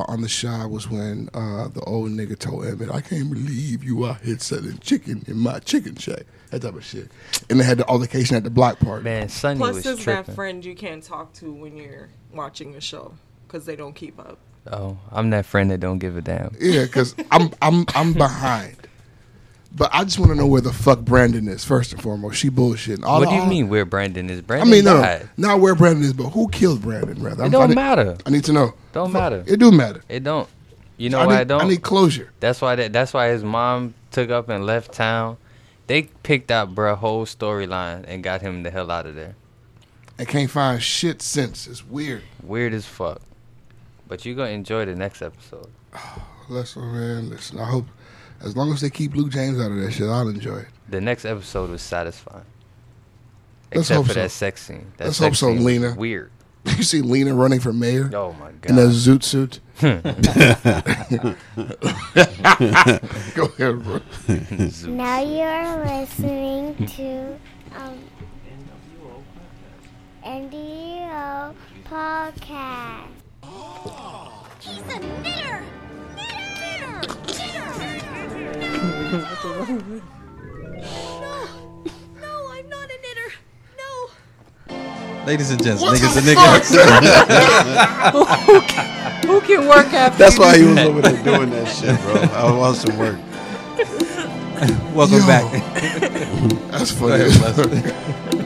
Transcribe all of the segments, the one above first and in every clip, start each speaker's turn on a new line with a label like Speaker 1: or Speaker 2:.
Speaker 1: uh, on the shot was when uh, the old nigga told Emmett, I can't believe you out here selling chicken in my chicken shack. That type of shit. And they had the altercation at the block party.
Speaker 2: Man, Sonny
Speaker 3: Plus,
Speaker 2: was
Speaker 3: there's
Speaker 2: tripping.
Speaker 3: that friend you can't talk to when you're watching a show because they don't keep up.
Speaker 2: Oh, I'm that friend that don't give a damn.
Speaker 1: Yeah, because I'm I'm I'm behind. But I just want to know where the fuck Brandon is first and foremost. She bullshitting. All
Speaker 2: what do
Speaker 1: I-
Speaker 2: you mean where Brandon is?
Speaker 1: I
Speaker 2: Brandon
Speaker 1: mean, no,
Speaker 2: died.
Speaker 1: not where Brandon is, but who killed Brandon? Rather,
Speaker 2: It
Speaker 1: I'm-
Speaker 2: don't
Speaker 1: need-
Speaker 2: matter.
Speaker 1: I need to know.
Speaker 2: Don't matter.
Speaker 1: It do matter.
Speaker 2: It don't. You know
Speaker 1: I
Speaker 2: why
Speaker 1: need,
Speaker 2: it don't?
Speaker 1: I need closure.
Speaker 2: that's why that. That's why his mom took up and left town. They picked out bruh whole storyline and got him the hell out of there.
Speaker 1: I can't find shit since. It's weird.
Speaker 2: Weird as fuck. But you're gonna enjoy the next episode.
Speaker 1: Listen, man. Listen. I hope as long as they keep Luke James out of that shit, I'll enjoy it.
Speaker 2: The next episode was satisfying.
Speaker 1: Let's
Speaker 2: Except
Speaker 1: hope
Speaker 2: for
Speaker 1: so.
Speaker 2: that sex scene. That
Speaker 1: Let's
Speaker 2: sex
Speaker 1: hope so,
Speaker 2: scene was
Speaker 1: Lena.
Speaker 2: Weird.
Speaker 1: you see Lena running for mayor
Speaker 2: Oh my god.
Speaker 1: in that zoot suit. Go ahead, bro.
Speaker 2: Zoot.
Speaker 4: Now you're listening to um, NDO podcast. He's a knitter! Knitter! Knitter!
Speaker 5: No, I'm not a knitter. No.
Speaker 6: Ladies and gents, niggas and niggas.
Speaker 3: Who can work after?
Speaker 6: That's why he was over there doing that shit, bro. I want some work. Welcome
Speaker 1: Yo.
Speaker 6: back.
Speaker 1: That's funny.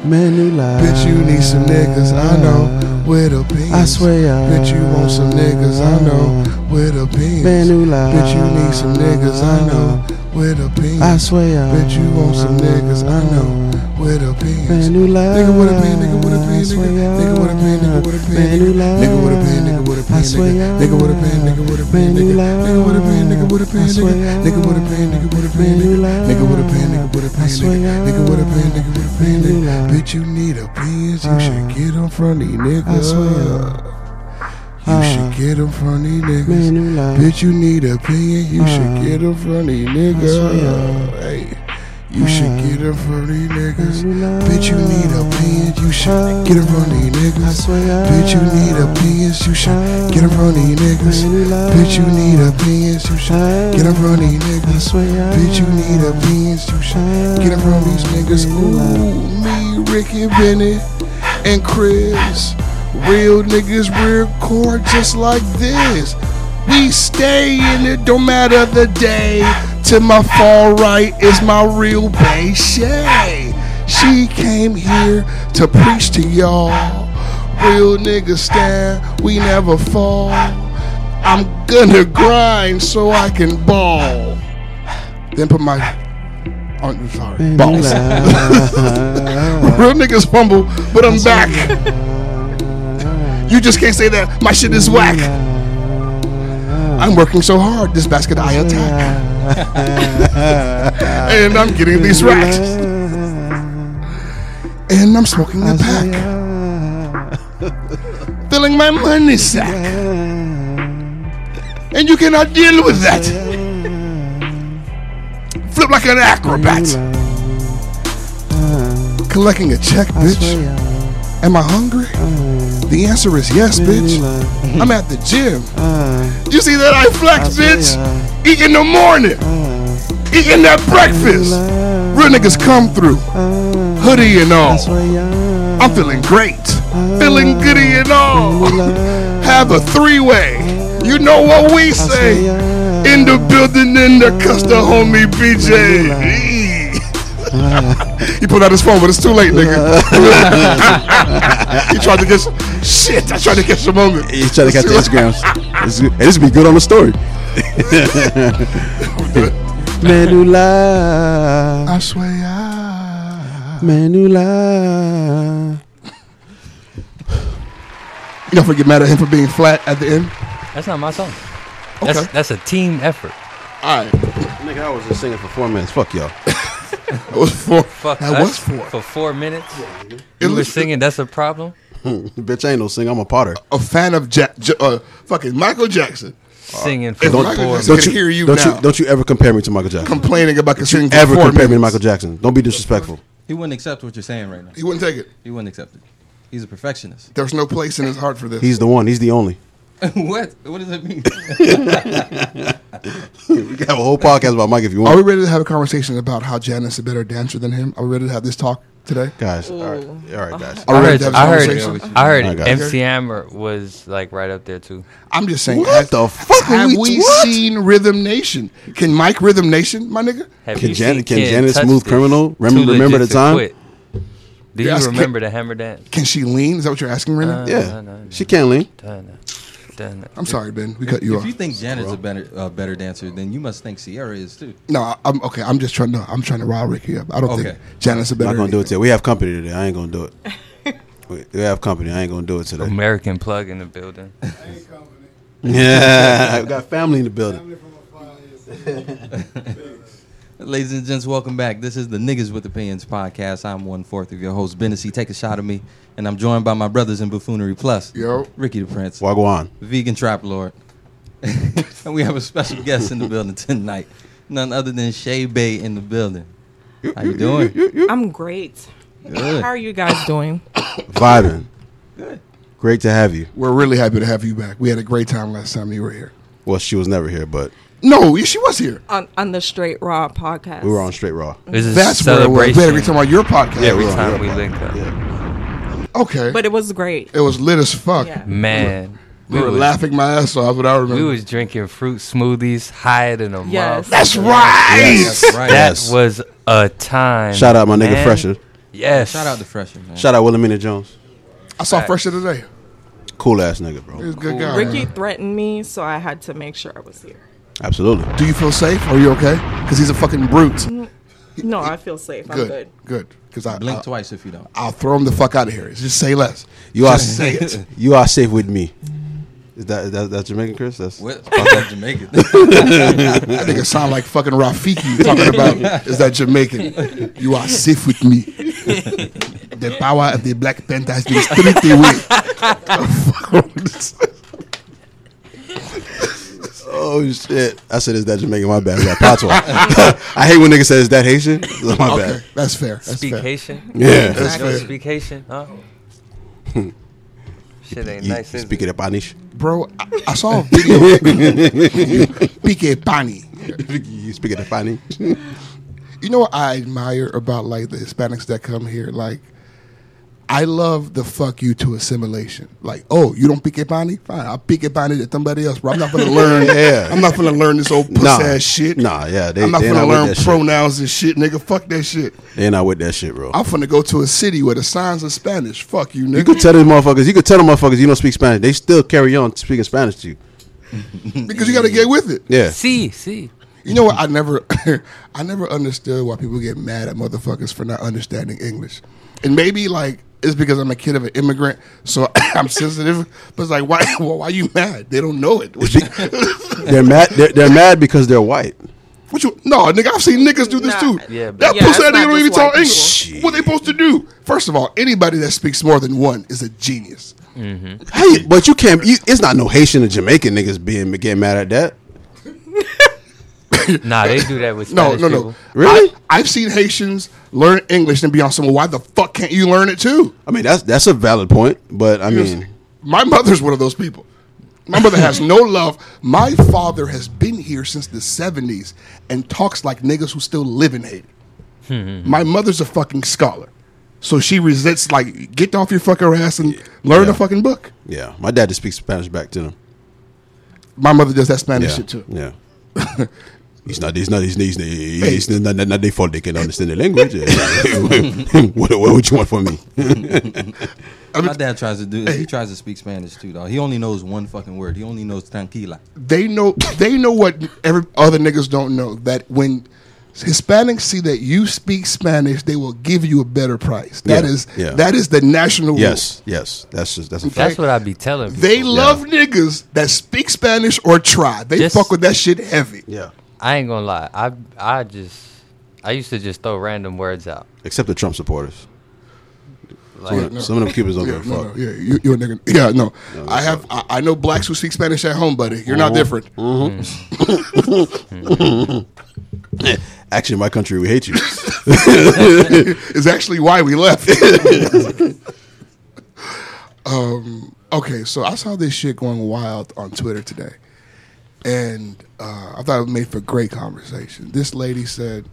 Speaker 7: Man, new life.
Speaker 1: Bitch, you need some niggas. I know where the beans.
Speaker 7: I swear.
Speaker 1: Bitch, you want some niggas. I know where the beans.
Speaker 7: Man, new life.
Speaker 1: Bitch, you need some niggas. I know where the beans.
Speaker 7: I swear.
Speaker 1: Bitch, you want some niggas. I know where the beans.
Speaker 7: Man, new life.
Speaker 1: Nigga with a pen, nigga with a
Speaker 7: I
Speaker 1: pen,
Speaker 7: swear.
Speaker 1: nigga, nigga with a pen, nigga with a pen,
Speaker 7: Man, new
Speaker 1: nigga,
Speaker 7: life.
Speaker 1: nigga with a pen, nigga with a
Speaker 7: I
Speaker 1: pen, nigga,
Speaker 7: swear.
Speaker 1: nigga with a pen, nigga with a pen,
Speaker 7: Man,
Speaker 1: nigga,
Speaker 7: new
Speaker 1: nigga with a pen, nigga with a
Speaker 7: I
Speaker 1: pen, nigga,
Speaker 7: swear.
Speaker 1: nigga with a pen, nigga with a pen,
Speaker 7: Man, new
Speaker 1: nigga, nigga with a pen, nigga
Speaker 7: life.
Speaker 1: with a
Speaker 7: I
Speaker 1: pen,
Speaker 7: swear.
Speaker 1: nigga, nigga with a pen, nigga with a pen,
Speaker 7: Man, new
Speaker 1: nigga.
Speaker 7: life.
Speaker 1: Bitch, you need a pins, you should get 'em from these
Speaker 7: I swear. Uh,
Speaker 1: niggas. You should get 'em from these
Speaker 7: Man,
Speaker 1: niggas.
Speaker 7: new life.
Speaker 1: Bitch, you need a pin, you should
Speaker 7: Uh,
Speaker 1: get 'em from these niggas. Hey. You should
Speaker 7: Hmm.
Speaker 1: get 'em from these niggas.
Speaker 7: Man, new
Speaker 1: Bitch, you need a pin, you should get 'em from these niggas.
Speaker 7: Hmm. I swear. Hmm.
Speaker 1: Bitch, you need a pins, you should get 'em from these niggas.
Speaker 7: Man, new life.
Speaker 1: Bitch, you need a pins, you should get 'em from these niggas.
Speaker 7: I swear.
Speaker 1: Bitch, you need a pins, you should get 'em from these niggas. Ooh, me, Ricky, Benny, and Chris. Real niggas record just like this. We stay in it, don't matter the day. To my far right is my real bae Shay. She came here to preach to y'all. Real niggas stand, we never fall. I'm gonna grind so I can ball. Then put my. Oh, I'm sorry. Balls. Real niggas fumble, but I'm back. You just can't say that. My shit is whack. I'm working so hard. This basket I attack. And I'm getting these racks. And I'm smoking the pack. Filling my money sack. And you cannot deal with that. Flip like an acrobat. Collecting a check, bitch. Am I hungry? The answer is yes, bitch. I'm at the gym. You see that I flex, bitch?
Speaker 6: uh,
Speaker 1: Eat in the morning. Eat in that breakfast. Real niggas come through. Hoodie and all. I'm feeling great. Feeling goody and all. Have a three way. You know what we say. In the building, in the custom homie BJ. he put out his phone, but it's too late, nigga. he tried to get shit. I tried to catch the moment.
Speaker 6: He's trying to catch the Instagrams. This, and this would be good on the story.
Speaker 7: Man, new life.
Speaker 1: I swear. I...
Speaker 7: Man, new life.
Speaker 1: You don't forget mad at him for being flat at the end.
Speaker 2: That's not my song. That's
Speaker 1: Okay.
Speaker 2: that's a team effort.
Speaker 1: All right,
Speaker 6: Nigga, I was just singing for four minutes. Fuck y'all.
Speaker 1: that was four.
Speaker 2: Fuck
Speaker 1: that
Speaker 2: us
Speaker 1: was four.
Speaker 2: for four minutes.
Speaker 1: It Uh,
Speaker 2: You were
Speaker 1: was-
Speaker 2: singing. That's a problem.
Speaker 6: Bitch, I ain't no singer. I'm a potter.
Speaker 1: A fan of Jack, J- uh, fucking Michael Jackson
Speaker 2: Singing for
Speaker 1: Michael
Speaker 2: four
Speaker 1: Jackson-
Speaker 2: minutes.
Speaker 1: can hear you
Speaker 6: don't
Speaker 1: now.
Speaker 6: you don't you ever compare me to Michael Jackson?
Speaker 1: complaining about considering
Speaker 6: ever
Speaker 1: four
Speaker 6: compare me to
Speaker 1: minutes.
Speaker 6: Michael Jackson? Don't be disrespectful.
Speaker 7: He wouldn't accept what you're saying right now.
Speaker 1: He wouldn't take it.
Speaker 7: He wouldn't accept it. He's a perfectionist.
Speaker 1: There's no place in his heart for this.
Speaker 6: He's the one. He's the only.
Speaker 7: what? What does that mean?
Speaker 6: we can have a whole podcast about Mike if you
Speaker 1: Are
Speaker 6: want.
Speaker 1: we ready to have a conversation about how Janice is a better dancer than him? Are we ready to have this talk today?
Speaker 6: guys, all right,
Speaker 3: Ooh.
Speaker 6: all right, guys.
Speaker 1: Are we
Speaker 2: I
Speaker 1: ready
Speaker 2: heard,
Speaker 1: to have
Speaker 2: I
Speaker 1: this
Speaker 2: heard,
Speaker 1: conversation?
Speaker 2: I heard
Speaker 6: I got you.
Speaker 2: MC Hammer was like right up there too.
Speaker 1: I'm just saying.
Speaker 6: What
Speaker 1: has-
Speaker 6: the fuck are
Speaker 1: Have
Speaker 6: we-
Speaker 1: we,
Speaker 6: what?
Speaker 1: seen Rhythm Nation? Can Mike Rhythm Nation, my nigga?
Speaker 2: Have
Speaker 6: Can
Speaker 2: you
Speaker 6: Jan-
Speaker 2: seen
Speaker 6: can
Speaker 2: Ken
Speaker 6: Janet
Speaker 2: touch
Speaker 6: Smooth
Speaker 2: this?
Speaker 6: Criminal rem-
Speaker 2: Too legit
Speaker 6: remember the
Speaker 2: to
Speaker 6: time?
Speaker 2: quit. Do
Speaker 1: Yes,
Speaker 2: you
Speaker 1: Ken-
Speaker 2: remember the hammer dance?
Speaker 1: Can she lean? Is that what you're asking, Renee?
Speaker 2: Uh,
Speaker 6: Yeah, she can lean.
Speaker 2: Dun, dun, dun.
Speaker 1: I'm sorry, Ben. We cut you
Speaker 7: if
Speaker 1: off.
Speaker 7: you think Janet's a better uh, better dancer, then you must think Sierra is too.
Speaker 1: no, I- I'm okay. I'm just trying to. I'm trying to rile Ricky up. I don't
Speaker 7: Okay.
Speaker 1: think Janice is
Speaker 6: I'm
Speaker 1: better.
Speaker 6: not
Speaker 1: than
Speaker 6: gonna do it
Speaker 1: you.
Speaker 6: today. We have company today. I ain't gonna do it. We, we have company. I ain't gonna do it today.
Speaker 2: American plug in the building.
Speaker 6: Yeah, we got family in the building.
Speaker 7: Ladies and gents, welcome back. This is the Niggas with Opinions podcast. I'm one fourth of your host, Bennessy. Take a shot of me, and I'm joined by my brothers in Buffoonery Plus.
Speaker 1: Yo.
Speaker 7: Ricky the Prince,
Speaker 6: Wagwan.
Speaker 7: Vegan Trap Lord, and we have a special guest in the building tonight, none other than Shay Bay in the building. How you doing?
Speaker 3: I'm great.
Speaker 7: Good.
Speaker 3: How are you guys doing?
Speaker 6: Vibing. Great to have you.
Speaker 1: We're really happy to have you back. We had a great time last time you were here.
Speaker 6: Well, she was never here, but
Speaker 1: No, she was here.
Speaker 3: On, on the Straight Raw podcast.
Speaker 6: we were on Straight Raw.
Speaker 2: This is
Speaker 1: That's where it was.
Speaker 2: celebration.
Speaker 1: We had a great time on your podcast.
Speaker 2: Every
Speaker 6: we were on
Speaker 2: time
Speaker 6: your
Speaker 2: we
Speaker 6: podcast.
Speaker 2: link up,
Speaker 6: Yeah.
Speaker 1: Okay.
Speaker 3: But it was great.
Speaker 1: it was lit as fuck.
Speaker 3: Yeah.
Speaker 2: man,
Speaker 1: We were
Speaker 2: was,
Speaker 1: laughing my ass off, but I remember.
Speaker 2: We was drinking fruit smoothies higher than a
Speaker 3: Yes.
Speaker 2: motherfucker.
Speaker 1: That's right.
Speaker 7: That's right.
Speaker 2: That
Speaker 6: Yes.
Speaker 2: was a time.
Speaker 6: Shout out my nigga
Speaker 2: man.
Speaker 6: Fresher.
Speaker 2: Yes.
Speaker 7: Shout out to Fresher, man.
Speaker 6: Shout out Wilhelmina Jones.
Speaker 1: I saw
Speaker 2: Facts.
Speaker 1: Fresher today.
Speaker 6: Cool ass nigga,
Speaker 1: He was
Speaker 6: bro.
Speaker 1: a good guy.
Speaker 3: Ricky threatened me, so I had to make sure I was here.
Speaker 6: Absolutely.
Speaker 1: Do you feel safe? Are you okay? Because he's a fucking brute.
Speaker 3: No, I feel safe. Mm-hmm.
Speaker 1: Good.
Speaker 3: I'm good.
Speaker 1: Good. Because I,
Speaker 7: Blink
Speaker 1: I,
Speaker 7: twice if you don't.
Speaker 1: I'll throw him the fuck out of here. Just say less.
Speaker 6: You are
Speaker 1: Just say it.
Speaker 6: you are safe with me. Is that is that, that Jamaican Chris? That's
Speaker 7: What? Fuck that Jamaican.
Speaker 1: That nigga sound like fucking Rafiki talking about is that Jamaican? You are safe with me. the power of the Black Panther has been stripped away.
Speaker 6: oh shit. I said is that Jamaican? My bad. We got patois. I hate when niggas says is that Haitian. My
Speaker 1: okay,
Speaker 6: bad.
Speaker 1: that's fair. That's
Speaker 2: Speak
Speaker 1: fair.
Speaker 2: Haitian.
Speaker 6: Yeah.
Speaker 2: You know
Speaker 1: fair.
Speaker 2: speak Haitian, huh? Shit ain't
Speaker 6: You,
Speaker 2: nice. Is
Speaker 6: speaking of Spanish,
Speaker 1: Bro, I, I saw a video. Pique Pani.
Speaker 6: you speaking of Spanish.
Speaker 1: You know what I admire about like the Hispanics that come here? Like, I love the fuck you to assimilation. Like, oh, you don't pick it bonnie? Fine, I'll pick it bonnie to somebody else. But I'm not gonna learn.
Speaker 6: Yeah.
Speaker 1: I'm not gonna learn this old puss
Speaker 6: Nah.
Speaker 1: ass shit.
Speaker 6: Nah, yeah, they-
Speaker 1: I'm not
Speaker 6: they
Speaker 1: gonna
Speaker 6: not with
Speaker 1: learn
Speaker 6: that shit.
Speaker 1: pronouns and shit, nigga. Fuck that shit.
Speaker 6: They not with that shit, bro.
Speaker 1: I'm finna go to a city where the signs are Spanish. Fuck you,
Speaker 6: you
Speaker 1: nigga.
Speaker 6: could tell them motherfuckers. You could tell them motherfuckers you don't speak Spanish. They still carry on speaking Spanish to you.
Speaker 1: because you gotta get with it.
Speaker 6: Yeah.
Speaker 2: See, see.
Speaker 1: You know what? I never, I never understood why people get mad at motherfuckers for not understanding English, and maybe like it's because I'm a kid of an immigrant, so I'm sensitive. But it's like, why? Well, why you mad? They don't know it. What you,
Speaker 6: They're mad. They're, they're mad because they're white.
Speaker 1: what you? No, nigga, I've seen niggas do this
Speaker 3: Nah.
Speaker 1: too.
Speaker 2: Yeah, but-
Speaker 1: that
Speaker 3: Yeah,
Speaker 1: pussy that
Speaker 3: it's
Speaker 1: nigga
Speaker 3: not
Speaker 1: don't even
Speaker 3: just
Speaker 1: talk
Speaker 3: white
Speaker 1: English.
Speaker 6: people.
Speaker 1: What they supposed to do? First of all, anybody that speaks more than one is a genius.
Speaker 6: Hey, but you can't. You, it's not no Haitian or Jamaican niggas being getting mad at that.
Speaker 2: Nah, they do that with
Speaker 1: No,
Speaker 2: Spanish
Speaker 1: no,
Speaker 2: people.
Speaker 1: no.
Speaker 6: Really?
Speaker 1: I, I've seen Haitians learn English and be on some. Why the fuck can't you learn it too?
Speaker 6: I mean, that's that's a valid point, but I mean,
Speaker 1: My mother's one of those people. My mother has no love. My father has been here since the 70s and talks like niggas who still live in Haiti.
Speaker 6: Hmm.
Speaker 1: My mother's a fucking scholar. So she resents, like, get off your fucking ass and learn
Speaker 6: Yeah.
Speaker 1: a fucking book.
Speaker 6: yeah, my dad just speaks Spanish back to them.
Speaker 1: My mother does that Spanish
Speaker 6: Yeah,
Speaker 1: shit too.
Speaker 6: yeah. It's not. It's not. It's not. It's not, it's not, not, not, not their fault. They can understand the language. what, what, what you want from me?
Speaker 7: My dad tries to do. He tries to speak Spanish too, though. He only knows one fucking word. He only knows tranquila.
Speaker 1: They know they know what every other niggas don't know that when Hispanics see that you speak Spanish, they will give you a better price. That
Speaker 6: Yeah,
Speaker 1: is
Speaker 6: yeah.
Speaker 1: that is the national rule.
Speaker 6: Yes, yes. That's just that's a fact.
Speaker 2: That's what I be telling people.
Speaker 1: They love niggas that speak Spanish or try. They
Speaker 2: Just-
Speaker 1: fuck with that shit heavy.
Speaker 6: yeah,
Speaker 2: I ain't gonna lie. I I just I used to just throw random words out.
Speaker 6: except the Trump supporters.
Speaker 2: Like
Speaker 6: Some, of, some of them Cubans don't
Speaker 1: Oh, Yeah,
Speaker 6: give a
Speaker 1: no,
Speaker 6: fuck.
Speaker 1: no, yeah, you, you're a nigga. Yeah, no. I have. I, I know blacks who speak Spanish at home, buddy. You're
Speaker 6: Mm-hmm.
Speaker 1: not different.
Speaker 6: Actually, in my country, we hate you.
Speaker 1: It's actually why we left. um, Okay, so I saw this shit going wild on Twitter today, and uh, I thought it made for great conversation. This lady said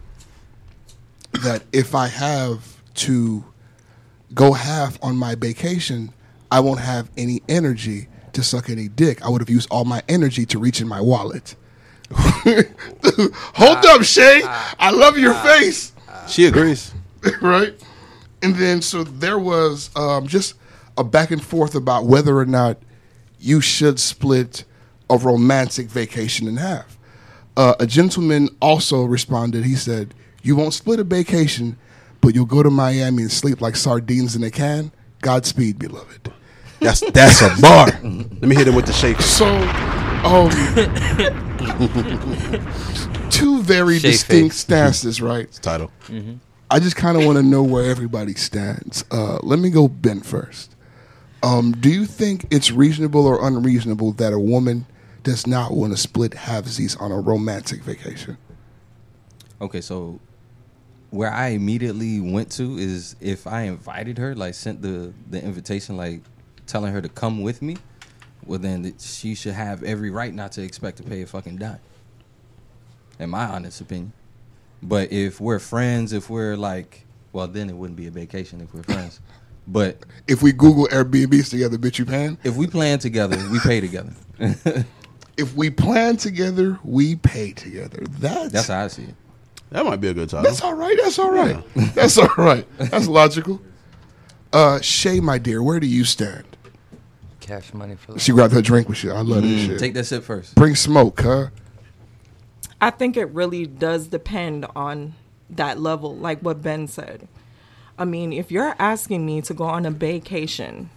Speaker 1: that if I have to go half on my vacation, I won't have any energy to suck any dick. I would have used all my energy to reach in my wallet. Hold up, Shay. I love your face
Speaker 6: She agrees.
Speaker 1: right? And then so there was um, just a back and forth about whether or not you should split a romantic vacation in half. Uh, a gentleman also responded. He said, "You won't split a vacation, but you'll go to Miami and sleep like sardines in a can. Godspeed, beloved."
Speaker 6: That's that's a bar. Let me hit him with the shake.
Speaker 1: So, um, two very
Speaker 2: Shake
Speaker 1: distinct
Speaker 2: face.
Speaker 1: stances, right?
Speaker 6: Title.
Speaker 1: I just kind of want to know where everybody stands. Uh, let me go Ben first. Um, do you think it's reasonable or unreasonable that a woman does not want to split halvesies on a romantic vacation?
Speaker 7: Okay, so where I immediately went to is if I invited her, like sent the the invitation, like telling her to come with me. Well, then it- she should have every right not to expect to pay a fucking dime. In my honest opinion, but if we're friends, if we're like, well, then it wouldn't be a vacation if we're friends. but
Speaker 1: If we Google Airbnbs together, bitch, you pan.
Speaker 7: if we plan together, we pay together.
Speaker 1: If we plan together, we pay together. That's
Speaker 7: That's how I see it.
Speaker 6: That might be a good title.
Speaker 1: that's all right. That's all right. That's all right. That's logical. Uh, Shay, my dear, where do you stand?
Speaker 2: Cash money for life.
Speaker 1: She grabbed her drink with shit. I love this shit.
Speaker 7: Mm, Take that sip first.
Speaker 1: Bring smoke, huh?
Speaker 3: I think it really does depend on that level, like what Ben said. I mean, if you're asking me to go on a vacation,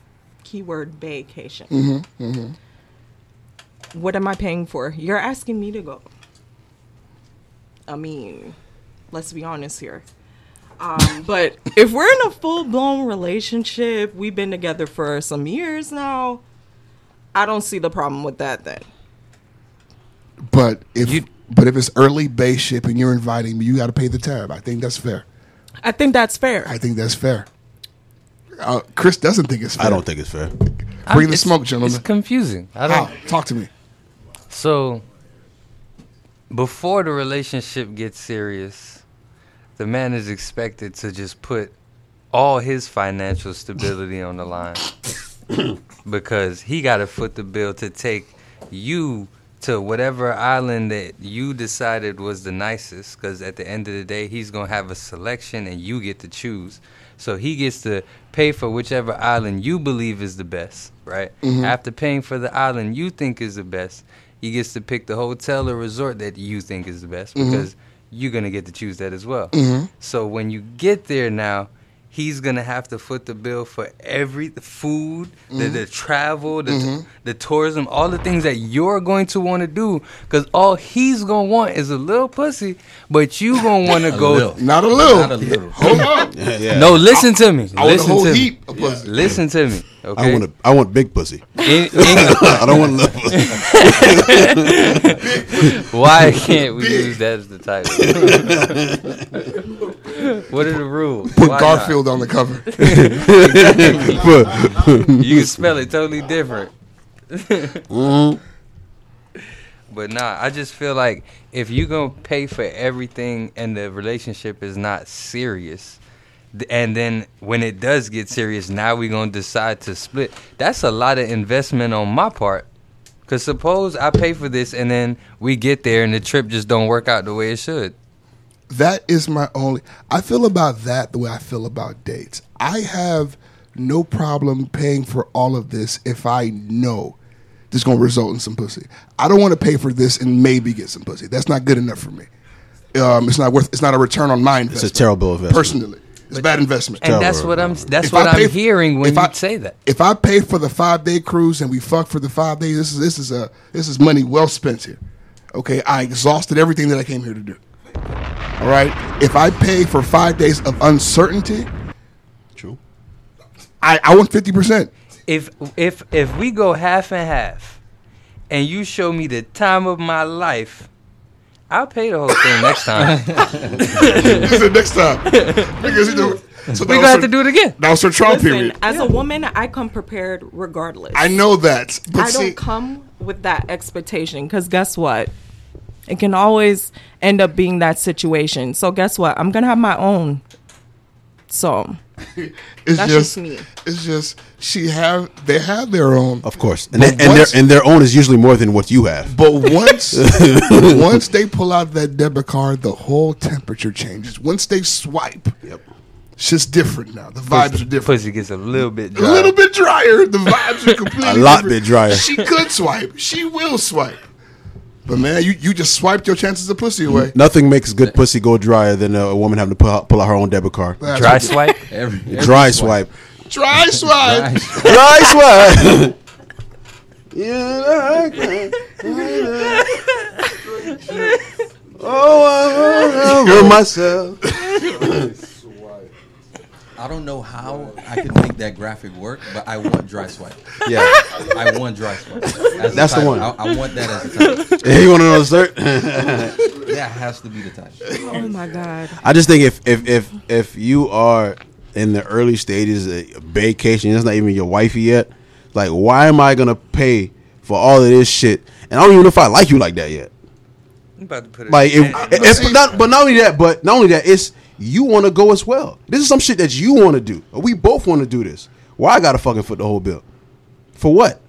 Speaker 3: keyword vacation, what am I paying for? You're asking me to go. I mean, let's be honest here. Um, but if we're in a full blown relationship, we've been together for some years now, I don't see the problem with that then.
Speaker 1: But if
Speaker 2: You-
Speaker 1: but if it's early base ship and you're inviting me, you got to pay the tab. I think that's fair.
Speaker 3: I think that's fair.
Speaker 1: I think that's fair. Uh, Chris doesn't think it's fair.
Speaker 6: I don't think it's fair.
Speaker 2: I'm-
Speaker 1: Bring the
Speaker 2: it's-
Speaker 1: smoke, gentlemen.
Speaker 2: It's confusing. I don't.
Speaker 1: How? Talk to me.
Speaker 2: So, before the relationship gets serious, the man is expected to just put all his financial stability on the line because he got to foot the bill to take you to whatever island that you decided was the nicest because at the end of the day he's going to have a selection and you get to choose so he gets to pay for whichever island you believe is the best right after paying for the island you think is the best he gets to pick the hotel or resort that you think is the best because you're going to get to choose that as well so when you get there now he's gonna have to foot the bill for every the food, the,
Speaker 1: Mm-hmm.
Speaker 2: the travel, the, the tourism, all the things that you're going to want to do. Cause all he's gonna want is a little pussy, but you gonna want to
Speaker 7: A
Speaker 2: go.
Speaker 7: little.
Speaker 1: Not a little.
Speaker 7: Not a little.
Speaker 1: Hold up.
Speaker 6: Yeah, yeah.
Speaker 2: No, listen to me.
Speaker 1: I want a
Speaker 2: listen
Speaker 1: whole
Speaker 2: to me.
Speaker 1: heap of pussy.
Speaker 2: Listen to me.
Speaker 6: I
Speaker 2: Okay.
Speaker 6: want a, I want big pussy.
Speaker 2: In- in-
Speaker 6: I don't want little pussy.
Speaker 2: why can't we use that as the title? what are the rules?
Speaker 1: Put
Speaker 2: Why not?
Speaker 1: Garfield on the cover.
Speaker 2: You can spell it totally different.
Speaker 1: Mm-hmm.
Speaker 2: But nah, I just feel like if you're gonna pay for everything and the relationship is not serious, th- and then when it does get serious, now we're gonna decide to split. That's a lot of investment on my part. Cause suppose I pay for this and then we get there and the trip just don't work out the way it should.
Speaker 1: That is my only. I feel about that the way I feel about dates. I have no problem paying for all of this if I know this going to result in some pussy. I don't want to pay for this and maybe get some pussy. That's not good enough for me. Um, it's not worth. It's not a return on my
Speaker 6: It's
Speaker 1: investment.
Speaker 6: a terrible investment.
Speaker 1: Personally, it's a bad investment.
Speaker 2: And
Speaker 6: Tell
Speaker 2: that's
Speaker 6: her,
Speaker 2: what I'm.
Speaker 6: bro.
Speaker 2: That's
Speaker 1: If
Speaker 2: what
Speaker 1: I
Speaker 2: I'm
Speaker 1: pay f-
Speaker 2: hearing when
Speaker 1: if
Speaker 2: you
Speaker 1: I-
Speaker 2: say that.
Speaker 1: If I pay for the five day cruise and we fuck for the five days, this is this is a this is money well spent here. Okay, I exhausted everything that I came here to do. All right. If I pay for five days of uncertainty,
Speaker 6: True.
Speaker 1: I, I want fifty percent.
Speaker 2: if if if we go half and half and you show me the time of my life I'll pay the whole thing next time.
Speaker 1: He said next time. Because he do, so
Speaker 2: We're gonna have to do it again.
Speaker 1: That was her trial
Speaker 3: Listen,
Speaker 1: period.
Speaker 3: as a woman, I come prepared regardless.
Speaker 1: I know that. But
Speaker 3: I
Speaker 1: see,
Speaker 3: don't come with that expectation because guess what? It can always end up being that situation. So guess what? I'm gonna have my own. So
Speaker 1: it's
Speaker 3: that's
Speaker 1: just,
Speaker 3: just me.
Speaker 1: It's just she have they have their own.
Speaker 6: Of course, and,
Speaker 1: But
Speaker 6: and their
Speaker 1: once-
Speaker 6: and their own is usually more than what you have.
Speaker 1: But once once they pull out that debit card, the whole temperature changes. Once they swipe,
Speaker 6: Yep.
Speaker 1: shit's different now. The vibes are different.
Speaker 2: Pussy gets a little bit
Speaker 1: A
Speaker 2: dry.
Speaker 1: little bit drier. The vibes are completely
Speaker 6: A lot
Speaker 1: different.
Speaker 6: bit drier.
Speaker 1: She could swipe. She will swipe. But man, you, you just swiped your chances of pussy away.
Speaker 6: Nothing makes good pussy go drier than a woman having to pull out, pull out her own debit card.
Speaker 1: That's
Speaker 2: Dry
Speaker 1: what-
Speaker 2: swipe.
Speaker 7: Every, every
Speaker 6: Dry swipe.
Speaker 1: Dry swipe.
Speaker 7: Dry-
Speaker 6: Dry swipe. Oh, I myself.
Speaker 7: I don't know how I could make that graphic work, but I want dry swipe.
Speaker 6: Yeah,
Speaker 7: I want dry swipe. As a
Speaker 6: That's the
Speaker 7: title.
Speaker 6: one.
Speaker 7: I, I want that as a title.
Speaker 6: you want to know the cert?
Speaker 7: That has to be the title.
Speaker 3: Oh my god.
Speaker 6: I just think if if if if you are in the early stages of vacation, it's not even your wifey yet. Like, why am I gonna pay for all of this shit? And I don't even know if I like you like that yet.
Speaker 2: I'm about to put it.
Speaker 6: Like, if,
Speaker 2: in.
Speaker 6: if- but not but not only that, but not only that, it's you want to go as well. This is some shit that you want to do. Or we both want to do this. Why I gotta fucking foot the whole bill? For what?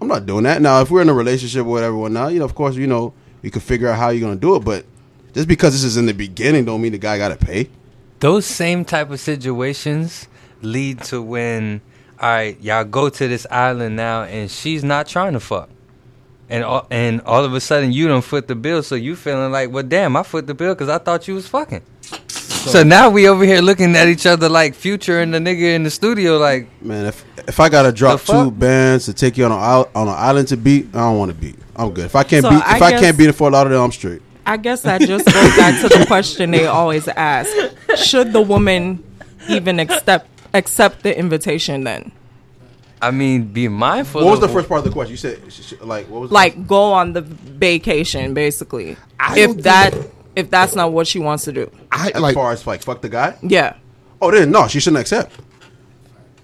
Speaker 6: I'm not doing that. Now, if we're in a relationship or whatever, whatnot, you know, of course, you know, you can figure out how you're gonna do it. But just because this is in the beginning, don't mean the guy gotta pay.
Speaker 2: those same type of situations lead to when all right y'all go to this island now and she's not trying to fuck and all, and all of a sudden you don't foot the bill so you feeling like well damn i foot the bill because i thought you was fucking so, now we over here looking at each other like future and the nigga in the studio like
Speaker 6: Man, if if I gotta drop
Speaker 2: The fuck?
Speaker 6: two bands to take you on an isl- on an island to beat, I don't want to beat. I'm good. If I can't
Speaker 3: So
Speaker 6: beat,
Speaker 3: I
Speaker 6: if I
Speaker 3: guess-
Speaker 6: can't beat it for a lot of them, I'm straight.
Speaker 3: I guess that just goes back to the question they always ask: Should the woman even accept accept the invitation? Then,
Speaker 2: i mean be mindful
Speaker 6: What was
Speaker 2: of
Speaker 6: the first part of the question? You said sh- sh- like what was
Speaker 3: like, go on the vacation, basically.
Speaker 1: I don't
Speaker 3: If that
Speaker 1: think-
Speaker 3: if that's not what she wants to do,
Speaker 1: I
Speaker 6: as
Speaker 1: like
Speaker 6: far as like fuck the guy?
Speaker 3: yeah.
Speaker 6: Oh, then no, she shouldn't accept.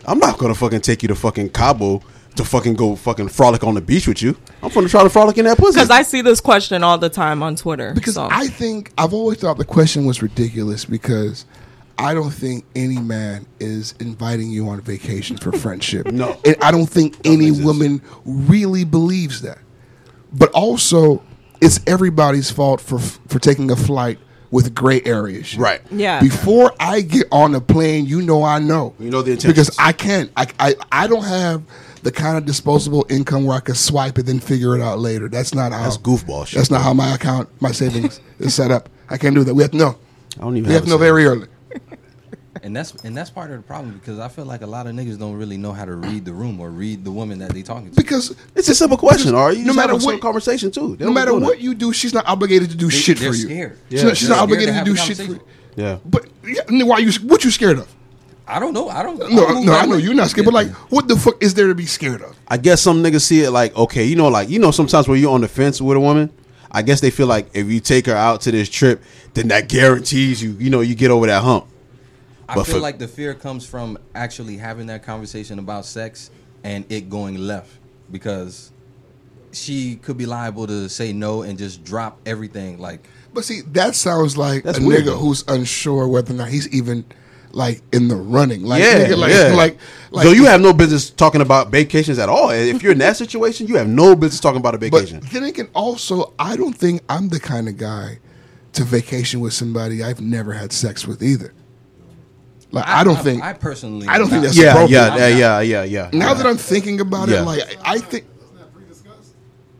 Speaker 6: I'm not gonna fucking take you to fucking Cabo to fucking go fucking frolic on the beach with you. I'm gonna try to frolic in that pussy.
Speaker 3: Because I see this question all the time on Twitter.
Speaker 1: because
Speaker 3: so.
Speaker 1: I think I've always thought the question was ridiculous because I don't think any man is inviting you on vacation for friendship.
Speaker 6: No.
Speaker 1: and I don't think any
Speaker 6: exist.
Speaker 1: woman really believes that. But also, it's everybody's fault for for taking a flight with gray area shit.
Speaker 6: Right.
Speaker 3: Yeah.
Speaker 1: Before I get on the plane, you know I know.
Speaker 6: You know the intentions.
Speaker 1: because I can't. I, I I don't have the kind of disposable income where I can swipe it and figure it out later. That's not how.
Speaker 6: That's goofball shit.
Speaker 1: That's not how my account, my savings is set up. I can't do that. We have to know.
Speaker 6: I don't even
Speaker 1: We
Speaker 6: have
Speaker 1: have
Speaker 6: a
Speaker 1: to know
Speaker 6: say.
Speaker 1: very early.
Speaker 7: And that's and that's part of the problem because I feel like a lot of niggas don't really know how to read the room or read the woman that they talking to.
Speaker 1: Because
Speaker 6: It's a simple question, or you
Speaker 1: no
Speaker 6: just
Speaker 1: matter
Speaker 6: have a simple
Speaker 1: what-
Speaker 6: conversation too. They
Speaker 1: no
Speaker 6: don't
Speaker 1: matter
Speaker 6: do that.
Speaker 1: what you do, she's not obligated to do shit for
Speaker 7: they're
Speaker 1: you.
Speaker 7: scared.
Speaker 1: She's
Speaker 6: Yeah,
Speaker 1: not, she's
Speaker 6: they're
Speaker 1: not
Speaker 7: scared to
Speaker 1: obligated to
Speaker 7: have
Speaker 1: do
Speaker 7: the
Speaker 1: shit for you.
Speaker 7: conversation.
Speaker 6: Yeah,
Speaker 1: But yeah, then why you? What you scared of?
Speaker 7: I don't know. I don't. I
Speaker 1: No,
Speaker 7: don't move
Speaker 1: no, I
Speaker 7: that
Speaker 1: know
Speaker 7: way.
Speaker 1: you're not scared. But like, what the fuck is there to be scared of?
Speaker 6: I guess some niggas see it like, okay, you know, like you know, sometimes when you're on the fence with a woman, I guess they feel like if you take her out to this trip, then that guarantees you, you know, you get over that hump.
Speaker 7: I
Speaker 6: But
Speaker 7: feel
Speaker 6: for-
Speaker 7: like the fear comes from actually having that conversation about sex and it going left because she could be liable to say no and just drop everything. Like
Speaker 1: But see, that sounds like
Speaker 6: That's
Speaker 1: a
Speaker 6: weird,
Speaker 1: nigga
Speaker 6: though.
Speaker 1: who's unsure whether or not he's even like in the running. Like,
Speaker 6: yeah,
Speaker 1: nigga, like,
Speaker 6: yeah.
Speaker 1: like, like,
Speaker 6: so you have no business talking about vacations at all. And If you're in that situation, you have no business talking about a
Speaker 1: But
Speaker 6: vacation.
Speaker 1: then again, also, I don't think I'm the kind of guy to vacation with somebody I've never had sex with either. Like, I, don't think.
Speaker 7: I personally
Speaker 1: I don't think
Speaker 7: not.
Speaker 1: that's
Speaker 6: yeah,
Speaker 1: appropriate.
Speaker 6: yeah, yeah, yeah, yeah, yeah.
Speaker 1: now that I'm thinking about
Speaker 6: Yeah.
Speaker 1: it, like, I think.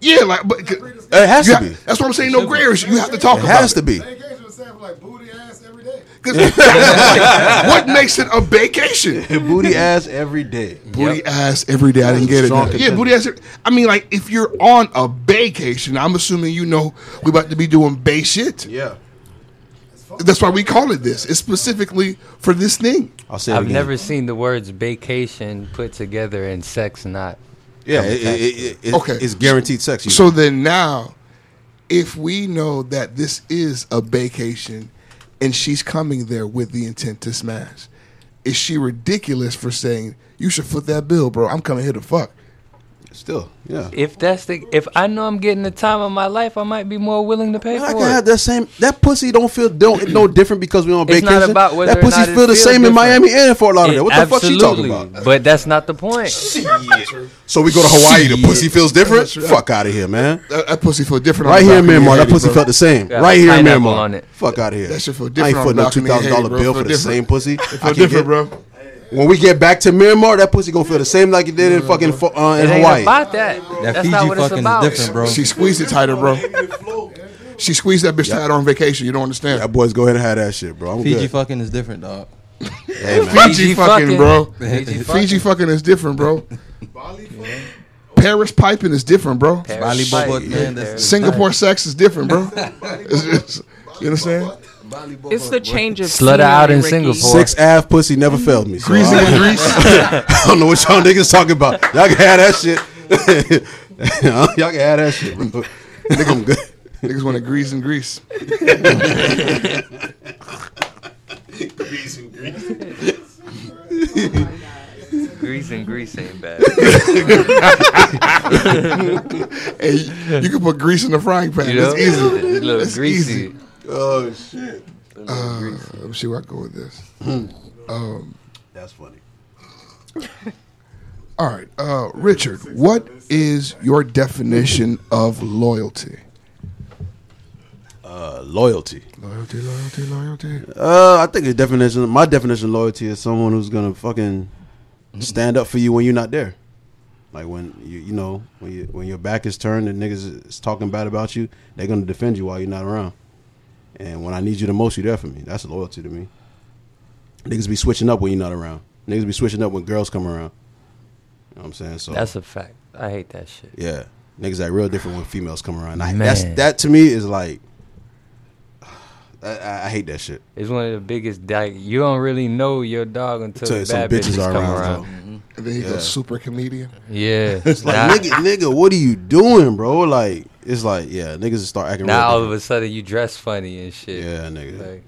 Speaker 1: Yeah, like, but
Speaker 6: it has
Speaker 1: you
Speaker 6: to
Speaker 1: ha-
Speaker 6: be.
Speaker 1: that's what I'm saying. No gray areas. You have to talk
Speaker 6: It
Speaker 1: about
Speaker 6: has to be.
Speaker 8: Vacation was sample like booty ass every day.
Speaker 1: 'Cause that's like, what makes it a vacation?
Speaker 6: Booty ass every day.
Speaker 1: Booty ass every day. I didn't get it.
Speaker 6: Strong
Speaker 1: Yeah,
Speaker 6: contender.
Speaker 1: booty ass. every- I mean, like if you're on a vacation, I'm assuming you know we're about to be doing bay shit.
Speaker 6: Yeah,
Speaker 1: That's why we call it this. It's specifically for this thing.
Speaker 6: I'll say it
Speaker 2: i've
Speaker 6: again.
Speaker 2: never seen the words vacation put together and sex not
Speaker 6: Yeah, it, it, it, it,
Speaker 1: Okay.
Speaker 6: it's guaranteed sex.
Speaker 1: So then now, if we know that this is a vacation and she's coming there with the intent to smash, is she ridiculous for saying, you should foot that bill, bro? I'm coming here to fuck.
Speaker 6: Still, yeah.
Speaker 2: If that's the if I know I'm getting the time of my life, I might be more willing to pay
Speaker 6: I
Speaker 2: for
Speaker 6: can have
Speaker 2: it.
Speaker 6: that same. That pussy don't feel don't no different because we on
Speaker 2: It's
Speaker 6: vacation.
Speaker 2: not about whether
Speaker 6: that
Speaker 2: or not
Speaker 6: pussy
Speaker 2: it
Speaker 6: feel the
Speaker 2: feels
Speaker 6: same in
Speaker 2: different.
Speaker 6: Miami and in Fort Lauderdale. What the
Speaker 2: It-
Speaker 6: fuck she talking
Speaker 2: absolutely,
Speaker 6: about?
Speaker 2: But that's not the point.
Speaker 6: So we go to Hawaii. The
Speaker 2: Shit.
Speaker 6: pussy feels different. Fuck out of here, man.
Speaker 1: That, that pussy feel different. on
Speaker 6: Right
Speaker 1: the
Speaker 6: here in
Speaker 1: balcony
Speaker 6: Myanmar,
Speaker 1: in
Speaker 6: that
Speaker 1: Haiti,
Speaker 6: pussy
Speaker 1: bro.
Speaker 6: felt the same.
Speaker 2: Yeah,
Speaker 6: right here in
Speaker 2: pineapple
Speaker 6: Myanmar.
Speaker 2: on it.
Speaker 6: Fuck out of here.
Speaker 1: That shit feel
Speaker 6: I
Speaker 1: different
Speaker 6: ain't
Speaker 1: on
Speaker 6: for no two
Speaker 1: balcony in
Speaker 6: thousand dollar
Speaker 1: Haiti, bro.
Speaker 6: bill
Speaker 1: Feel
Speaker 6: for the
Speaker 1: different.
Speaker 6: same pussy.
Speaker 1: It
Speaker 6: I
Speaker 1: feel
Speaker 6: can
Speaker 1: different,
Speaker 6: get-
Speaker 1: bro.
Speaker 6: When we get back to Myanmar, that pussy gonna feel the same like it did in fucking fu- uh,
Speaker 2: It
Speaker 6: in
Speaker 2: ain't
Speaker 6: Hawaii.
Speaker 2: about that.
Speaker 7: That
Speaker 2: that's
Speaker 7: Fiji
Speaker 2: not what it's
Speaker 7: fucking
Speaker 2: about.
Speaker 7: is different, bro.
Speaker 1: She squeezed it tighter, bro. She squeezed that bitch tighter on vacation. You don't understand.
Speaker 6: That boys go ahead and have that shit, bro. I'm
Speaker 7: Fiji
Speaker 6: good.
Speaker 7: fucking is different, dog.
Speaker 6: Hey, man.
Speaker 1: Fiji fucking, bro.
Speaker 2: Fiji
Speaker 1: Fiji
Speaker 2: fucking.
Speaker 1: fucking is different, bro. Paris piping is different, bro.
Speaker 7: Bali
Speaker 2: Paris
Speaker 7: Bobo,
Speaker 2: fight.
Speaker 7: man. That's
Speaker 1: Singapore sex is different, bro. It's just- you understand?
Speaker 3: It's the change of
Speaker 2: Slut out in
Speaker 3: scenery, Ricky.
Speaker 2: Singapore.
Speaker 6: Six Av pussy never failed me. so
Speaker 1: Greasy
Speaker 6: I-
Speaker 1: in Greece.
Speaker 6: I don't know what y'all niggas talking about. Y'all can have that shit. y'all can have that shit, bro. Nigga, I'm good.
Speaker 1: Niggas want to grease in Greece.
Speaker 2: Grease and grease ain't bad.
Speaker 1: Hey, you can put grease in the frying pan.
Speaker 2: You know,
Speaker 1: It's easy.
Speaker 2: It's a little
Speaker 1: It's
Speaker 2: greasy.
Speaker 1: easy. Uh,
Speaker 6: Oh shit.
Speaker 1: Let me see where I go with this.
Speaker 6: That's funny.
Speaker 1: All right, uh, Richard, what is your definition of loyalty?
Speaker 6: Uh, loyalty.
Speaker 1: Loyalty, loyalty, loyalty.
Speaker 6: Uh, I think the definition, my definition of loyalty is someone who's gonna fucking
Speaker 2: Mm-hmm.
Speaker 6: stand up for you when you're not there. Like when you, you know, when you, when your back is turned and niggas is talking bad about you, they're gonna defend you while you're not around. And when I need you the most, you're there for me. That's loyalty to me. Niggas be switching up when you're not around. Niggas be switching up when girls come around. You know what I'm saying? So
Speaker 2: That's a fact. I hate that shit.
Speaker 6: yeah, niggas act real different when females come around. I,
Speaker 2: Man.
Speaker 6: that's that to me is like, I- I, I hate that shit.
Speaker 2: It's one of the biggest. Like, you don't really know your dog until
Speaker 6: Tell
Speaker 2: the
Speaker 6: you
Speaker 2: bad
Speaker 6: some
Speaker 2: bitches,
Speaker 6: bitches are
Speaker 2: come
Speaker 6: around.
Speaker 2: around.
Speaker 6: though.
Speaker 1: And then he
Speaker 6: Yeah.
Speaker 1: goes super comedian.
Speaker 2: Yeah.
Speaker 6: Like
Speaker 2: now,
Speaker 6: nigga, nigga, what are you doing, bro? Like it's like yeah, niggas start acting.
Speaker 2: now all
Speaker 6: real
Speaker 2: of a sudden you dress funny and shit.
Speaker 6: different. yeah, nigga.
Speaker 2: Like,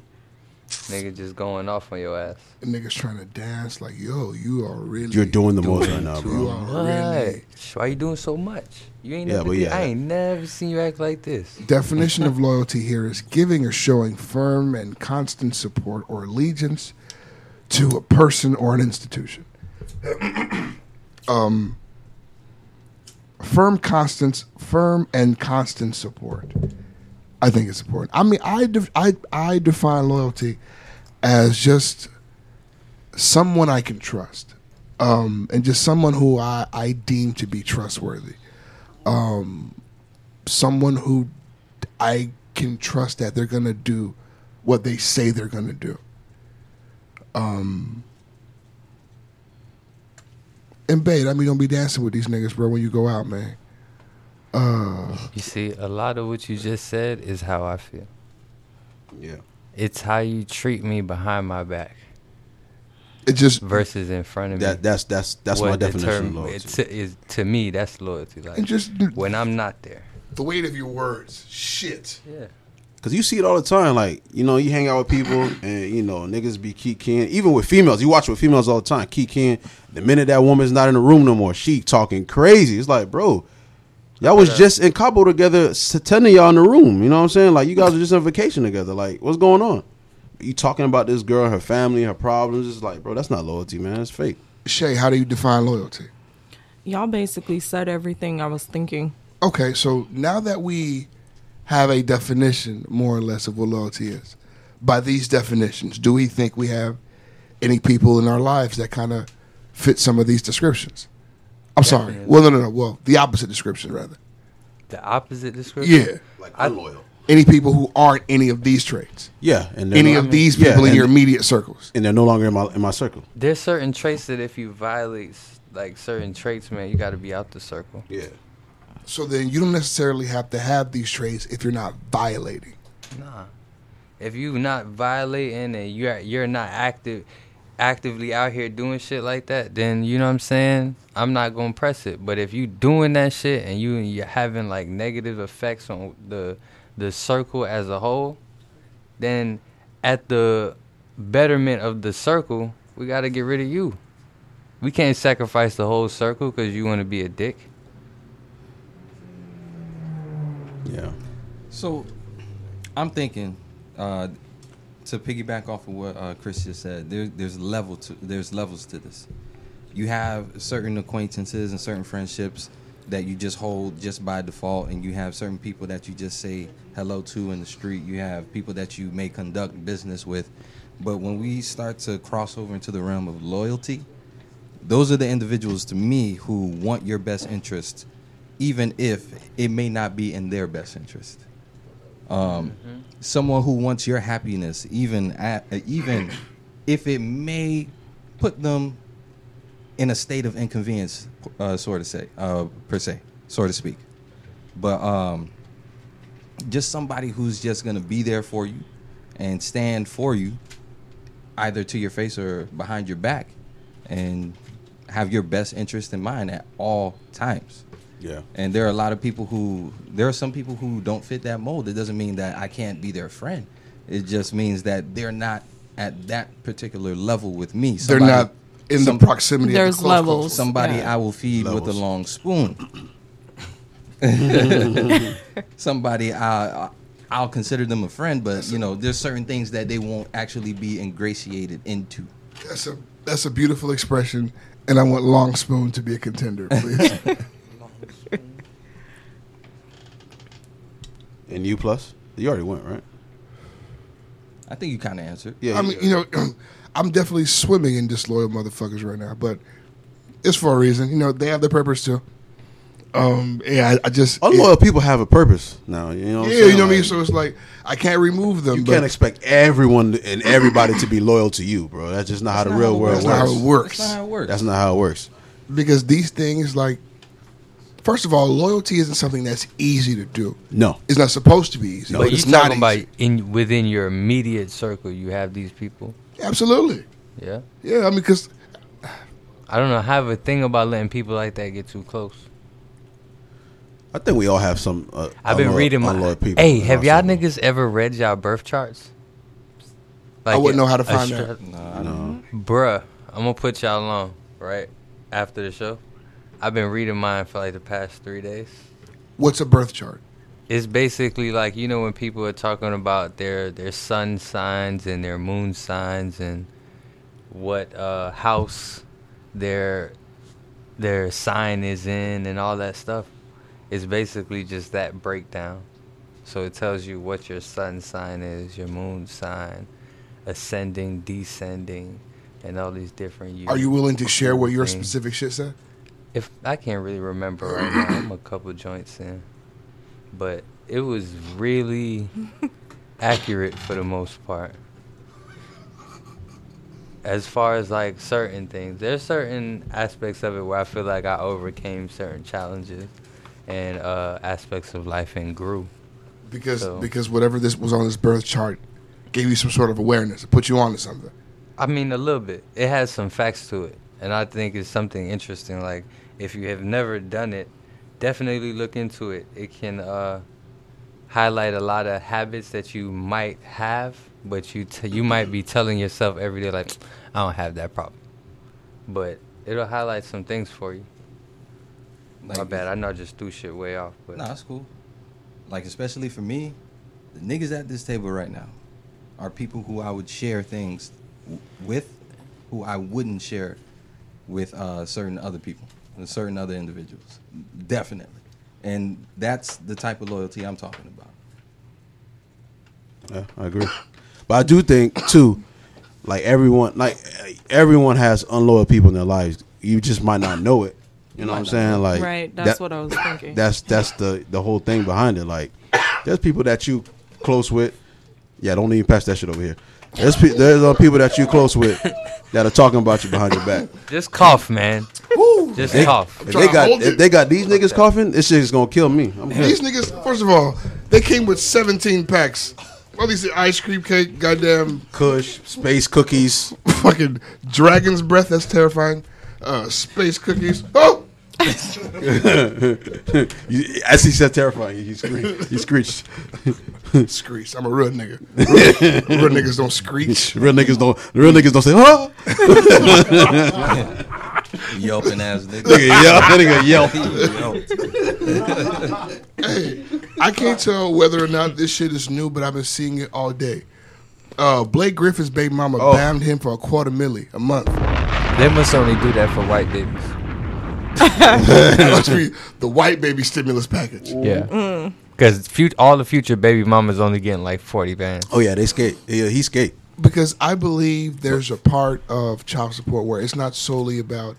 Speaker 2: nigga just going off on your ass.
Speaker 1: And niggas trying to dance like, yo, you are really.
Speaker 6: You're doing the most right now,
Speaker 1: too
Speaker 6: bro.
Speaker 1: much.
Speaker 2: What?
Speaker 1: Oh, Really?
Speaker 2: Why you doing so much? You ain't
Speaker 6: Yeah,
Speaker 2: never
Speaker 6: but
Speaker 2: did-
Speaker 6: yeah.
Speaker 2: I ain't never seen you act like this.
Speaker 1: Definition of loyalty here is giving or showing firm and constant support or allegiance to a person or an institution. um, firm, constant, firm and constant support. I think it's important. I mean, I def- I I define loyalty as just someone I can trust, um, and just someone who I I deem to be trustworthy someone who I can trust that they're gonna do what they say they're gonna do. Um, and babe, I mean, don't be dancing with these niggas, bro. When you go out, man.
Speaker 2: You see, a lot of what you just said is how I feel.
Speaker 6: Yeah,
Speaker 2: It's how you treat me behind my back
Speaker 1: It just
Speaker 2: versus in front of me.
Speaker 6: that that's that's that's my
Speaker 2: What
Speaker 6: definition of
Speaker 2: determine-
Speaker 6: loyalty.
Speaker 2: it- To, is, to me, that's loyalty. Like
Speaker 1: and just
Speaker 2: when I'm not there.
Speaker 1: the weight of your words. Shit.
Speaker 2: Yeah.
Speaker 6: Cause you see it all the time. Like you know, you hang out with people, and you know niggas be kikiing. Even with females, you watch with females all the time. Kikiing. The minute that woman's not in the room no more, she talking crazy. It's like, bro, y'all was just in Cabo together, s- ten of y'all in the room. You know what I'm saying? Like you guys are just on vacation together. Like what's going on? You talking about this girl, her family, her problems. It's like, bro, that's not loyalty, man. It's fake.
Speaker 1: Shay, how do you define loyalty?
Speaker 3: Y'all basically said everything I was thinking.
Speaker 1: Okay, so now that we have a definition, more or less, of what loyalty is, by these definitions, do we think we have any people in our lives that kind of fit some of these descriptions? I'm sorry. Well, no, no, no. Well, the opposite description, rather.
Speaker 2: The opposite description.
Speaker 1: Yeah.
Speaker 6: Like
Speaker 2: I-
Speaker 6: loyal.
Speaker 1: Any people who aren't any of these traits,
Speaker 6: Yeah, and they're
Speaker 1: any
Speaker 6: not-
Speaker 1: of these
Speaker 6: yeah,
Speaker 1: people in
Speaker 6: and-
Speaker 1: your immediate circles.
Speaker 6: and they're no longer in my in my circle.
Speaker 2: There's certain traits that if you violate s- like certain traits, man, you got to be out the circle.
Speaker 6: Yeah.
Speaker 1: So then you don't necessarily have to have these traits if you're not violating.
Speaker 2: Nah. If you not violating and you're you're not active, actively out here doing shit like that, then you know what I'm saying? I'm not gonna press it. But if you doing that shit and you you're having like negative effects on the the circle as a whole, then at the betterment of the circle, we gotta get rid of you. We can't sacrifice the whole circle because you want to be a dick.
Speaker 6: Yeah.
Speaker 7: So, I'm thinking uh, to piggyback off of what uh, Chris just said. There, there's level to there's levels to this. You have certain acquaintances and certain friendships that you just hold just by default, and you have certain people that you just say hello to in the street. You have people that you may conduct business with, but when we start to cross over into the realm of loyalty, those are the individuals to me who want your best interest, even if it may not be in their best interest. Um, Someone who wants your happiness, even at, uh, even if it may put them in a state of inconvenience, uh, sort of say, uh, per se, so to speak. But um, just somebody who's just gonna be there for you and stand for you either to your face or behind your back and have your best interest in mind at all times.
Speaker 6: Yeah.
Speaker 7: And there are a lot of people who there are some people who don't fit that mold. It doesn't mean that I can't be their friend. It just means that they're not at that particular level with me.
Speaker 1: They're
Speaker 7: Somebody-
Speaker 1: not in the
Speaker 7: some-
Speaker 1: proximity. of the
Speaker 3: There's
Speaker 1: close
Speaker 3: levels.
Speaker 1: close.
Speaker 7: Somebody
Speaker 3: Yeah.
Speaker 7: I will feed with
Speaker 6: Levels.
Speaker 7: a long spoon. Somebody I, I- I'll consider them a friend, but you know, there's certain things that they won't actually be ingratiated into.
Speaker 1: That's a that's a beautiful expression, and I want Long Spoon to be a contender, please.
Speaker 6: And you plus? You already went, right?
Speaker 7: I think you kind of answered.
Speaker 6: Yeah.
Speaker 1: I mean, you know, um, I'm definitely swimming in disloyal motherfuckers right now, but it's for a reason. You know, they have their purpose too. Um, yeah, I, I just
Speaker 6: unloyal people have a purpose now. You know. What
Speaker 1: Yeah,
Speaker 6: I'm saying?
Speaker 1: you know what I mean.
Speaker 6: Like,
Speaker 1: So it's like I can't remove them.
Speaker 6: you
Speaker 1: but
Speaker 6: can't expect everyone and everybody to be loyal to you, bro. That's just not how the
Speaker 7: not
Speaker 6: real
Speaker 7: how it
Speaker 6: world
Speaker 1: that's not how it works.
Speaker 6: works.
Speaker 7: That's not how it works.
Speaker 6: That's not how it works.
Speaker 1: because these things like first of all loyalty isn't something that's easy to do
Speaker 6: No.
Speaker 1: it's not supposed to be easy
Speaker 2: But
Speaker 1: it's
Speaker 2: you
Speaker 1: not
Speaker 2: talking about in within your immediate circle, you have these people.
Speaker 1: easy. absolutely
Speaker 2: Yeah,
Speaker 1: yeah i mean because
Speaker 2: I don't know. I have a thing about letting people like that get too close.
Speaker 6: I think we all have some. Uh,
Speaker 2: I've been
Speaker 6: unloyal-
Speaker 2: reading my.
Speaker 6: unloyal people.
Speaker 2: hey,
Speaker 6: in
Speaker 2: have
Speaker 6: our
Speaker 2: y'all
Speaker 6: circle.
Speaker 2: niggas ever read y'all birth charts? Like
Speaker 1: wouldn't
Speaker 2: a-
Speaker 1: know how to
Speaker 2: a
Speaker 1: find
Speaker 2: stra-
Speaker 6: No.
Speaker 2: Bruh, I'm gonna put y'all on right after the show. I've been reading mine for like the past three days.
Speaker 1: what's a birth chart
Speaker 2: It's basically like you know when people are talking about their their sun signs and their moon signs and what uh, house their their sign is in and all that stuff. It's basically just that breakdown. So it tells you what your sun sign is, your moon sign, ascending, descending, and all these different.
Speaker 1: are you willing to share what your
Speaker 6: Mm-hmm.
Speaker 2: things.
Speaker 1: specific shit said
Speaker 2: If I can't really remember right now, I'm a couple joints in, but it was really accurate for the most part. As far as like certain things, there's certain aspects of it where I feel like I overcame certain challenges and uh, aspects of life and grew.
Speaker 1: because
Speaker 2: So-
Speaker 1: because whatever this was on this birth chart gave you some sort of awareness it put you on to something
Speaker 2: I mean, a little bit. It has some facts to it, and I think it's something interesting. Like, if you have never done it, definitely look into it. It can uh, highlight a lot of habits that you might have, but you t- you might be telling yourself every day, like, I don't have that problem. But it'll highlight some things for you. My bad. I know I just threw shit way off, but
Speaker 7: No, that's cool. Like especially for me, the niggas at this table right now are people who I would share things w- with, who I wouldn't share with uh, certain other people, and certain other individuals, definitely. And that's the type of loyalty I'm talking about.
Speaker 6: Yeah, I agree. But I do think too, like everyone, like everyone has unloyal people in their lives. You just might not know it. You know what I'm saying? Like
Speaker 3: Right, that's
Speaker 6: that-
Speaker 3: what I was thinking.
Speaker 6: That's that's the the whole thing behind it. Like there's people that you close with. Yeah, don't even pass that shit over here. There's pe- there's other people that you close with that are talking about you behind your back.
Speaker 2: just cough, man. Just
Speaker 6: They-
Speaker 2: cough.
Speaker 6: If
Speaker 1: Trying
Speaker 6: they
Speaker 1: to
Speaker 6: got
Speaker 1: hold
Speaker 6: if
Speaker 1: it.
Speaker 6: they got these niggas coughing, this shit is gonna kill me. I'm good.
Speaker 1: these niggas first of all they came with 17 packs all these ice cream cake goddamn
Speaker 6: Kush, space cookies,
Speaker 1: fucking dragon's breath. That's terrifying. Uh, space cookies. Oh,
Speaker 6: You- As he said, terrifying. He screeched. He screeched.
Speaker 1: screech. I'm a real nigga. Real, real niggas don't screech.
Speaker 6: real niggas don't. Real niggas don't say, "Huh."
Speaker 7: Yelping ass nigga.
Speaker 6: Nigga yell. That nigga yell.
Speaker 1: I can't tell whether or not this shit is new, but I've been seeing it all day. Uh, Blake Griffin's baby mama
Speaker 6: Oh.
Speaker 1: bound him for a quarter milli a month.
Speaker 2: They must only do that for white babies.
Speaker 1: That must be the white baby stimulus package.
Speaker 2: Yeah. Because all the future baby mamas only getting like 40 bands.
Speaker 6: Oh yeah, they skate. Yeah, he skate.
Speaker 1: Because I believe there's a part of child support where it's not solely about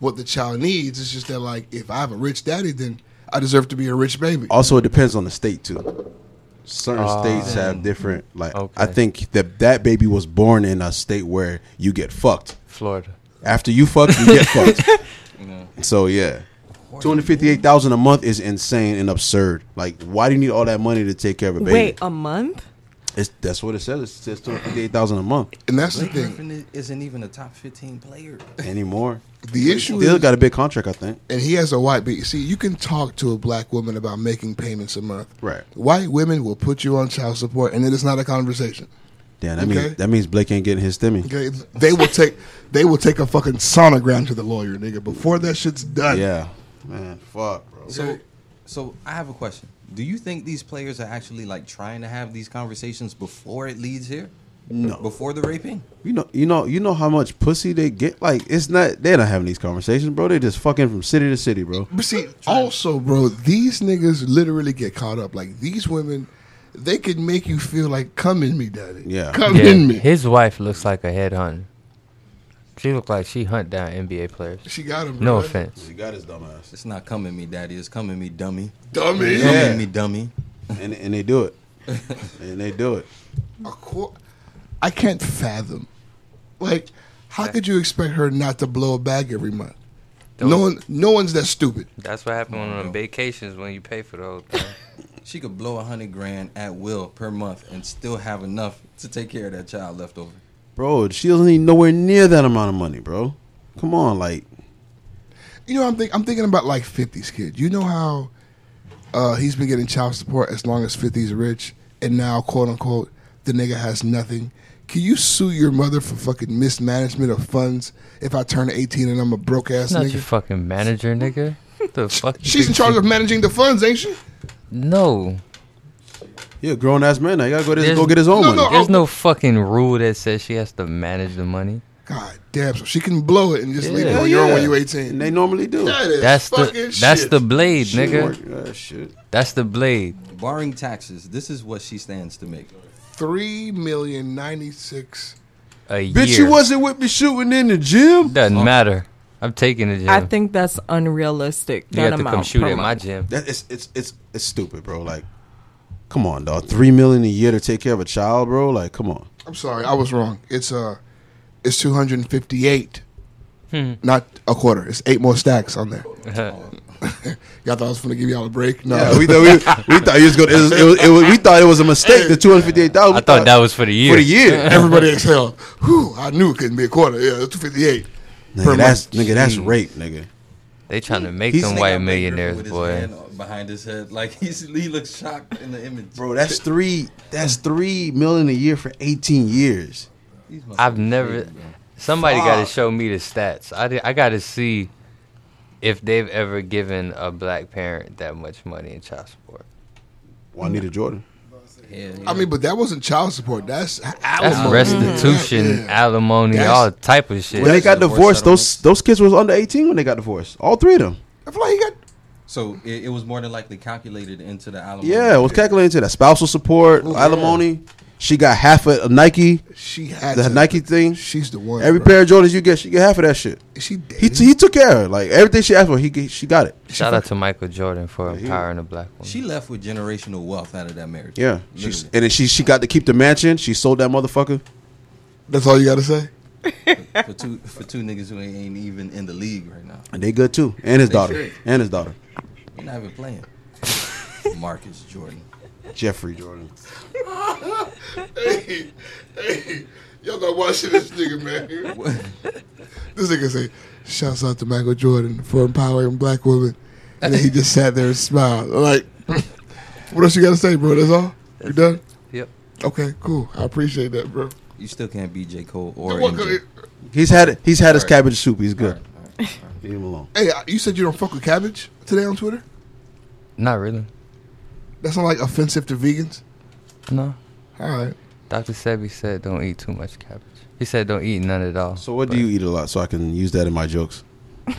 Speaker 1: what the child needs. It's just that, like, if I have a rich daddy, then I deserve to be a rich baby.
Speaker 6: Also, it depends on the state too. Certain states have different. Like I
Speaker 2: Okay.
Speaker 6: think that that baby was born in a state where you get fucked.
Speaker 2: Florida.
Speaker 6: After you fuck, you get fucked. So yeah. Two hundred fifty-eight thousand a month is insane and absurd. Like, why do you need all that money to take care of a baby?
Speaker 3: Wait, uh- a month?
Speaker 6: It's, that's what it says. It says two hundred fifty-eight thousand a month
Speaker 1: And that's the
Speaker 7: Blake
Speaker 1: thing.
Speaker 7: Griffin i- isn't even a top 15 player.
Speaker 6: anymore.
Speaker 1: The issue
Speaker 6: Still
Speaker 1: is,
Speaker 6: got a big contract, I think.
Speaker 1: and he has a white baby. See, you can talk to a black woman about making payments a month.
Speaker 6: Right.
Speaker 1: White women will put you on child support, and it is not a conversation.
Speaker 6: Damn, that
Speaker 1: Okay.
Speaker 6: means that means Blake ain't getting his stimmy.
Speaker 1: Okay, they will take they will take a fucking sonogram to the lawyer, nigga, before that shit's done.
Speaker 6: Yeah, man, fuck, bro.
Speaker 7: So, so I have a question. Do you think these players are actually like trying to have these conversations before it leads here?
Speaker 6: No.
Speaker 7: Before the raping?
Speaker 6: You know, you know, you know how much pussy they get. Like, it's not they're not having these conversations, bro. They just fucking from city to city, bro.
Speaker 1: But see, also, bro, these niggas literally get caught up. Like these women, they could make you feel like, "Come in me, daddy.
Speaker 6: Yeah.
Speaker 1: come
Speaker 2: Yeah.
Speaker 1: in me."
Speaker 2: His wife looks like a headhunter. She look like she hunt down NBA players.
Speaker 1: She got him. bro.
Speaker 2: No offense.
Speaker 6: She got his dumb ass,
Speaker 7: It's not coming me, daddy. It's coming me, dummy.
Speaker 1: dummy.
Speaker 7: Coming
Speaker 6: Yeah.
Speaker 7: me, dummy.
Speaker 6: and and they do it, and they do it.
Speaker 1: A qu- I can't fathom. Like, how could you expect her not to blow a bag every month? No one, no one's that stupid.
Speaker 2: That's what happened on vacations when you pay for the whole thing.
Speaker 7: She could blow a hundred grand at will per month and still have enough to take care of that child left over.
Speaker 6: Bro, she doesn't need nowhere near that amount of money, bro. Come on, like
Speaker 1: You know, I'm think I'm thinking about like 50s kid. You know how uh, he's been getting child support as long as 50's rich, and now quote unquote the nigga has nothing. Can you sue your mother for fucking mismanagement of funds if I turn 18 and I'm a broke ass
Speaker 2: It's not
Speaker 1: nigga?
Speaker 2: your fucking manager, nigga. The fuck? you
Speaker 1: She's in
Speaker 2: think
Speaker 1: charge
Speaker 2: she-
Speaker 1: of managing the funds, ain't she?
Speaker 2: No.
Speaker 6: he a grown ass man. Now you gotta go to
Speaker 2: There's-
Speaker 6: go get his own
Speaker 1: No,
Speaker 6: money.
Speaker 1: no.
Speaker 2: There's no oh, fucking rule that says she has to manage the money.
Speaker 1: God damn, so she can blow it and just leave it
Speaker 2: Yeah,
Speaker 1: on your own when you're 18.
Speaker 6: And they normally do.
Speaker 1: That is
Speaker 2: That's
Speaker 1: fucking
Speaker 2: the that's
Speaker 1: shit.
Speaker 2: the blade,
Speaker 6: She
Speaker 2: nigga.
Speaker 6: work- uh, shit.
Speaker 2: That's the blade.
Speaker 7: Barring taxes, this is what she stands to make.
Speaker 1: three million ninety six.
Speaker 2: A year.
Speaker 6: Bitch, you wasn't with me shooting in the gym.
Speaker 2: Doesn't matter. I'm taking the gym.
Speaker 3: I think that's unrealistic.
Speaker 2: you
Speaker 3: that
Speaker 2: have to come
Speaker 3: amount
Speaker 2: shoot
Speaker 3: per
Speaker 2: at my
Speaker 3: month.
Speaker 2: gym.
Speaker 6: That it's it's it's it's stupid, bro. Like, come on, dog. Three million a year to take care of a child, bro. Like, come on.
Speaker 1: I'm sorry, I was wrong. It's uh, it's two hundred and fifty eight. Not a quarter. It's eight more stacks on there. y'all thought I was gonna give y'all a break? No.
Speaker 6: Yeah, we thought we, we thought you was gonna. It was, it was, it was, we thought it was a mistake. The two hundred fifty-eight thousand.
Speaker 2: I thought that was for the year.
Speaker 6: for the year.
Speaker 1: Everybody exhaled. Whew, I knew it couldn't be a quarter. Yeah, two fifty eight.
Speaker 6: nigga, that's nigga. That's rape, nigga.
Speaker 2: They trying to make
Speaker 6: He's
Speaker 2: them
Speaker 6: thinking
Speaker 2: white
Speaker 7: Got Blake Griffin
Speaker 2: millionaires,
Speaker 7: with his
Speaker 2: boy.
Speaker 7: hand Behind his head, like he's, he looks shocked in the image.
Speaker 6: Bro, that's three. That's three million a year for eighteen years.
Speaker 7: These motherfuckers
Speaker 2: I've never.
Speaker 7: crazy, bro.
Speaker 2: Somebody got to
Speaker 6: Fuck.
Speaker 2: show me the stats. I did, I got to see if they've ever given a black parent that much money in child support.
Speaker 6: Juanita Jordan.
Speaker 7: Hell yeah.
Speaker 1: I mean, but that wasn't child support. That's
Speaker 2: That's
Speaker 1: alimony.
Speaker 2: restitution,
Speaker 1: Yeah.
Speaker 2: alimony,
Speaker 1: That's-
Speaker 2: all type of shit.
Speaker 6: mm-hmm. When they got
Speaker 7: divorce
Speaker 6: divorced, those those kids was under eighteen when they got divorced. All three of them.
Speaker 1: I feel like he got.
Speaker 7: so it, it was more than likely calculated into the alimony.
Speaker 6: Yeah, it was calculated into that spousal support, alimony. She got half of a Nike,
Speaker 1: She had
Speaker 6: the
Speaker 1: to-
Speaker 6: Nike thing.
Speaker 1: She's the one.
Speaker 6: Every
Speaker 1: bro.
Speaker 6: pair of Jordans you get, she get half of that shit.
Speaker 1: She
Speaker 6: He,
Speaker 1: did.
Speaker 6: he took care of her. like everything she asked for. He g- she got it.
Speaker 2: Shout out to Michael Jordan for empowering a black woman.
Speaker 7: She left with generational wealth out of that marriage.
Speaker 6: Yeah, she's,
Speaker 7: Literally.
Speaker 6: and then she she got to keep the mansion. She sold that motherfucker.
Speaker 1: That's all you got to say.
Speaker 7: for two for two niggas who ain't, ain't even in the league right now.
Speaker 6: And they good too. And his daughter.
Speaker 7: should.
Speaker 6: And his daughter.
Speaker 7: You're not even playing. Marcus Jordan.
Speaker 6: Jeffrey Jordan.
Speaker 1: hey, hey, y'all gotta watch this nigga, man. This nigga say, "Shouts out to Michael Jordan for empowering black women," and then he just sat there and smiled. I'm like, what else you gotta say, bro? That's all. You done?
Speaker 2: Yep.
Speaker 1: Okay, cool. I appreciate that, bro.
Speaker 7: You still can't be J. Cole or
Speaker 1: What
Speaker 7: MJ.
Speaker 1: could-
Speaker 6: He's had it. He's had his cabbage soup. He's good. Leave him alone.
Speaker 1: Hey, uh, you said you don't fuck with cabbage today on Twitter.
Speaker 2: Not really.
Speaker 1: That's not like offensive to vegans.
Speaker 2: No.
Speaker 1: All right.
Speaker 2: Dr. Sebi said don't eat too much cabbage. He said don't eat none at all.
Speaker 6: So what do
Speaker 2: But
Speaker 6: you eat a lot so I can use that in my jokes?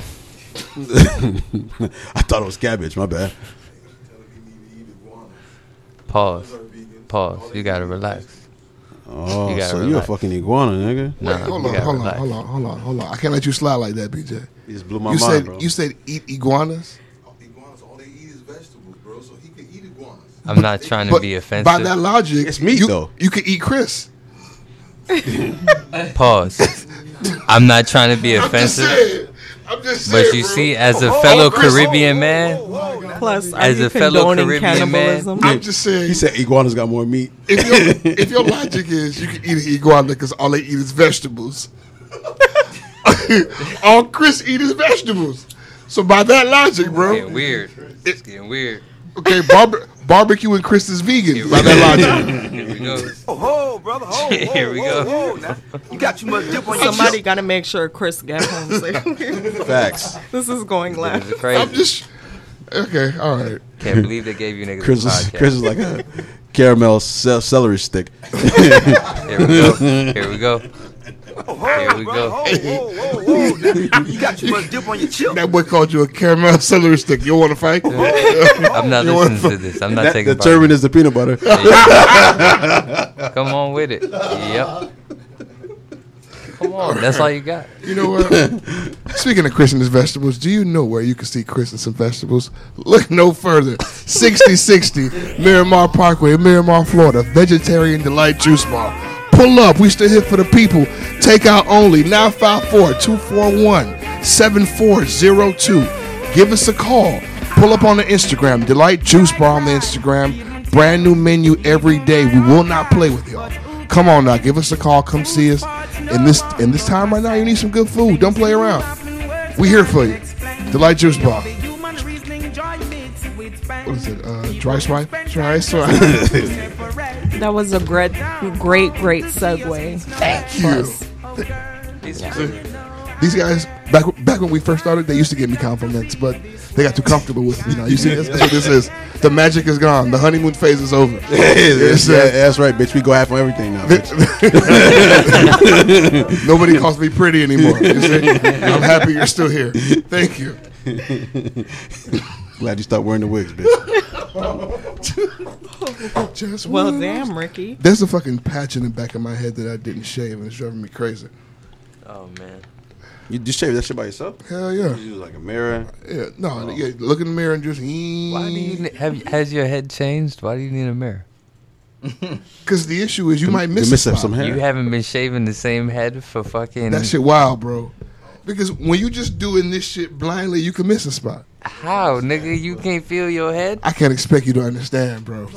Speaker 6: I thought it was cabbage. My bad.
Speaker 2: Pause. Pause. You gotta relax.
Speaker 6: Oh,
Speaker 2: You gotta
Speaker 6: so you a
Speaker 2: relax.
Speaker 6: fucking iguana, nigga?
Speaker 2: Nah,
Speaker 1: Wait, hold
Speaker 2: you
Speaker 1: on,
Speaker 2: gotta
Speaker 1: hold on,
Speaker 2: relax.
Speaker 1: hold on, hold on, hold on. I can't let you slide like that, BJ.
Speaker 6: You just blew my
Speaker 1: you
Speaker 6: mind,
Speaker 1: said
Speaker 6: bro.
Speaker 1: you said eat iguanas.
Speaker 8: Iguanas, all they eat is vegetables, bro. So he could eat iguanas.
Speaker 2: I'm not trying to be offensive.
Speaker 1: by that logic,
Speaker 6: It's meat,
Speaker 1: you,
Speaker 6: though.
Speaker 1: You could eat Chris.
Speaker 2: Pause. I'm not trying to be offensive.
Speaker 1: I'm just
Speaker 2: But you see, as
Speaker 1: Oh,
Speaker 2: a fellow Caribbean man,
Speaker 3: Plus, are
Speaker 2: As
Speaker 3: you
Speaker 2: a fellow
Speaker 3: condoning
Speaker 2: Caribbean man-
Speaker 3: cannibalism?
Speaker 1: I'm just saying.
Speaker 6: he said iguanas got more meat.
Speaker 1: if, your, if your logic is you can eat an iguana because all they eat is vegetables, all Chris eat is vegetables. So by that logic, bro,
Speaker 2: getting weird. It's getting weird.
Speaker 1: okay, barbe- barbecue and Chris is vegan. By that logic,
Speaker 2: Here we go.
Speaker 9: Oh, Ho, brother, ho, ho,
Speaker 2: Here we
Speaker 9: ho,
Speaker 2: go.
Speaker 9: ho, now. You got too much dip on your
Speaker 3: Somebody got to make sure Chris gets home safe.
Speaker 6: Facts.
Speaker 3: this is going
Speaker 2: This
Speaker 3: left.
Speaker 2: is
Speaker 1: I'm
Speaker 2: crazy.
Speaker 1: just okay. All right.
Speaker 2: Can't believe they gave you niggas
Speaker 6: Chris
Speaker 2: a
Speaker 6: is,
Speaker 2: podcast.
Speaker 6: Chris is like a caramel ce- celery stick.
Speaker 2: Here we go. Here we go. Here we
Speaker 1: Oh,
Speaker 9: brother,
Speaker 2: go.
Speaker 9: ho, ho, ho, ho, now. You got too much dip on your chip.
Speaker 1: That boy called you a caramel celery stick. You want to fight?
Speaker 2: I'm not listening to this. I'm not
Speaker 6: That-
Speaker 2: taking
Speaker 6: the
Speaker 2: part.
Speaker 6: turban is the peanut butter.
Speaker 2: Come on with it. Yep. Come on. That's all you got.
Speaker 1: You know what? Speaking of Chris and his vegetables, do you know where you can see Chris and some vegetables? Look no further. 6060 Miramar Parkway, Miramar, Florida. Vegetarian Delight Juice Bar. Pull up. We still here for the people. Takeout only. 954 241 7402. Give us a call. Pull up on the Instagram. Delight Juice Bar on the Instagram. Brand new menu every day. We will not play with y'all. Come on now. Give us a call. Come see us. In this in this time right now, you need some good food. Don't play around. We here for you. Delight Juice Bar. What is it? Uh, dry swipe? Dry swipe.
Speaker 3: That was a great, great, great segue. Thank
Speaker 1: you. These guys, back back when we first started, they used to give me compliments, but they got too comfortable with me now. You see, this? that's what this is. The magic is gone. The honeymoon phase is over. It's,
Speaker 6: yeah,
Speaker 1: uh,
Speaker 6: that's right, bitch. We go half on everything now. Bitch.
Speaker 1: Nobody calls me pretty anymore. You see? I'm happy you're still here. Thank you.
Speaker 6: Glad you stopped wearing the wigs, bitch.
Speaker 1: Just
Speaker 3: Well,
Speaker 1: one-
Speaker 3: damn, Ricky.
Speaker 1: There's a fucking patch in the back of my head that I didn't shave, and it's driving me crazy.
Speaker 2: Oh man.
Speaker 6: You just shaved that shit by yourself?
Speaker 1: Hell yeah.
Speaker 6: You use like a mirror.
Speaker 1: Yeah, no, yeah, look in the mirror and just.
Speaker 2: Why do you ne- have? Has your head changed? Why do you need a mirror?
Speaker 1: Because the issue is you might miss,
Speaker 6: you miss
Speaker 1: a
Speaker 6: up
Speaker 1: spot.
Speaker 6: some hair.
Speaker 2: You haven't been shaving the same head for fucking.
Speaker 1: That shit wild, bro. Because when you just doing this shit blindly, you can miss a spot.
Speaker 2: How, nigga? You can't feel your head?
Speaker 1: I can't expect you to understand, bro.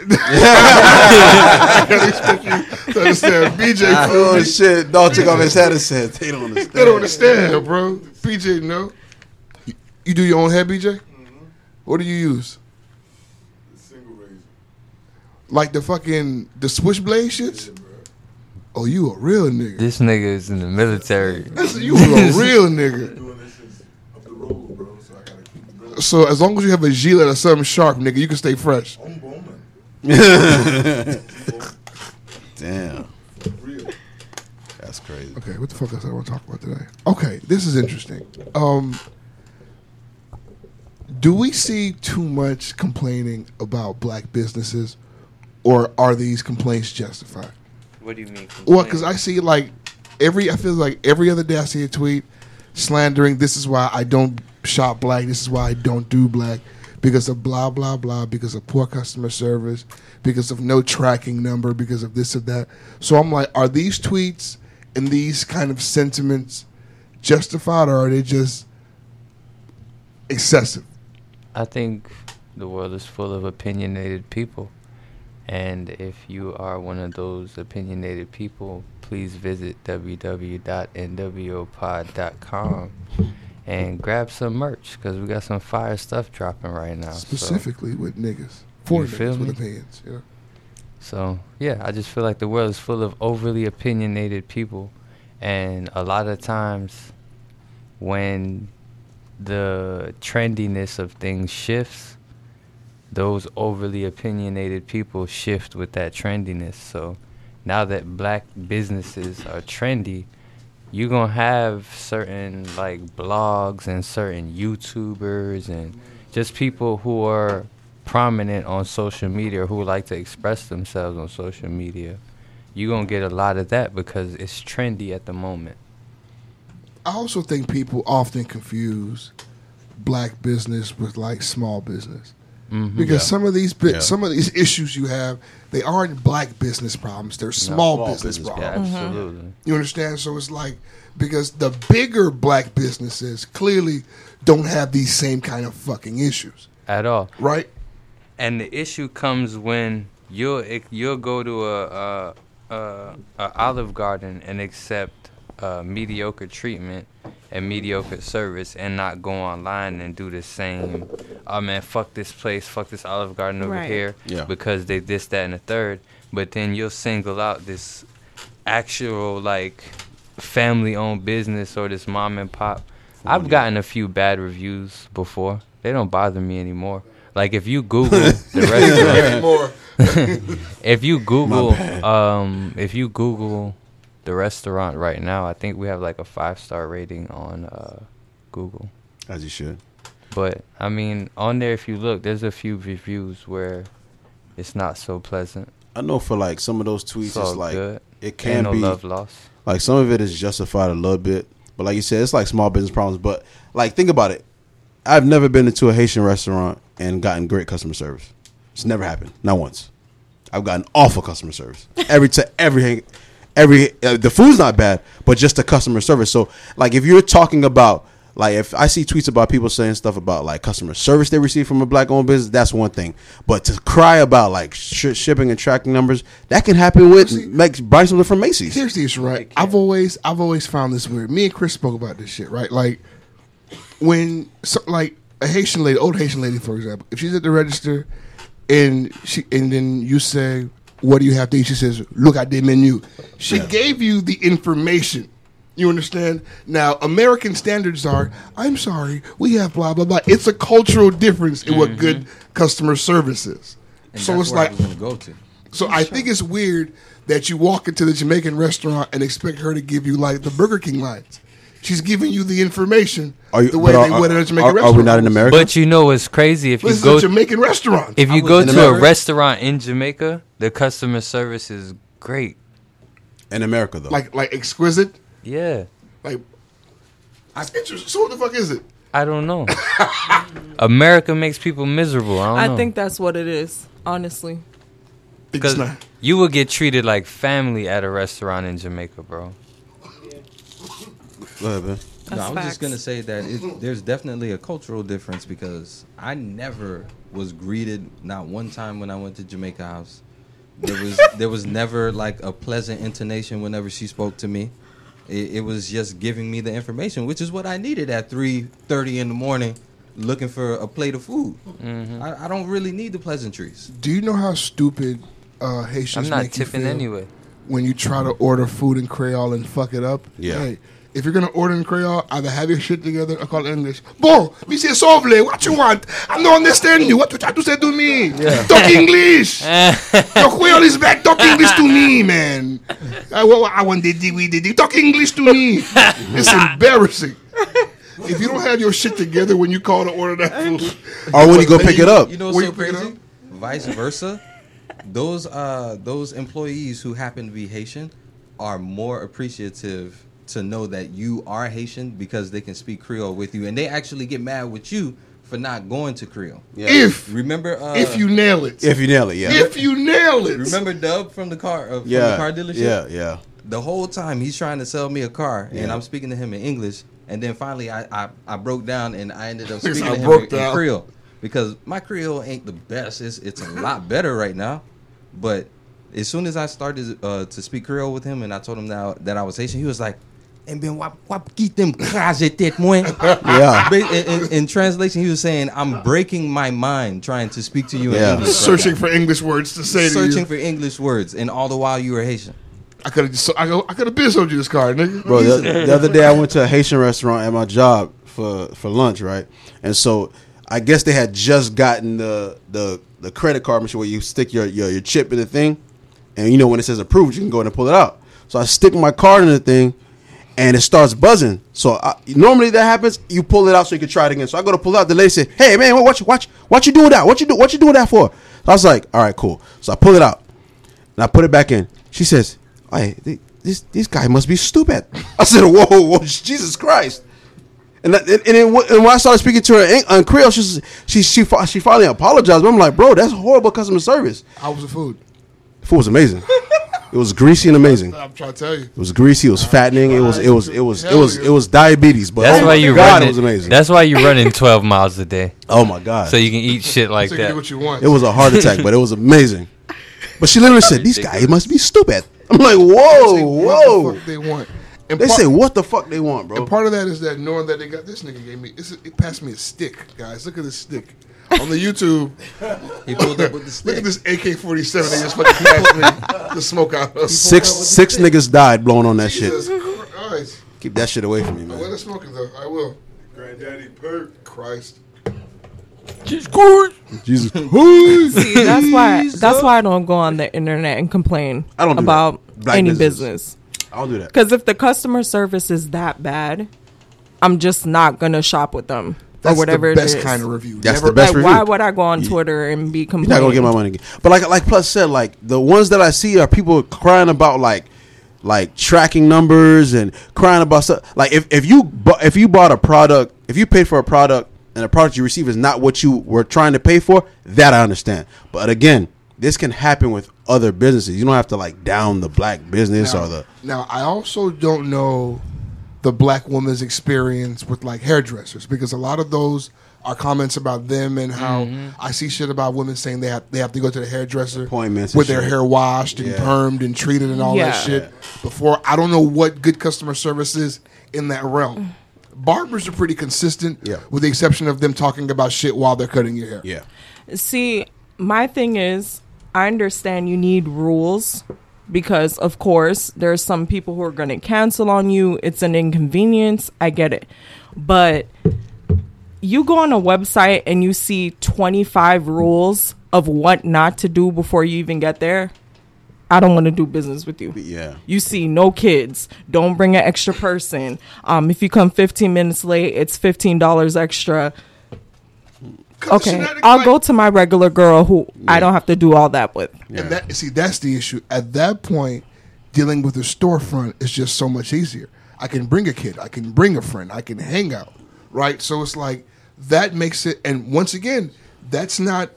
Speaker 1: I can't expect you to understand. BJ, fool
Speaker 6: oh
Speaker 1: me.
Speaker 6: shit! Dog took off his hat and said, "They don't understand."
Speaker 1: they don't understand, bro. BJ, no. You, you do your own hair, BJ?
Speaker 8: Mm-hmm.
Speaker 1: What do you use?
Speaker 8: Single razor.
Speaker 1: Like the fucking the switchblade shits? Oh, you a real nigga.
Speaker 2: This nigga is in the military.
Speaker 1: Listen, you a real nigga.
Speaker 8: Doing this shit's up the road, bro. So I gotta keep it real.
Speaker 1: So as long as you have a gilet or something sharp, nigga, you can stay fresh.
Speaker 8: I'm booming.
Speaker 6: Damn,
Speaker 8: Real.
Speaker 6: that's crazy.
Speaker 1: Okay, what the fuck else I want to talk about today? Okay, this is interesting. Um, do we see too much complaining about black businesses, or are these complaints justified?
Speaker 2: What do you mean?
Speaker 1: Well, because I see like every, I feel like every other day I see a tweet slandering. This is why I don't shop black. This is why I don't do black because of blah blah blah. Because of poor customer service. Because of no tracking number. Because of this or that. So I'm like, are these tweets and these kind of sentiments justified, or are they just excessive?
Speaker 2: I think the world is full of opinionated people. And if you are one of those opinionated people, please visit www.nwopod.com and grab some merch because we got some fire stuff dropping right now. so-
Speaker 1: Specifically with niggas. For
Speaker 2: You feel
Speaker 1: niggas with
Speaker 2: me?
Speaker 1: opinions. Yeah.
Speaker 2: So yeah, I just feel like the world is full of overly opinionated people, and a lot of times, when the trendiness of things shifts, those overly opinionated people shift with that trendiness. So now that black businesses are trendy, you're gonna have certain like blogs and certain YouTubers and just people who are prominent on social media or who like to express themselves on social media. You're gonna get a lot of that because it's trendy at the moment.
Speaker 1: I also think people often confuse black business with like small business because
Speaker 6: Yeah.
Speaker 1: some of these bi-
Speaker 6: Yeah.
Speaker 1: some of these issues you have they aren't black business problems they're small,
Speaker 6: Small
Speaker 1: business,
Speaker 6: business
Speaker 1: problems.
Speaker 2: Yeah, absolutely.
Speaker 1: You understand? So it's like because the bigger black businesses clearly don't have these same kind of fucking issues,
Speaker 2: At all.
Speaker 1: right?
Speaker 2: and the issue comes when you'll ex- you'll go to a a, a, a Olive Garden and accept uh, mediocre treatment and mediocre service, and not go online and do the same. Oh man, fuck this place, fuck this Olive Garden over
Speaker 3: Right.
Speaker 2: here
Speaker 6: Yeah.
Speaker 2: because they this that and the third. But then you'll single out this actual like family owned business or this mom and pop. I've gotten a few bad reviews before. They don't bother me anymore. Like if you Google the restaurant,
Speaker 8: More.
Speaker 2: if you Google, um, if you Google the restaurant right now, I think we have like a five star rating on uh, Google.
Speaker 6: As you should.
Speaker 2: But I mean, on there, if you look, there's a few reviews where it's not so pleasant.
Speaker 6: I know for like some of those tweets,
Speaker 2: It's
Speaker 6: it's
Speaker 2: all
Speaker 6: like
Speaker 2: good.
Speaker 6: it
Speaker 2: Ain't
Speaker 6: can
Speaker 2: no
Speaker 6: be
Speaker 2: love lost.
Speaker 6: like some of it is justified a little bit, but like you said, it's like small business problems. But like think about it, I've never been into a Haitian restaurant and gotten great customer service. It's never happened, not once. I've gotten awful customer service every to every every uh, the food's not bad, but just the customer service. So like if you're talking about like if I see tweets about people saying stuff about like customer service they receive from a black owned business, that's one thing. But to cry about like sh- shipping and tracking numbers, that can happen with
Speaker 1: See-
Speaker 6: make buy something from Macy's.
Speaker 1: Here's the issue, right? I've always I've always found this weird. Me and Chris spoke about this shit, right? Like when so, like a Haitian lady, old Haitian lady, for example, if she's at the register and she and then you say, "What do you have to eat?" She says, "Look at the menu." She gave you the information. You understand? Now, American standards are, I'm sorry, we have blah, blah, blah. It's a cultural difference in what good customer service is.
Speaker 7: Mm-hmm. And
Speaker 1: so
Speaker 7: that's
Speaker 1: it's
Speaker 7: where I
Speaker 1: like,
Speaker 7: was gonna go to.
Speaker 1: so I think it's weird that you walk into the Jamaican restaurant and expect her to give you like the Burger King lines. She's giving you the information
Speaker 6: Are you,
Speaker 1: the way
Speaker 6: but
Speaker 1: they
Speaker 6: are,
Speaker 1: would at a
Speaker 6: are,
Speaker 1: Jamaican
Speaker 6: are,
Speaker 1: restaurant.
Speaker 6: we not in America?
Speaker 2: But you know what's crazy? If
Speaker 1: This
Speaker 2: you
Speaker 1: is
Speaker 2: go
Speaker 1: a Jamaican restaurant.
Speaker 2: If
Speaker 6: I
Speaker 2: you
Speaker 6: was
Speaker 2: go
Speaker 6: in
Speaker 2: to a
Speaker 6: America.
Speaker 2: restaurant in Jamaica, the customer service is great.
Speaker 6: in America, though.
Speaker 1: like like exquisite.
Speaker 2: Yeah.
Speaker 1: Like that's interesting. So what the fuck is it?
Speaker 2: I don't know. America makes people miserable. I don't
Speaker 3: I
Speaker 2: know.
Speaker 3: think that's what it is, honestly.
Speaker 1: Think it's
Speaker 2: because
Speaker 1: not.
Speaker 2: you will get treated like family at a restaurant in Jamaica, bro.
Speaker 6: Go ahead, man.
Speaker 7: No, I was
Speaker 3: facts.
Speaker 7: just gonna say that it, there's definitely a cultural difference because I never was greeted not one time when I went to Jamaica House. There was there was never like a pleasant intonation whenever she spoke to me. It, it was just giving me the information, which is what I needed at three thirty in the morning, looking for a plate of food. I, I don't really need the pleasantries.
Speaker 1: Do you know how stupid uh, Haitians
Speaker 2: I'm not
Speaker 1: make you
Speaker 2: tipping
Speaker 1: feel
Speaker 2: anyway.
Speaker 1: when you try to order food in Creole and fuck it up?
Speaker 6: Yeah.
Speaker 1: Hey, if you're gonna order in Creole, either have your shit together or call it English. Bon, me say sauve, what you want? I don't understand you. What you try to say to me? Talk English. Your Creole is back. Talk English to me, man. I, wa- I want the we did. Talk English to me. It's embarrassing. If you don't have your shit together when you call to order that food,
Speaker 6: Or Oh, when you go pick it up.
Speaker 7: You know
Speaker 1: Where
Speaker 7: what's so
Speaker 1: you pick it up?
Speaker 7: crazy? Vice versa, those uh those employees who happen to be Haitian are more appreciative to know that you are Haitian because they can speak Creole with you, and they actually get mad with you for not going to Creole.
Speaker 1: if
Speaker 7: Remember, uh,
Speaker 1: if you nail it,
Speaker 6: If you nail it, yeah.
Speaker 1: if you nail it,
Speaker 7: remember Dub from the car uh, from
Speaker 6: yeah.
Speaker 7: the car dealership.
Speaker 6: Yeah, yeah.
Speaker 7: The whole time he's trying to sell me a car, and
Speaker 6: Yeah.
Speaker 7: I'm speaking to him in English, and then finally I I, I broke down and I ended up speaking
Speaker 1: I
Speaker 7: to him
Speaker 1: broke
Speaker 7: in, in
Speaker 1: down.
Speaker 7: Creole. because my Creole ain't the best. It's it's a lot better right now, but as soon as I started uh, to speak Creole with him and I told him that that I was Haitian, he was like. And then wap wap keep them crazy tête moi.
Speaker 6: Yeah.
Speaker 7: Ba- In, in, in translation, he was saying, "I'm breaking my mind trying to speak to you in
Speaker 6: Yeah.
Speaker 7: English." right
Speaker 1: Searching
Speaker 7: now."
Speaker 1: for English words to say to
Speaker 7: searching
Speaker 1: you.
Speaker 7: for English words, and all the while you were Haitian.
Speaker 1: I could have I, coulda- I could have been sold you this card, nigga.
Speaker 6: Bro, the, the other day I went to a Haitian restaurant at my job for for lunch, right? And so I guess they had just gotten the the the credit card machine where you stick your your, your chip in the thing, and you know when it says approved, you can go in and pull it out. So I stick my card in the thing, and it starts buzzing. So I, normally that happens, you pull it out so you can try it again. So I go to pull it out, the lady said, "Hey man, what, what you watch what you doing that? What you do what you doing that for?" So I was like, "All right, cool." So I pull it out. And I put it back in. She says, "Hey, th- this this guy must be stupid." I said, "Whoa, whoa, Jesus Christ!" And that, and, and, then wh- and when I started speaking to her in, on Creole, she was- she she fi- she finally apologized. But I'm like, "Bro, that's horrible customer service."
Speaker 1: I was a food.
Speaker 6: The food was amazing. it was greasy and amazing. It
Speaker 1: I'm trying to tell you.
Speaker 6: was greasy. It was fattening. It was it was it was it was it was diabetes. But
Speaker 2: That's
Speaker 6: oh
Speaker 2: why
Speaker 6: my
Speaker 2: you
Speaker 6: God,
Speaker 2: run
Speaker 6: it was amazing.
Speaker 2: That's why you running 12 miles a day.
Speaker 6: oh my God!
Speaker 2: So you can eat shit like
Speaker 1: So you can do
Speaker 2: that.
Speaker 1: what you want.
Speaker 6: It was a heart attack, but it was amazing. But she literally said, "These guys must be stupid." I'm
Speaker 1: They
Speaker 6: like,
Speaker 1: what
Speaker 6: "Whoa,
Speaker 1: the
Speaker 6: whoa!"
Speaker 1: fuck they want. And
Speaker 6: They
Speaker 1: part-
Speaker 6: say what the fuck they want, bro.
Speaker 1: And part of that is that knowing that they got this nigga gave me it's, it passed me a stick, guys. Look at this stick on the YouTube.
Speaker 7: He pulled up with the
Speaker 1: Look
Speaker 7: stick.
Speaker 1: at this AK forty seven. They just fucking passed me the smoke out of
Speaker 6: Six six niggas died blowing on that
Speaker 1: Jesus
Speaker 6: shit.
Speaker 1: Christ!
Speaker 6: Keep that shit away from me,
Speaker 1: I
Speaker 6: man.
Speaker 1: want to smoke it though. I will. Granddaddy perk. Christ.
Speaker 6: Jesus, Christ.
Speaker 3: See, that's why that's why I don't go on the internet and complain
Speaker 6: I don't do
Speaker 3: about
Speaker 6: that. Black
Speaker 3: any
Speaker 6: business.
Speaker 3: business.
Speaker 6: I'll do that.
Speaker 3: Because if the customer service is that bad, I'm just not gonna shop with them
Speaker 1: That's
Speaker 3: or whatever
Speaker 1: the best
Speaker 3: it is.
Speaker 1: kind of review.
Speaker 6: That's
Speaker 1: Never-
Speaker 6: the best
Speaker 3: like,
Speaker 6: review.
Speaker 3: why would I go on Twitter and be
Speaker 6: You're not
Speaker 3: complaining?
Speaker 6: gonna get my money again. But like like Plus said, like the ones that I see are people crying about like like tracking numbers and crying about stuff. Like if if you bu- if you bought a product, if you paid for a product and the product you receive is not what you were trying to pay for, that I understand. But again, this can happen with other businesses. You don't have to like down the black business or the
Speaker 1: Now I also don't know the black woman's experience with like hairdressers because a lot of those are comments about them and how
Speaker 3: Mm-hmm.
Speaker 1: I see shit about women saying they have they have to go to the hairdresser
Speaker 6: Appointments and
Speaker 1: with their
Speaker 6: shit.
Speaker 1: hair washed and
Speaker 6: Yeah.
Speaker 1: permed and treated and all that
Speaker 3: Yeah.
Speaker 1: shit before I don't know what good customer service is in that realm.
Speaker 3: Mm.
Speaker 1: Barbers are pretty consistent
Speaker 6: Yeah.
Speaker 1: with the exception of them talking about shit while they're cutting your hair.
Speaker 6: yeah.
Speaker 3: See, my thing is, I understand you need rules because, of course, there are some people who are going to cancel on you. It's an inconvenience. I get it. But you go on a website and you see 25 rules of what not to do before you even get there. I don't want to do business with you.
Speaker 6: Yeah.
Speaker 3: You see, no kids. Don't bring an extra person. Um, if you come 15 minutes late, it's $15 extra.
Speaker 1: 'Cause it's
Speaker 3: Okay,
Speaker 1: not
Speaker 3: I'll
Speaker 1: like-
Speaker 3: go to my regular girl who I don't have to do all that with.
Speaker 6: Yeah.
Speaker 1: And that see, that's the issue. At that point, dealing with a storefront is just so much easier. I can bring a kid, I can bring a friend, I can hang out, right? So it's like that makes it. And once again, that's not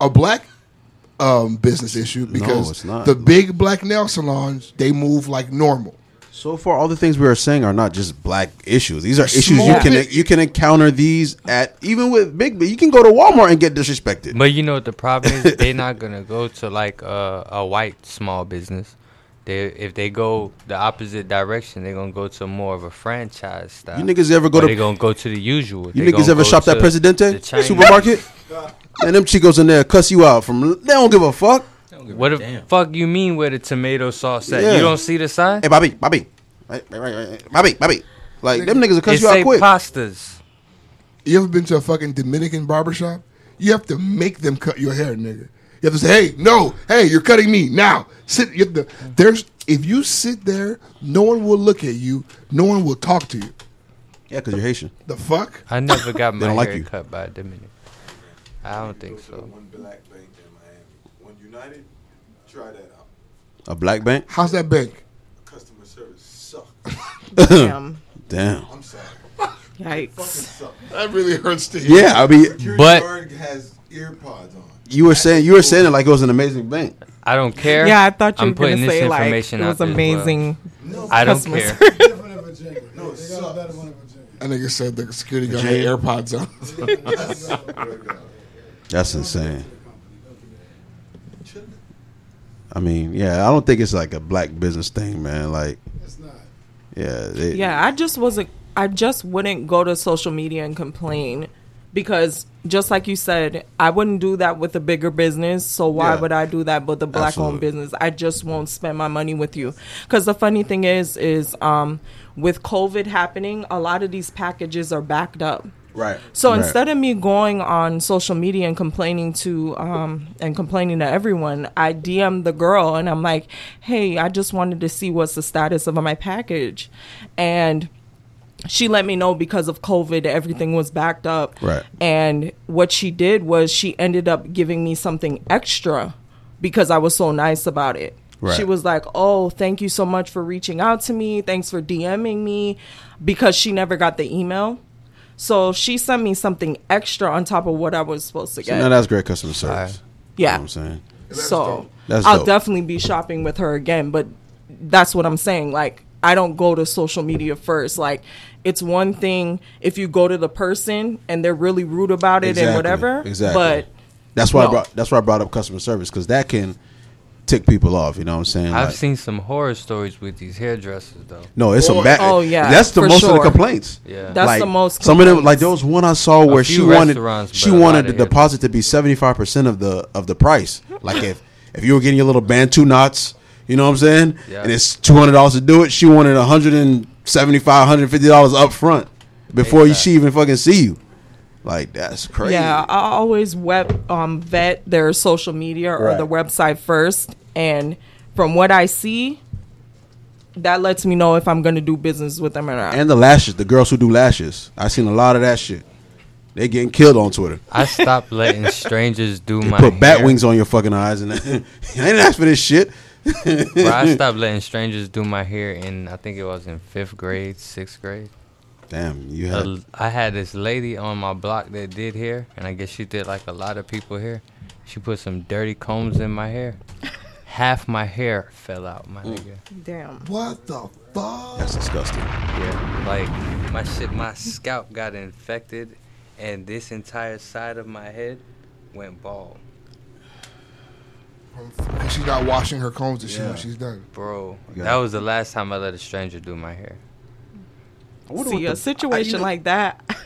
Speaker 1: a black um, business issue because
Speaker 6: it's not.
Speaker 1: the big black nail salons they move like normal.
Speaker 6: So far, all the things we are saying are not just black issues. These are issues
Speaker 1: Small
Speaker 6: you can
Speaker 1: bit-
Speaker 6: you can encounter these at even with big. You can go to Walmart and get disrespected.
Speaker 2: But you know what the problem is? They're not gonna go to like a, a white small business. They if they go the opposite direction, they're gonna go to more of a franchise style.
Speaker 6: You niggas ever go
Speaker 2: Or
Speaker 6: to-
Speaker 2: They gonna go to the usual.
Speaker 6: You
Speaker 2: They
Speaker 6: niggas
Speaker 2: gonna
Speaker 6: ever
Speaker 2: go
Speaker 6: shopped at
Speaker 2: to the
Speaker 6: Presidente
Speaker 2: Chinese.
Speaker 6: supermarket? Man, them chicos in there cuss you out from. They don't give a fuck.
Speaker 2: What the fuck you mean where the tomato sauce at?
Speaker 6: Yeah.
Speaker 2: You don't see the sign?
Speaker 6: Hey, Bobby, Bobby, right, right, right, right. Bobby, Bobby. Like them niggas will
Speaker 2: It
Speaker 6: cuss you
Speaker 2: say
Speaker 6: out quick.
Speaker 2: pastas.
Speaker 1: You ever been to a fucking Dominican barbershop? You have to make them cut your hair, nigga. You have to say, hey, no, hey, you're cutting me now. Sit. You have to, there's if you sit there, no one will look at you. No one will talk to you.
Speaker 6: Yeah, because you're Haitian.
Speaker 1: The fuck?
Speaker 2: I never got my
Speaker 6: don't like
Speaker 2: hair
Speaker 6: you.
Speaker 2: cut by a Dominican. I don't think so.
Speaker 8: One black bank in Miami. One United. Try that out.
Speaker 6: A black bank.
Speaker 1: How's that bank?
Speaker 8: Customer service sucks.
Speaker 3: Damn.
Speaker 6: Damn.
Speaker 8: I'm sorry.
Speaker 3: Yikes.
Speaker 1: That really hurts to hear.
Speaker 6: Yeah, I mean,
Speaker 8: Security
Speaker 2: But-
Speaker 8: guard has ear pods on.
Speaker 6: you were saying you were saying it like it was an amazing bank.
Speaker 2: I don't care.
Speaker 3: Yeah, I thought you
Speaker 2: I'm
Speaker 3: were going
Speaker 2: putting
Speaker 3: to
Speaker 2: this
Speaker 3: say like it
Speaker 2: information out
Speaker 3: was
Speaker 2: there as well.
Speaker 3: amazing.
Speaker 2: I don't
Speaker 3: customer
Speaker 2: care.
Speaker 10: Different in Virginia.
Speaker 8: No, it
Speaker 10: they got a better
Speaker 8: sucks.
Speaker 10: one in Virginia.
Speaker 1: That nigga said the security guard had AirPods on.
Speaker 6: That's insane. I mean, yeah, I don't think it's like a black business thing, man. Like,
Speaker 1: It's not.
Speaker 6: yeah, they,
Speaker 3: Yeah, I just wasn't. I just wouldn't go to social media and complain because, just like you said, I wouldn't do that with a bigger business. So why
Speaker 6: Yeah.
Speaker 3: would I do that with a black-owned
Speaker 6: Absolutely.
Speaker 3: business? I just won't spend my money with you. Because the funny thing is, is um, with COVID happening, a lot of these packages are backed up.
Speaker 6: right.
Speaker 3: So
Speaker 6: Right.
Speaker 3: instead of me going on social media and complaining to um, and complaining to everyone, I DM the girl and I'm like, "Hey, I just wanted to see what's the status of my package," and she let me know because of COVID, everything was backed up.
Speaker 6: Right.
Speaker 3: And what she did was she ended up giving me something extra because I was so nice about it.
Speaker 6: Right.
Speaker 3: She was like, "Oh, thank you so much for reaching out to me. Thanks for DMing me," because she never got the email. So she sent me something extra on top of what I was supposed to
Speaker 6: So
Speaker 3: get.
Speaker 6: now that's great customer service.
Speaker 3: yeah.
Speaker 6: You know what I'm saying.
Speaker 3: so
Speaker 6: That's
Speaker 3: I'll
Speaker 6: dope.
Speaker 3: definitely be shopping with her again, but that's what I'm saying. Like I don't go to social media first. Like it's one thing if you go to the person and they're really rude about it
Speaker 6: Exactly,
Speaker 3: and whatever.
Speaker 6: exactly.
Speaker 3: But
Speaker 6: That's why
Speaker 3: No.
Speaker 6: I brought that's why I brought up customer service because that can tick people off. You know what I'm saying?
Speaker 2: I've
Speaker 6: Like,
Speaker 2: seen some horror stories with these hairdressers though.
Speaker 6: no, it's
Speaker 1: Oh,
Speaker 6: some bad.
Speaker 3: oh, yeah,
Speaker 6: that's the
Speaker 3: for
Speaker 6: most of the
Speaker 3: sure.
Speaker 6: complaints.
Speaker 2: Yeah.
Speaker 3: That's the most
Speaker 6: Some of them, like
Speaker 3: complaints.
Speaker 6: there was one I saw where she
Speaker 2: few
Speaker 6: wanted
Speaker 2: restaurants, but
Speaker 6: she
Speaker 2: a lot
Speaker 6: wanted
Speaker 2: of
Speaker 6: the
Speaker 2: here.
Speaker 6: deposit to be seventy five percent of the of the price. Like if if you were getting your little Bantu knots, you know what I'm saying?
Speaker 2: Yeah.
Speaker 6: And it's two hundred dollars to do it. She wanted one hundred and seventy five, hundred fifty dollars up front before you she even fucking see you. Like that's crazy.
Speaker 3: yeah, I always web um, vet their social media or
Speaker 6: Right.
Speaker 3: the website first, and from what I see, that lets me know if I'm going to do business with them or not.
Speaker 6: And the lashes, the girls who do lashes. I seen a lot of that shit. They getting killed on Twitter.
Speaker 2: I stopped letting strangers do
Speaker 6: They
Speaker 2: my
Speaker 6: put bat
Speaker 2: hair.
Speaker 6: wings on your fucking eyes and I didn't ask for this shit.
Speaker 2: Bro, I stopped letting strangers do my hair in I think it was in fifth grade, sixth grade.
Speaker 6: Damn, you
Speaker 2: a-
Speaker 6: had
Speaker 2: I had this lady on my block that did hair, and I guess she did like a lot of people here. She put some dirty combs in my hair. Half my hair fell out, my
Speaker 6: Mm.
Speaker 2: nigga.
Speaker 3: Damn.
Speaker 1: What the fuck?
Speaker 6: that's disgusting.
Speaker 2: Yeah, like my shit, my scalp got infected, and this entire side of my head went bald,
Speaker 1: And she's not washing her combs and shit when she's done.
Speaker 2: bro.
Speaker 6: Yeah.
Speaker 2: That was the last time I let a stranger do my hair.
Speaker 3: See a situation like that.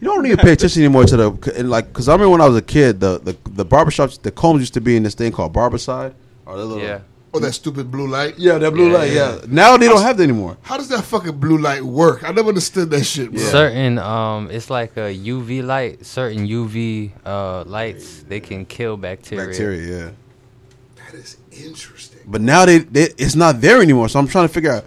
Speaker 6: You don't need to pay attention anymore to the and like because I remember when I was a kid, the the, the barbershops, the combs used to be in this thing called barberside or the little
Speaker 2: Yeah,
Speaker 1: Oh, that stupid blue light.
Speaker 6: yeah that blue
Speaker 2: Yeah,
Speaker 6: light
Speaker 2: yeah.
Speaker 6: yeah. Now they don't have that anymore.
Speaker 1: How does that fucking blue light work? I never understood that shit, bro.
Speaker 2: certain um, it's like a UV light. Certain UV uh lights they can kill bacteria.
Speaker 6: Bacteria, yeah.
Speaker 1: That is interesting.
Speaker 6: But now they, they it's not there anymore. So I'm trying to figure out.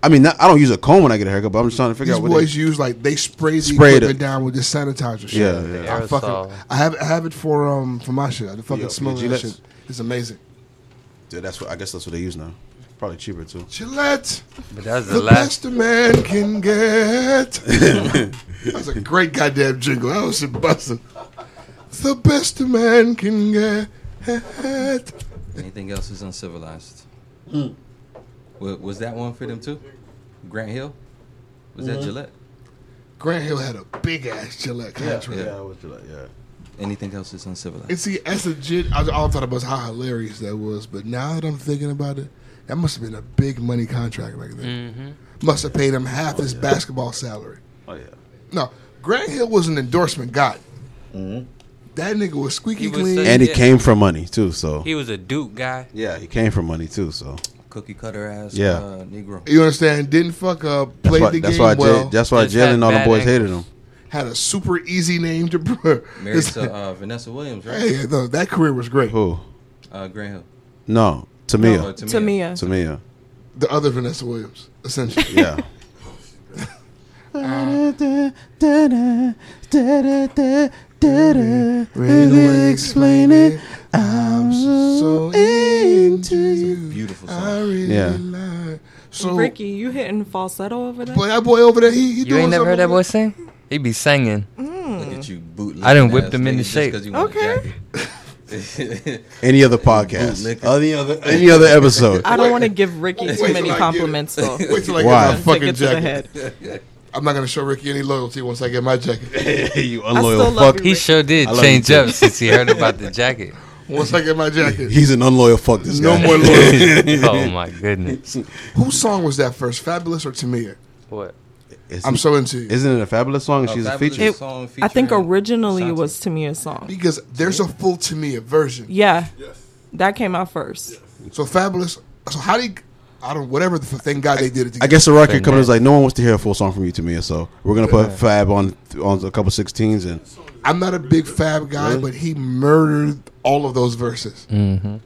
Speaker 6: I mean, not, I don't use a comb when I get a haircut, but I'm just trying to figure
Speaker 1: These
Speaker 6: out what.
Speaker 1: boys
Speaker 6: They,
Speaker 1: use like they spray the
Speaker 6: Spray
Speaker 1: equipment
Speaker 6: it.
Speaker 1: down with this sanitizer shit.
Speaker 6: Yeah, yeah.
Speaker 2: The
Speaker 1: I fucking,
Speaker 2: aerosol.
Speaker 1: I have I have it for um for my shit. I fucking
Speaker 6: Yeah,
Speaker 1: smell
Speaker 6: yeah,
Speaker 1: that
Speaker 6: Gillette's.
Speaker 1: shit. It's amazing.
Speaker 6: yeah, that's what I guess that's what they use now. Probably cheaper too.
Speaker 1: Gillette,
Speaker 2: But that was
Speaker 1: the,
Speaker 2: the
Speaker 1: best
Speaker 2: last
Speaker 1: a man can get. that was a great goddamn jingle. That was shit busting. The best a man can get.
Speaker 7: Anything else is uncivilized.
Speaker 3: Hmm.
Speaker 7: Wa- was that one for them too? Grant Hill? Was
Speaker 3: Mm-hmm.
Speaker 7: that Gillette?
Speaker 1: Grant Hill had a big ass Gillette contract.
Speaker 7: Yeah,
Speaker 6: what you like? Yeah.
Speaker 7: Anything else is uncivilized.
Speaker 1: And see, as a jit, I, all I thought about was how hilarious that was. But now that I'm thinking about it, that must have been a big money contract back then. Must have paid him half his basketball salary.
Speaker 6: Oh yeah.
Speaker 1: No, Grant Hill was an endorsement guy.
Speaker 6: Mm-hmm.
Speaker 1: That nigga was squeaky
Speaker 2: He was
Speaker 1: clean.
Speaker 2: such-
Speaker 6: And he
Speaker 2: Yeah.
Speaker 6: came from money too, so
Speaker 2: He was a Duke guy.
Speaker 6: yeah, he came from money too, so
Speaker 7: Cookie cutter ass
Speaker 6: Yeah.
Speaker 7: uh, Negro.
Speaker 1: you understand? Didn't fuck up.
Speaker 6: that's
Speaker 1: Played
Speaker 6: why
Speaker 1: the
Speaker 6: that's
Speaker 1: game
Speaker 6: why,
Speaker 1: well.
Speaker 6: Jay, that's why
Speaker 2: Just
Speaker 6: Jalen
Speaker 2: had
Speaker 6: and all the
Speaker 2: bad
Speaker 6: boys hated him.
Speaker 2: ankles.
Speaker 1: had a super easy name to.
Speaker 7: Married
Speaker 1: His,
Speaker 7: to uh, Vanessa Williams, right?
Speaker 1: hey, no, that career was great.
Speaker 6: Who?
Speaker 7: Uh, Grant Hill.
Speaker 6: No,
Speaker 7: No,
Speaker 6: Tamia.
Speaker 7: Tamia.
Speaker 3: Tamia.
Speaker 6: Tamia.
Speaker 1: The other Vanessa Williams, essentially.
Speaker 6: Yeah.
Speaker 1: Really explain it. I'm so into you.
Speaker 7: Beautiful song.
Speaker 1: I really
Speaker 6: Yeah.
Speaker 1: like. So,
Speaker 3: Ricky, you hitting falsetto over there?
Speaker 1: boy, that boy over there, he, he
Speaker 2: You
Speaker 1: doing
Speaker 2: ain't never heard that
Speaker 1: something
Speaker 2: boy sing? He be singing.
Speaker 7: Look at you bootleg.
Speaker 2: I done whipped him into shape.
Speaker 3: Okay.
Speaker 6: Any other podcast?
Speaker 7: Bootlicker.
Speaker 6: Any other any other episode?
Speaker 3: I don't want to give Ricky
Speaker 1: Wait
Speaker 3: too
Speaker 1: till I
Speaker 3: many
Speaker 1: get it.
Speaker 3: compliments though.
Speaker 1: Wait till I
Speaker 6: Why?
Speaker 1: get my
Speaker 3: Take
Speaker 1: fucking
Speaker 3: it to the
Speaker 1: jacket.
Speaker 3: head.
Speaker 1: I I'm not gonna show Ricky any loyalty once I get my jacket.
Speaker 6: you
Speaker 3: still
Speaker 6: unloyal
Speaker 3: love
Speaker 6: fuck.
Speaker 3: you.
Speaker 2: He sure did
Speaker 6: I love
Speaker 2: change
Speaker 6: you too.
Speaker 2: up since he heard about the jacket.
Speaker 1: Once I get my jacket,
Speaker 6: He's an unloyal fuck. This
Speaker 1: no
Speaker 6: guy.
Speaker 1: more loyalty.
Speaker 2: Oh my goodness.
Speaker 1: Whose song was that first, Fabulous or Tamia?
Speaker 2: What?
Speaker 6: It's-
Speaker 1: I'm so into you
Speaker 6: Isn't it a fabulous song? and
Speaker 7: A
Speaker 6: She's a
Speaker 7: fabulous
Speaker 6: feature.
Speaker 3: It-
Speaker 7: song
Speaker 3: I think
Speaker 7: featuring
Speaker 3: originally it
Speaker 7: Ashanti.
Speaker 3: was Tamia's song.
Speaker 1: because there's a full Tamia version.
Speaker 3: Yeah,
Speaker 8: Yes.
Speaker 3: that came out first.
Speaker 1: So Fabulous. So how did I don't whatever the thank God they did it.
Speaker 6: I
Speaker 1: Together.
Speaker 6: guess the record
Speaker 2: Bang,
Speaker 6: company
Speaker 2: bang.
Speaker 6: was like, no one wants to hear a full song from you, Tamia. So we're gonna put Fab on on a couple 16s and
Speaker 1: I'm not a big Fab guy, but he murdered all of those verses. Mm-hmm.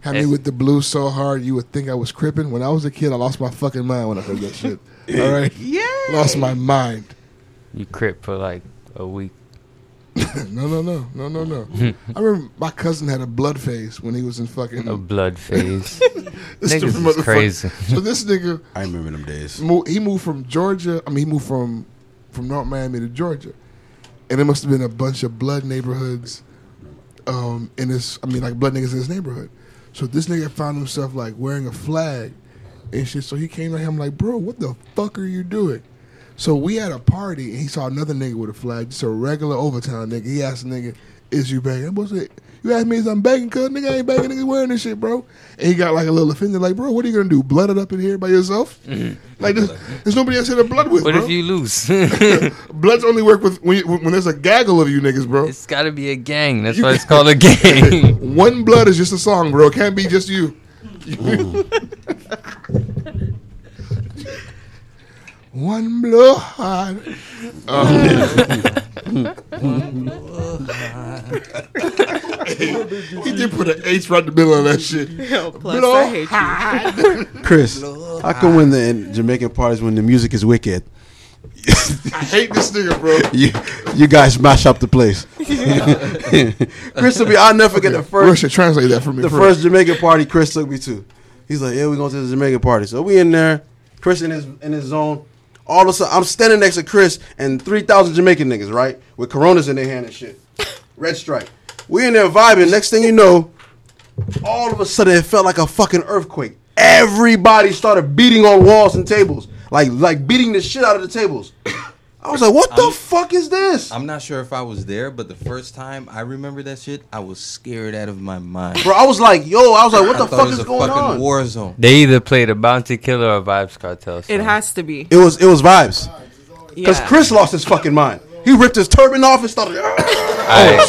Speaker 1: Had me
Speaker 2: It's-
Speaker 1: with the blues so hard you would think I was crippin'. When I was a kid, I lost my fucking mind when I heard that shit. All right, yeah, lost my mind.
Speaker 2: You crip for like a week.
Speaker 1: No, no, no, no, no,
Speaker 2: Hmm.
Speaker 1: no. I remember my cousin had a blood phase when he was in fucking.
Speaker 2: A blood phase.
Speaker 1: this
Speaker 2: Oh, Niggas
Speaker 1: stupid
Speaker 2: is
Speaker 1: motherfucker.
Speaker 2: crazy.
Speaker 1: So this nigga,
Speaker 6: I remember them days.
Speaker 1: mo- he moved from Georgia. I mean, he moved from from North Miami to Georgia, and it must have been a bunch of blood neighborhoods. Um, in this, I mean, like blood niggas in his neighborhood. So this nigga found himself like wearing a flag and shit. So he came to him like, "Bro, what the fuck are you doing?" So we had a party, and he saw another nigga with a flag, just a regular overtime nigga. He asked the nigga, "Is you banging?" That boy said, "You asked me if I'm banging, cuz nigga I ain't banging, nigga wearing this shit, bro." And he got like a little offended, like, "Bro, what are you gonna do? Blood it up in here by yourself? Like, there's, there's nobody else here to blood with,
Speaker 2: What
Speaker 1: bro.
Speaker 2: Mm-hmm. if you lose? it's
Speaker 1: Bloods only work with when, you- when there's a gaggle of you niggas, bro.
Speaker 2: got to be a gang. That's why it's called a gang.
Speaker 1: One blood is just a song, bro. It can't be just you. One blood. Oh, he did put an H right in the middle of that shit.
Speaker 3: Oh, Plus, I hate you.
Speaker 6: Chris, how come when the in Jamaican parties when the music is wicked,
Speaker 1: I hate this nigga, bro.
Speaker 6: you you guys mash up the place? Chris took me. I'll never forget the
Speaker 1: Bro
Speaker 6: first
Speaker 1: should translate that for me.
Speaker 6: the
Speaker 1: first.
Speaker 6: first Jamaican party Chris took me to. He's like, yeah, we going to the Jamaican party. So we in there. Chris in his in his zone. All of a sudden, I'm standing next to Chris and three thousand Jamaican niggas, right, with Coronas in their hand and shit. Red Stripe. We in there vibing. Next thing you know, all of a sudden it felt like a fucking earthquake. Everybody started beating on walls and tables, like like beating the shit out of the tables. I was like, what the fuck is this?
Speaker 7: I'm not sure if I was there, but the first time I remember that shit, I was scared out of my mind.
Speaker 6: Bro, I was like, yo, I was like, what
Speaker 7: I
Speaker 6: the
Speaker 7: thought
Speaker 6: fuck
Speaker 7: it was a
Speaker 6: is going
Speaker 7: fucking
Speaker 6: on?
Speaker 7: war zone.
Speaker 2: They either played a Bounty Killer or Vibes Cartel. Song.
Speaker 3: It has to be.
Speaker 6: It was it was vibes. Because
Speaker 3: Yeah.
Speaker 6: Chris lost his fucking mind. He ripped his turban off and started. "Ah."
Speaker 2: All right,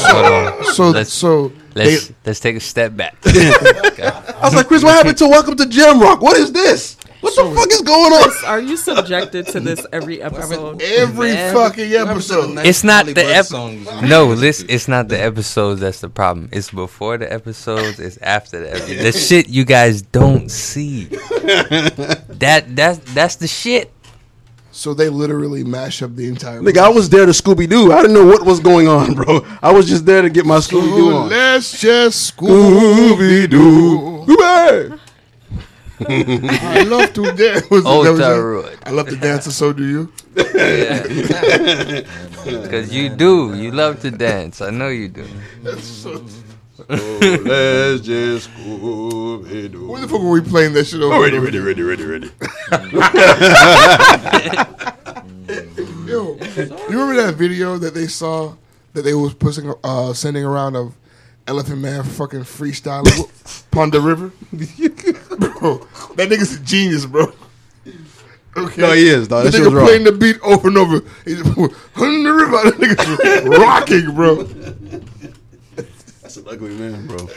Speaker 2: hold on.
Speaker 1: So,
Speaker 2: let's
Speaker 1: so
Speaker 2: let's
Speaker 1: they-
Speaker 2: let's take a step back.
Speaker 6: I was like, Chris, what happened to Welcome to Jam Rock? What is this? What the fuck is going on?
Speaker 3: Are you subjected to this every episode?
Speaker 1: every fucking episode.
Speaker 2: It's not the
Speaker 7: episode.
Speaker 2: episode. No, listen. It's not the episodes that's the problem. It's before the episodes. It's after the episodes. The shit you guys don't see. That that's that's the shit.
Speaker 1: So they literally mash up the entire.
Speaker 6: Nigga, I was there to Scooby Doo. I didn't know what was going on, bro. I was just there to get my Scooby Doo
Speaker 1: Ooh,
Speaker 6: on.
Speaker 1: let's just Scooby.
Speaker 6: Scooby Doo. Scooby.
Speaker 1: I love to dance. Was it-
Speaker 2: Old
Speaker 1: that was it?
Speaker 2: Town Road.
Speaker 1: I love to dance, and so do you.
Speaker 2: Cause you do. You love to dance. I know you do.
Speaker 6: Let's just Scooby Doo.
Speaker 1: When the fuck were we playing that shit over? and over?
Speaker 6: ready, ready, ready, ready.
Speaker 1: Yo, you remember that video that they saw that they was pushing, uh, sending around of Elephant Man fucking freestyling upon the river? bro, that nigga's a genius, bro. Okay.
Speaker 6: No, he is, dog.
Speaker 1: The
Speaker 6: That shit
Speaker 1: nigga
Speaker 6: was
Speaker 1: playing
Speaker 6: wrong.
Speaker 1: the beat over and over. He's on the river. That nigga's rocking, bro.
Speaker 6: That's an ugly man, bro.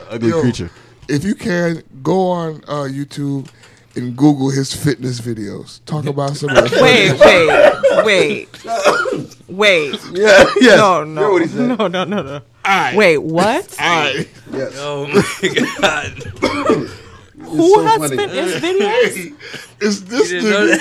Speaker 6: ugly
Speaker 1: Yo.
Speaker 6: creature.
Speaker 1: if you can, go on uh, YouTube and Google his fitness videos. Talk about some of the
Speaker 3: Wait, wait, wait, wait.
Speaker 6: Yeah, yes.
Speaker 3: No,
Speaker 6: Hear
Speaker 3: no,
Speaker 6: what he said.
Speaker 3: no, no, no, no. Wait, what?
Speaker 1: I
Speaker 6: Yes.
Speaker 2: Oh my god!
Speaker 3: Who
Speaker 6: so
Speaker 3: has
Speaker 6: funny.
Speaker 3: fitness videos?
Speaker 1: It's this nigga.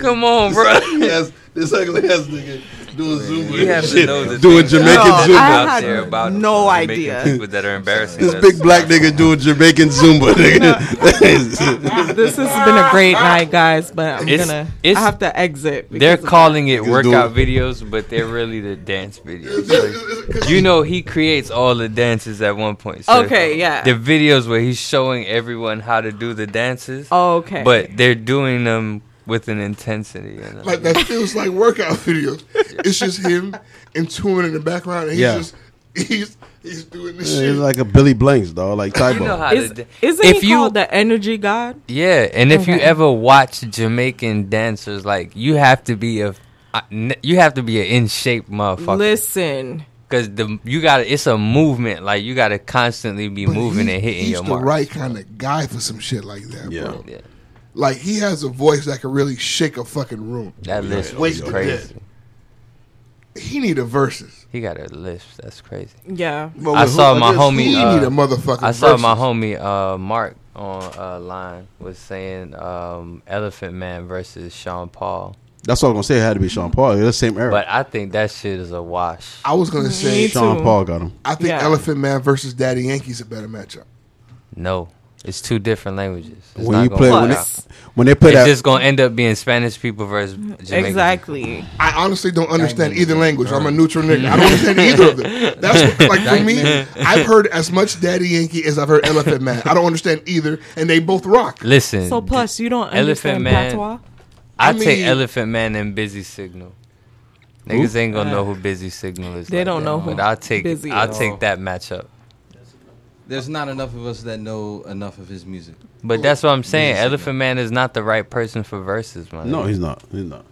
Speaker 2: Come on, bro.
Speaker 6: Yes, this ugly ass nigga.
Speaker 8: Doing Zumba.
Speaker 2: You have to
Speaker 8: and shit.
Speaker 2: know the
Speaker 6: Doing
Speaker 2: things
Speaker 6: Jamaican
Speaker 2: that
Speaker 6: Zumba.
Speaker 2: are
Speaker 6: I
Speaker 2: out
Speaker 3: had
Speaker 2: there about
Speaker 3: no
Speaker 2: Jamaican
Speaker 3: idea.
Speaker 2: people that are embarrassing.
Speaker 6: This
Speaker 2: us.
Speaker 6: big black nigga doing Jamaican Zumba, nigga.
Speaker 3: This has been a great night, guys, but I'm
Speaker 2: It's-
Speaker 3: gonna.
Speaker 2: it's-
Speaker 3: I have to exit.
Speaker 2: They're
Speaker 3: because of-
Speaker 2: calling it
Speaker 6: Just
Speaker 2: workout
Speaker 6: do
Speaker 2: videos, but they're really the dance videos.
Speaker 8: Like,
Speaker 2: You know, he creates all the dances at one point. so
Speaker 3: Okay, yeah.
Speaker 2: The videos where he's showing everyone how to do the dances,
Speaker 3: Oh, Okay.
Speaker 2: but they're doing them with an intensity. You know?
Speaker 1: Like that feels like workout videos. It's just him and two men in the background, and he's
Speaker 6: Yeah.
Speaker 1: just he's he's doing this shit.
Speaker 6: It's like a Billy Blanks, dog. Like
Speaker 2: you know
Speaker 6: Tybo.
Speaker 2: how
Speaker 3: Is,
Speaker 2: to da-
Speaker 3: isn't
Speaker 2: if
Speaker 3: he
Speaker 2: you
Speaker 3: called the energy god?
Speaker 2: yeah, and if you
Speaker 3: Okay.
Speaker 2: ever watch Jamaican dancers, like you have to be a I- n- you have to be an in shape motherfucker
Speaker 3: Listen,
Speaker 2: because the you got to it's a movement. Like you got to constantly be
Speaker 1: But
Speaker 2: moving
Speaker 1: he-
Speaker 2: and hitting
Speaker 1: he's
Speaker 2: your
Speaker 1: the
Speaker 2: mark.
Speaker 1: right kind of guy for some shit like that,
Speaker 6: Yeah.
Speaker 1: bro.
Speaker 2: Yeah.
Speaker 1: Like he has a voice that can really shake a fucking room.
Speaker 2: That list
Speaker 1: Wait
Speaker 2: was
Speaker 1: to
Speaker 2: crazy.
Speaker 1: He need a verses.
Speaker 2: He got a list. That's crazy.
Speaker 3: yeah.
Speaker 6: But
Speaker 2: I
Speaker 6: who-
Speaker 2: saw my
Speaker 6: just-
Speaker 2: homie,
Speaker 1: He
Speaker 2: uh,
Speaker 1: need a motherfucking.
Speaker 2: I saw my
Speaker 1: verses.
Speaker 2: homie uh, Mark on uh, line was saying um, Elephant Man versus Sean Paul,
Speaker 6: That's what I was gonna say. It had to be Sean Paul. It's the same era.
Speaker 2: but I think that shit is a wash.
Speaker 1: I was gonna say,
Speaker 3: Me
Speaker 6: Sean
Speaker 3: too.
Speaker 6: Paul got him.
Speaker 1: I think
Speaker 3: Yeah.
Speaker 1: Elephant Man versus Daddy Yankee's a better matchup.
Speaker 2: No, it's two different languages. It's
Speaker 6: When
Speaker 2: not
Speaker 6: you
Speaker 2: gonna
Speaker 6: play,
Speaker 2: work
Speaker 6: when they,
Speaker 2: out.
Speaker 6: when they play
Speaker 2: it's
Speaker 6: that,
Speaker 2: just gonna end up being Spanish people versus Jamaican.
Speaker 3: Exactly.
Speaker 1: I honestly don't understand either language. I'm a neutral nigga. I don't understand either of them. That's what, like for me. I've heard as much Daddy Yankee as I've heard Elephant Man. I don't understand either, and they both rock.
Speaker 2: Listen,
Speaker 3: So plus, you don't
Speaker 2: Elephant
Speaker 3: understand
Speaker 2: Man.
Speaker 3: patois.
Speaker 2: I,
Speaker 1: I
Speaker 2: take
Speaker 1: mean-
Speaker 2: Elephant Man and Busy Signal. Niggas ain't gonna know who Busy Signal is.
Speaker 3: Uh, They
Speaker 2: like
Speaker 3: don't
Speaker 2: that,
Speaker 3: know who
Speaker 2: But I take
Speaker 3: Busy
Speaker 2: I
Speaker 3: is.
Speaker 2: take that matchup.
Speaker 7: There's not enough of us that know enough of his music.
Speaker 2: But that's what I'm saying.
Speaker 7: Signal.
Speaker 2: Elephant Man is not the right person for verses, man.
Speaker 6: no, he's not. He's not.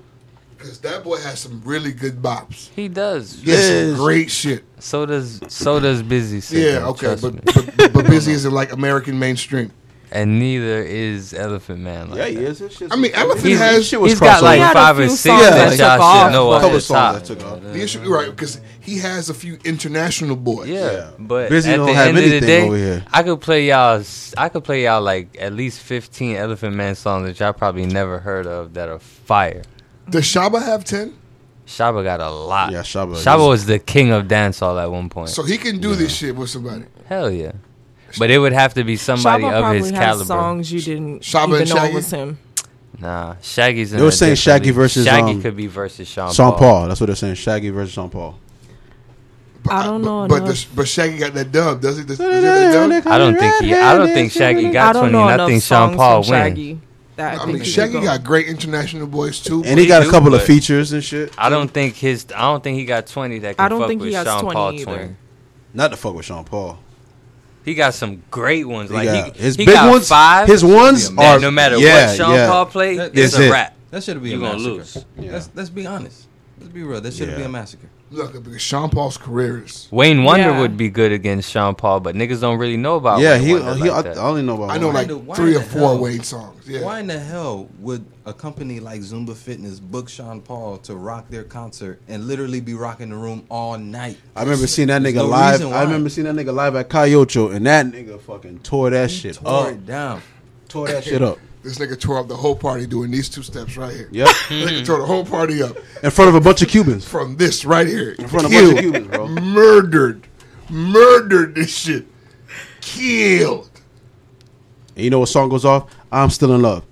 Speaker 1: Because that boy has some really good bops.
Speaker 2: he does.
Speaker 1: He has some
Speaker 6: Yes.
Speaker 1: great shit.
Speaker 2: So does so does Busy Signal.
Speaker 1: Yeah, okay,
Speaker 2: trust me.
Speaker 1: but, but but but busy isn't like American mainstream.
Speaker 2: and neither is Elephant Man. Like that.
Speaker 6: This shit's-
Speaker 1: I mean, Elephant
Speaker 2: He's-
Speaker 1: has
Speaker 6: shit
Speaker 2: He's
Speaker 6: was
Speaker 2: got
Speaker 6: crossover.
Speaker 2: like
Speaker 3: He had a
Speaker 2: five or
Speaker 3: few
Speaker 2: six
Speaker 3: songs
Speaker 2: that
Speaker 6: that
Speaker 2: y'all
Speaker 6: took
Speaker 2: should
Speaker 3: off,
Speaker 2: know
Speaker 3: but-
Speaker 2: off
Speaker 6: couple
Speaker 2: the top.
Speaker 6: songs that took off.
Speaker 2: Uh-huh.
Speaker 1: the issue, right? Because he has a few international boys.
Speaker 2: Yeah,
Speaker 6: Yeah.
Speaker 2: but
Speaker 6: Busy
Speaker 2: at
Speaker 6: don't
Speaker 2: the
Speaker 6: have
Speaker 2: end of the
Speaker 6: anything
Speaker 2: day,
Speaker 6: over here.
Speaker 2: I could play y'all. s- I could play y'all like at least fifteen Elephant Man songs that y'all probably never heard of that are fire.
Speaker 1: Does Shaba have ten?
Speaker 2: Shaba got a lot.
Speaker 6: Yeah, Shabba is-
Speaker 2: Shabba was the king of dancehall at one point.
Speaker 1: So he can do this shit with somebody.
Speaker 2: Hell yeah, but it would have to be somebody
Speaker 3: Shaba
Speaker 2: of
Speaker 3: probably
Speaker 2: his
Speaker 3: has
Speaker 2: caliber.
Speaker 3: songs you didn't
Speaker 1: Shaba
Speaker 3: even
Speaker 1: and
Speaker 3: know
Speaker 1: Shaggy?
Speaker 3: it was him.
Speaker 2: Nah, Shaggy's. In
Speaker 6: They were
Speaker 2: a
Speaker 6: saying
Speaker 2: different
Speaker 6: Shaggy
Speaker 2: league.
Speaker 6: versus,
Speaker 2: Shaggy
Speaker 6: um,
Speaker 2: could be versus Sean,
Speaker 6: Sean
Speaker 2: Paul.
Speaker 6: Paul. That's what they're saying. Shaggy versus Sean Paul.
Speaker 1: But
Speaker 3: I don't know
Speaker 1: But, but,
Speaker 3: enough.
Speaker 1: the, but Shaggy got that dub, does he? Does, does he have that dub?
Speaker 2: I don't think he. I don't think Shaggy
Speaker 3: I
Speaker 2: got
Speaker 3: don't
Speaker 2: twenty.
Speaker 3: know
Speaker 2: and I
Speaker 3: enough
Speaker 2: think
Speaker 3: songs
Speaker 2: Sean Paul
Speaker 3: from
Speaker 2: wins.
Speaker 3: Shaggy. That I,
Speaker 1: I
Speaker 3: think
Speaker 1: mean,
Speaker 3: he
Speaker 1: Shaggy
Speaker 3: could go.
Speaker 1: got great international boys too.
Speaker 6: And he got
Speaker 2: do,
Speaker 6: a couple of
Speaker 2: but-
Speaker 6: features and shit.
Speaker 2: I don't think his. I don't think he got twenty that can
Speaker 3: I don't
Speaker 2: fuck
Speaker 3: think
Speaker 2: with
Speaker 3: he has
Speaker 2: Sean
Speaker 3: 20
Speaker 2: Paul
Speaker 3: either.
Speaker 2: twenty.
Speaker 6: Not to fuck with Sean Paul.
Speaker 2: He got some great ones.
Speaker 6: He
Speaker 2: like
Speaker 6: got-
Speaker 2: he,
Speaker 6: his
Speaker 2: he
Speaker 6: big
Speaker 2: got
Speaker 6: ones.
Speaker 2: Five.
Speaker 6: his ones
Speaker 7: That
Speaker 6: are
Speaker 2: that no matter
Speaker 6: yeah,
Speaker 2: what Sean
Speaker 6: yeah.
Speaker 2: Paul played,
Speaker 7: That-
Speaker 2: it's
Speaker 6: that's
Speaker 2: a
Speaker 6: it.
Speaker 2: rap.
Speaker 7: That should be
Speaker 2: You
Speaker 7: a
Speaker 2: gonna
Speaker 7: massacre.
Speaker 2: lose.
Speaker 6: Yeah.
Speaker 7: Let's, let's be honest. Let's be real. That should
Speaker 6: Yeah.
Speaker 7: be a massacre.
Speaker 1: Look, because Sean Paul's career is.
Speaker 2: Wayne Wonder
Speaker 3: Yeah.
Speaker 2: would be good against Sean Paul, but niggas don't really know about.
Speaker 6: Yeah,
Speaker 2: Wayne
Speaker 6: he, he
Speaker 2: Wonder like
Speaker 6: I, I
Speaker 2: that.
Speaker 6: only know about
Speaker 1: I know
Speaker 6: one.
Speaker 1: like
Speaker 7: the- why
Speaker 1: three
Speaker 7: the
Speaker 1: or four
Speaker 7: hell-
Speaker 1: Wayne songs. Yeah.
Speaker 7: Why in the hell would a company like Zumba Fitness book Sean Paul to rock their concert and literally be rocking the room all night?
Speaker 6: I remember seeing that
Speaker 7: There's
Speaker 6: nigga
Speaker 7: no
Speaker 6: live.
Speaker 7: reason why.
Speaker 6: I remember seeing that nigga live at Cayocho, and that nigga fucking tore that shit
Speaker 7: Tore
Speaker 6: up.
Speaker 7: it down.
Speaker 6: Tore that shit up.
Speaker 1: This nigga tore up the whole party doing these two steps right here.
Speaker 6: Yep.
Speaker 1: This nigga tore the whole party up
Speaker 6: In front of a bunch of Cubans.
Speaker 1: from this right here. In
Speaker 6: front of a bunch of Cubans, bro.
Speaker 1: Murdered. Murdered this shit. Killed.
Speaker 6: And you know what song goes off? I'm still in love.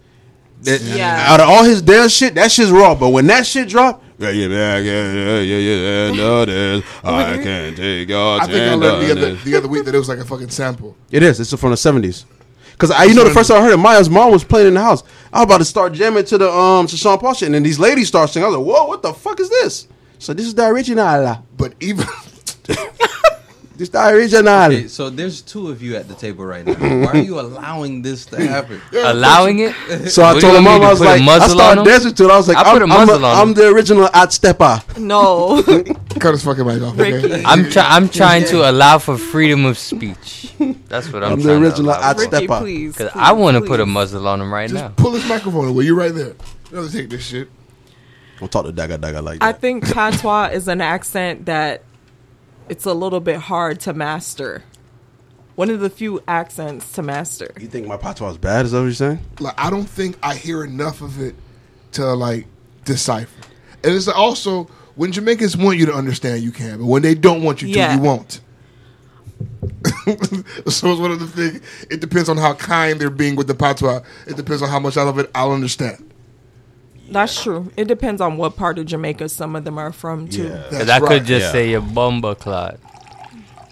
Speaker 6: That-
Speaker 3: Yeah.
Speaker 6: Out of all his dance shit, that shit's raw. But when that shit drop, yeah, yeah, yeah, yeah, yeah, yeah, yeah, yeah, no, it is. I can't take your
Speaker 1: I think I
Speaker 6: chance
Speaker 1: learned the
Speaker 6: on
Speaker 1: other,
Speaker 6: this.
Speaker 1: the other week that it was like a fucking sample.
Speaker 6: It is. It's from the seventies. Cause I, you know, the first time I heard it, Maya's mom was playing in the house. I was about to start jamming to the um to Sean Paul shit, and then these ladies start singing. I was like, "Whoa, what the fuck is this?" So this is the original.
Speaker 1: But even
Speaker 6: This the original.
Speaker 7: Okay, so there's two of you at the table right now. Why are you allowing this to happen?
Speaker 6: uh,
Speaker 2: allowing it.
Speaker 6: So I
Speaker 2: What do
Speaker 6: told
Speaker 2: you want me
Speaker 6: her mom,
Speaker 2: to
Speaker 6: I was
Speaker 2: put a
Speaker 6: like, I
Speaker 2: muzzle on
Speaker 6: started
Speaker 2: 'em?
Speaker 6: dancing to it. I was like,
Speaker 2: I
Speaker 6: I
Speaker 2: put
Speaker 6: am
Speaker 2: a
Speaker 6: I'm,
Speaker 2: muzzle on 'em.
Speaker 6: I'm the original ad stepper.
Speaker 3: No,
Speaker 1: cut his fucking mic off. Okay?
Speaker 3: Ricky.
Speaker 2: I'm try- I'm trying to allow for freedom of speech. That's what I'm.
Speaker 6: I'm the
Speaker 2: trying to
Speaker 6: original
Speaker 2: allow
Speaker 6: ad
Speaker 2: for.
Speaker 6: step
Speaker 3: Ricky,
Speaker 6: up.
Speaker 3: please.
Speaker 2: Cause I want to put a
Speaker 3: please.
Speaker 2: muzzle on him right
Speaker 1: Just
Speaker 2: now.
Speaker 1: pull his microphone away. You're right there. Another take this shit.
Speaker 6: Don't talk to Daga Daga like
Speaker 3: I
Speaker 6: that.
Speaker 3: think patois is an accent that it's a little bit hard to master. One of the few accents to master.
Speaker 6: you think my patois is bad? Is that what you're saying?
Speaker 1: like I don't think I hear enough of it to like decipher. And it's also When Jamaicans want you to understand, you can. But when they don't want you
Speaker 3: Yeah.
Speaker 1: to, you won't. so it's one of the things. It depends on how kind they're being with the patois. It depends on how much out of it I'll understand.
Speaker 3: That's true. It depends on what part of Jamaica some of them are from too.
Speaker 1: That's
Speaker 2: Because I
Speaker 1: right.
Speaker 2: could just
Speaker 10: Yeah.
Speaker 2: say your bumba clot.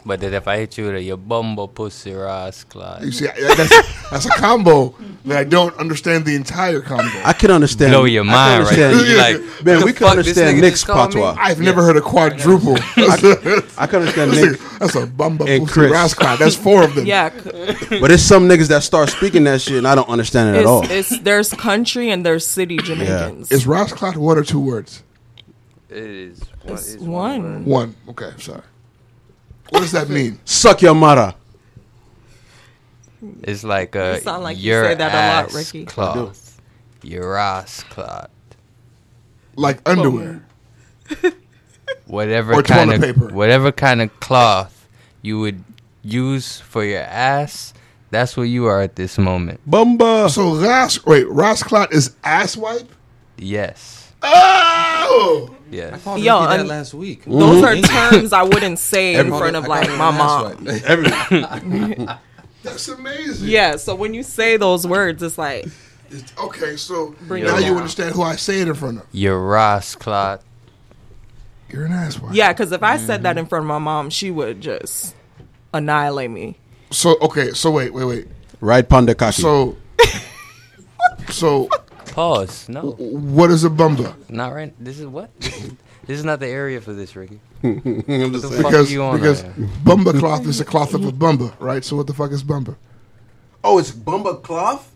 Speaker 2: But that if I hit you with a your bumba pussy ass clot.
Speaker 1: You see, I- that's, that's a combo that I don't understand the entire combo.
Speaker 6: I can understand.
Speaker 2: Blow your
Speaker 6: I can
Speaker 2: mind right
Speaker 6: understand-
Speaker 2: there. You like,
Speaker 6: Man,
Speaker 2: what
Speaker 6: we
Speaker 2: the
Speaker 6: can
Speaker 2: fuck this
Speaker 6: understand
Speaker 2: nigga
Speaker 6: Nick's
Speaker 2: just called me?
Speaker 6: patois.
Speaker 1: I've never heard a quadruple. that's
Speaker 6: I can understand niggas,
Speaker 1: a bumba
Speaker 6: And
Speaker 1: pussy
Speaker 6: Chris.
Speaker 1: rascal. That's four of them.
Speaker 3: Yeah, c-
Speaker 6: but it's some niggas that start speaking that shit and I don't understand it at all.
Speaker 3: it's, it's there's country and there's city Jamaicans.
Speaker 1: Is rascal one or two words?
Speaker 2: It is one-
Speaker 3: It's one.
Speaker 1: One. Okay, sorry. What does that mean?
Speaker 6: Suck your mother.
Speaker 2: It's like a
Speaker 3: You sound like you
Speaker 2: your
Speaker 3: say that a lot,
Speaker 2: ass
Speaker 3: Ricky.
Speaker 2: clot.
Speaker 6: I do.
Speaker 2: Your ass clot.
Speaker 1: Like underwear.
Speaker 2: Whatever
Speaker 1: Or
Speaker 2: kind
Speaker 1: toilet
Speaker 2: of
Speaker 1: paper.
Speaker 2: whatever kind of cloth you would use for your ass, that's where you are at this moment.
Speaker 6: Bumba.
Speaker 1: So ras wait, rascal is ass wipe?
Speaker 2: Yes.
Speaker 1: Oh
Speaker 2: Yes.
Speaker 7: Ricky
Speaker 3: Yo,
Speaker 7: that
Speaker 3: and-
Speaker 7: last week.
Speaker 3: Those are terms I wouldn't say in
Speaker 7: Every-
Speaker 3: front of
Speaker 7: Mm-hmm. I
Speaker 3: like
Speaker 7: called it
Speaker 3: my
Speaker 7: an ass
Speaker 3: mom.
Speaker 7: wipe.
Speaker 1: that's amazing.
Speaker 3: Yeah, so when you say those words, it's like
Speaker 1: It's- okay, so
Speaker 3: Bring
Speaker 1: now
Speaker 3: it
Speaker 1: you
Speaker 3: down.
Speaker 1: understand who I say it in front of.
Speaker 2: Your ass clot.
Speaker 1: You're an ass wipe.
Speaker 3: yeah, because if I said
Speaker 7: Mm-hmm.
Speaker 3: that in front of my mom, she would just annihilate me.
Speaker 1: So okay, so wait, wait, wait.
Speaker 6: Right panda cocky.
Speaker 1: So So
Speaker 2: Pause. No.
Speaker 1: what is a bumba?
Speaker 2: Not right. This is what? this is not the area for this, Ricky.
Speaker 6: I'm
Speaker 2: What
Speaker 6: just
Speaker 2: the
Speaker 6: saying.
Speaker 2: fuck
Speaker 1: Because
Speaker 2: are you on
Speaker 1: because
Speaker 2: right now?
Speaker 1: bumba cloth is a cloth of a bumba, right? So what the fuck is bumba?
Speaker 6: oh, it's Bumba cloth?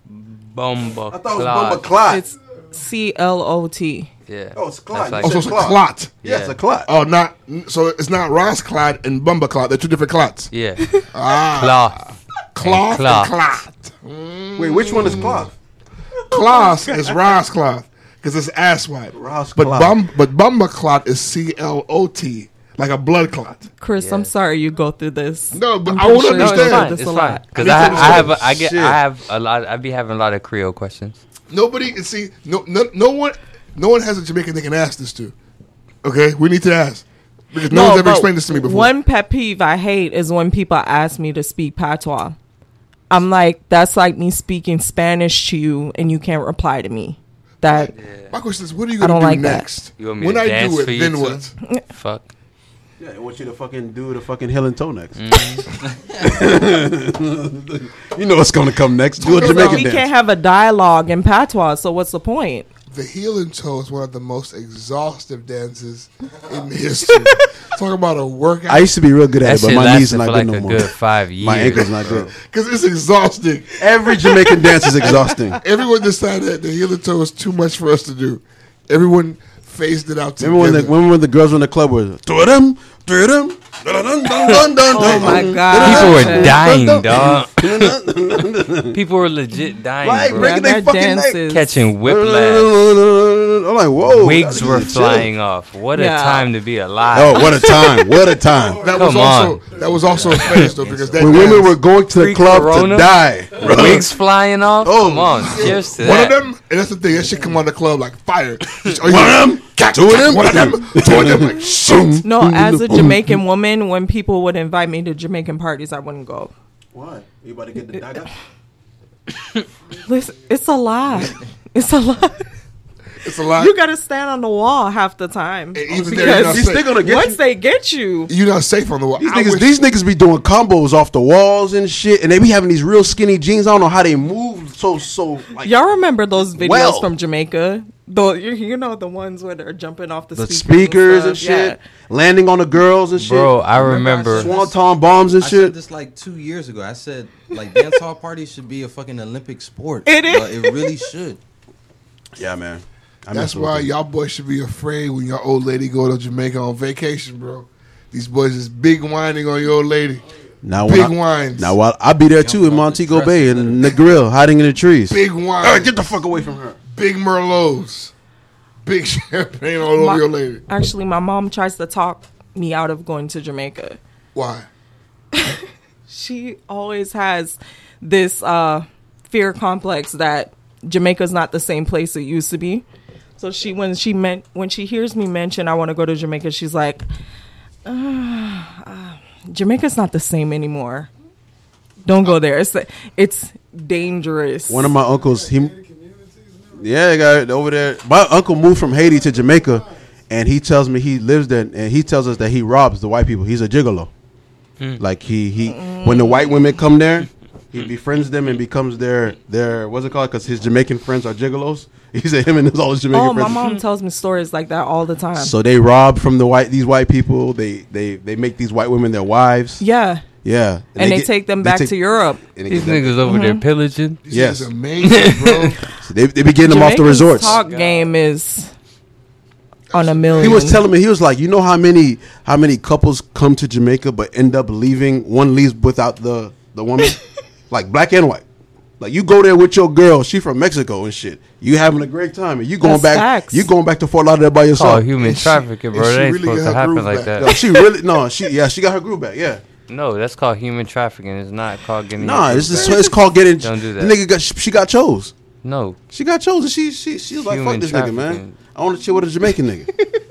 Speaker 2: Bumba
Speaker 6: I thought it was
Speaker 2: clot.
Speaker 6: Bumba clot.
Speaker 3: It's C L O T.
Speaker 2: Yeah.
Speaker 6: Oh, it's clot.
Speaker 2: That's like-
Speaker 1: Oh, so
Speaker 6: said
Speaker 1: it's a clot.
Speaker 6: yeah, it's a clot.
Speaker 1: Oh, not so it's not Ross clot and Bumba clot. They're two different clots.
Speaker 2: yeah.
Speaker 1: Ah.
Speaker 2: Cloth.
Speaker 1: Cloth and
Speaker 2: cloth.
Speaker 1: clot.
Speaker 6: Wait, which one is
Speaker 10: Mm.
Speaker 6: cloth?
Speaker 1: Cloth is Ross cloth because it's ass wipe.
Speaker 6: Ross
Speaker 1: but
Speaker 6: clot.
Speaker 1: Bum, but Bumba clot is C L O T like a blood clot.
Speaker 3: Chris, I'm sorry you go through this.
Speaker 1: No, but
Speaker 3: I'm
Speaker 1: I
Speaker 3: pretty
Speaker 1: won't
Speaker 3: sure you go
Speaker 1: understand.
Speaker 3: through
Speaker 1: It's
Speaker 3: this a lot.
Speaker 2: Because
Speaker 1: I
Speaker 2: I,
Speaker 1: need to
Speaker 2: I have a, I
Speaker 6: understand.
Speaker 2: get I have a lot I be having a lot of Creole questions.
Speaker 1: Nobody and see no no no one no one has a Jamaican they can ask this to. Okay, we need to ask because no, one's ever
Speaker 3: but
Speaker 1: explained this to me before.
Speaker 3: One pet peeve I hate is when people ask me to speak patois. I'm like, that's like me speaking Spanish to you and you can't reply to me. That
Speaker 1: My question is, what are you
Speaker 3: I
Speaker 1: gonna
Speaker 3: don't
Speaker 1: do
Speaker 3: like that.
Speaker 1: next?
Speaker 2: You want me
Speaker 1: when
Speaker 2: to
Speaker 1: I
Speaker 2: dance
Speaker 1: do it,
Speaker 2: for you
Speaker 1: then
Speaker 2: too?
Speaker 1: what?
Speaker 2: Fuck.
Speaker 6: Yeah, I want you to fucking do the fucking hill and toe next.
Speaker 2: Mm.
Speaker 6: you know what's gonna come next. Do a
Speaker 3: So
Speaker 6: Jamaican
Speaker 3: we can't
Speaker 6: dance.
Speaker 3: have a dialogue in patois, so what's the point?
Speaker 1: The heel and toe is one of the most exhaustive dances in history. Talk about a workout.
Speaker 6: I used to be real good at
Speaker 2: That
Speaker 6: it, but
Speaker 2: shit
Speaker 6: my knees
Speaker 2: lasted
Speaker 6: not
Speaker 2: for
Speaker 6: good
Speaker 2: like
Speaker 6: no
Speaker 2: a
Speaker 6: more.
Speaker 2: good five years.
Speaker 6: My ankle's not good.
Speaker 1: Because it's exhausting.
Speaker 6: Every Jamaican dance is exhausting.
Speaker 1: Everyone decided that the heel and toe is too much for us to do. Everyone phased it out together.
Speaker 6: Remember when the remember when the girls in the club were two of them, three of them.
Speaker 3: Oh
Speaker 6: Oh
Speaker 3: my God.
Speaker 2: People were
Speaker 3: Okay.
Speaker 2: dying, dog. People were legit dying,
Speaker 6: Like,
Speaker 2: bro.
Speaker 6: breaking their
Speaker 3: That
Speaker 6: fucking
Speaker 3: dance
Speaker 6: neck.
Speaker 3: is-
Speaker 2: Catching whiplash.
Speaker 6: I'm like, whoa.
Speaker 2: Wigs were
Speaker 6: Chill.
Speaker 2: flying off. What a
Speaker 3: Yeah.
Speaker 2: time to be alive.
Speaker 6: Oh, what a time! What a time!
Speaker 1: that was
Speaker 2: Come
Speaker 1: also that was also a phase though because that
Speaker 6: when women
Speaker 1: dance-
Speaker 6: were going to the club
Speaker 2: Pre-corona?
Speaker 6: to die.
Speaker 2: Wigs flying off?
Speaker 6: Oh,
Speaker 2: Come on. Cheers to
Speaker 1: one
Speaker 2: that.
Speaker 1: of them and that's the thing that shit come on the club like fire. "Oh, Are you-
Speaker 6: One of them, two of them, Mm-hmm.
Speaker 1: one of them, two of them. Like, shoot.
Speaker 3: No, as a Jamaican woman, when people would invite me to Jamaican parties, I wouldn't go.
Speaker 6: Why? You about to get the dagger?
Speaker 3: Listen, it's a lie. It's a lie.
Speaker 1: It's a lot.
Speaker 3: You gotta stand on the wall half the time.
Speaker 1: And even there, you're
Speaker 3: Because
Speaker 1: not,
Speaker 6: They're
Speaker 1: safe.
Speaker 6: gonna get
Speaker 3: once they get you,
Speaker 1: you're not safe on the wall.
Speaker 6: These
Speaker 1: I
Speaker 6: niggas,
Speaker 1: wish-
Speaker 6: these niggas be doing combos off the walls and shit, and they be having these real skinny jeans. I don't know how they move so so like
Speaker 3: y'all remember those videos
Speaker 6: Well.
Speaker 3: from Jamaica? Though you, you know the ones where they're jumping off the,
Speaker 6: the
Speaker 3: speakers,
Speaker 6: speakers and
Speaker 3: stuff. Yeah.
Speaker 6: shit, landing on the girls and shit,
Speaker 2: Bro, I remember.
Speaker 6: swanton bombs and
Speaker 7: I said
Speaker 6: shit.
Speaker 7: this like two years ago. I said like dance hall parties should be a fucking Olympic sport.
Speaker 3: It is.
Speaker 7: But it really should.
Speaker 6: Yeah, man. I
Speaker 1: That's
Speaker 6: mess with
Speaker 1: why
Speaker 6: them.
Speaker 1: y'all boys should be afraid when your old lady go to Jamaica on vacation, bro. These boys is big whining on your old lady.
Speaker 6: now
Speaker 1: Big
Speaker 6: when I-
Speaker 1: wines.
Speaker 6: Now while I be there too in Montego Bay in the grill, hiding in the trees.
Speaker 1: Big wine.
Speaker 6: Get the fuck away from her.
Speaker 1: big Merlots, big champagne all over
Speaker 3: My-
Speaker 1: your lady.
Speaker 3: Actually, my mom tries to talk me out of going to Jamaica.
Speaker 1: Why?
Speaker 3: She always has this uh, fear complex that Jamaica's not the same place it used to be. So she when she meant when she hears me mention I want to go to Jamaica, she's like, "Ah, ah, Jamaica's not the same anymore. Don't go there. It's it's dangerous.
Speaker 6: One of my uncles, he, yeah, they got it over there. My uncle moved from Haiti to Jamaica, and he tells me he lives there, and he tells us that he robs the white people. He's a gigolo.
Speaker 2: Hmm.
Speaker 6: Like he he, when the white women come there, he befriends them and becomes their their what's it called? Because his Jamaican friends are gigolos. He said him and his all his Jamaican
Speaker 3: oh, my
Speaker 6: friends.
Speaker 3: mom tells me stories like that all the time.
Speaker 6: So they rob from the white these white people. They they they make these white women their wives.
Speaker 3: yeah,
Speaker 6: Yeah,
Speaker 3: and they,
Speaker 6: get-
Speaker 3: take them back
Speaker 6: take-
Speaker 3: to Europe.
Speaker 6: and they
Speaker 2: These
Speaker 6: get them-
Speaker 2: niggas over there pillaging.
Speaker 1: This
Speaker 6: Yes.
Speaker 1: is amazing, bro.
Speaker 6: So they, they be getting them off the
Speaker 3: Jamaica's
Speaker 6: resorts.
Speaker 3: Talk game is on a million.
Speaker 6: He was telling me he was like, you know how many how many couples come to Jamaica but end up leaving. One leaves without the the woman, like black and white. Like you go there with your girl, she from Mexico and shit. You having a great time and you going
Speaker 3: That's
Speaker 6: back.
Speaker 3: facts.
Speaker 6: You going back to Fort Lauderdale by
Speaker 2: Oh,
Speaker 6: yourself.
Speaker 2: human
Speaker 1: and she-
Speaker 2: trafficking,
Speaker 1: and
Speaker 2: bro.
Speaker 1: she
Speaker 2: That ain't
Speaker 1: really
Speaker 2: supposed
Speaker 1: got
Speaker 2: to
Speaker 1: her
Speaker 2: happen
Speaker 1: groove
Speaker 2: like
Speaker 1: back,
Speaker 6: No,
Speaker 2: that.
Speaker 6: she really no. She yeah, she got her groove back. Yeah.
Speaker 2: No, that's called human trafficking. It's not called getting.
Speaker 6: Nah,
Speaker 2: your
Speaker 6: this
Speaker 2: groove
Speaker 6: is
Speaker 2: back.
Speaker 6: it's called getting.
Speaker 2: Don't do that.
Speaker 6: The nigga got she got chose.
Speaker 2: no.
Speaker 6: She got chosen. She she she was like,
Speaker 2: Human
Speaker 6: fuck this nigga,
Speaker 2: trafficking.
Speaker 6: man. I want to chill with a Jamaican nigga.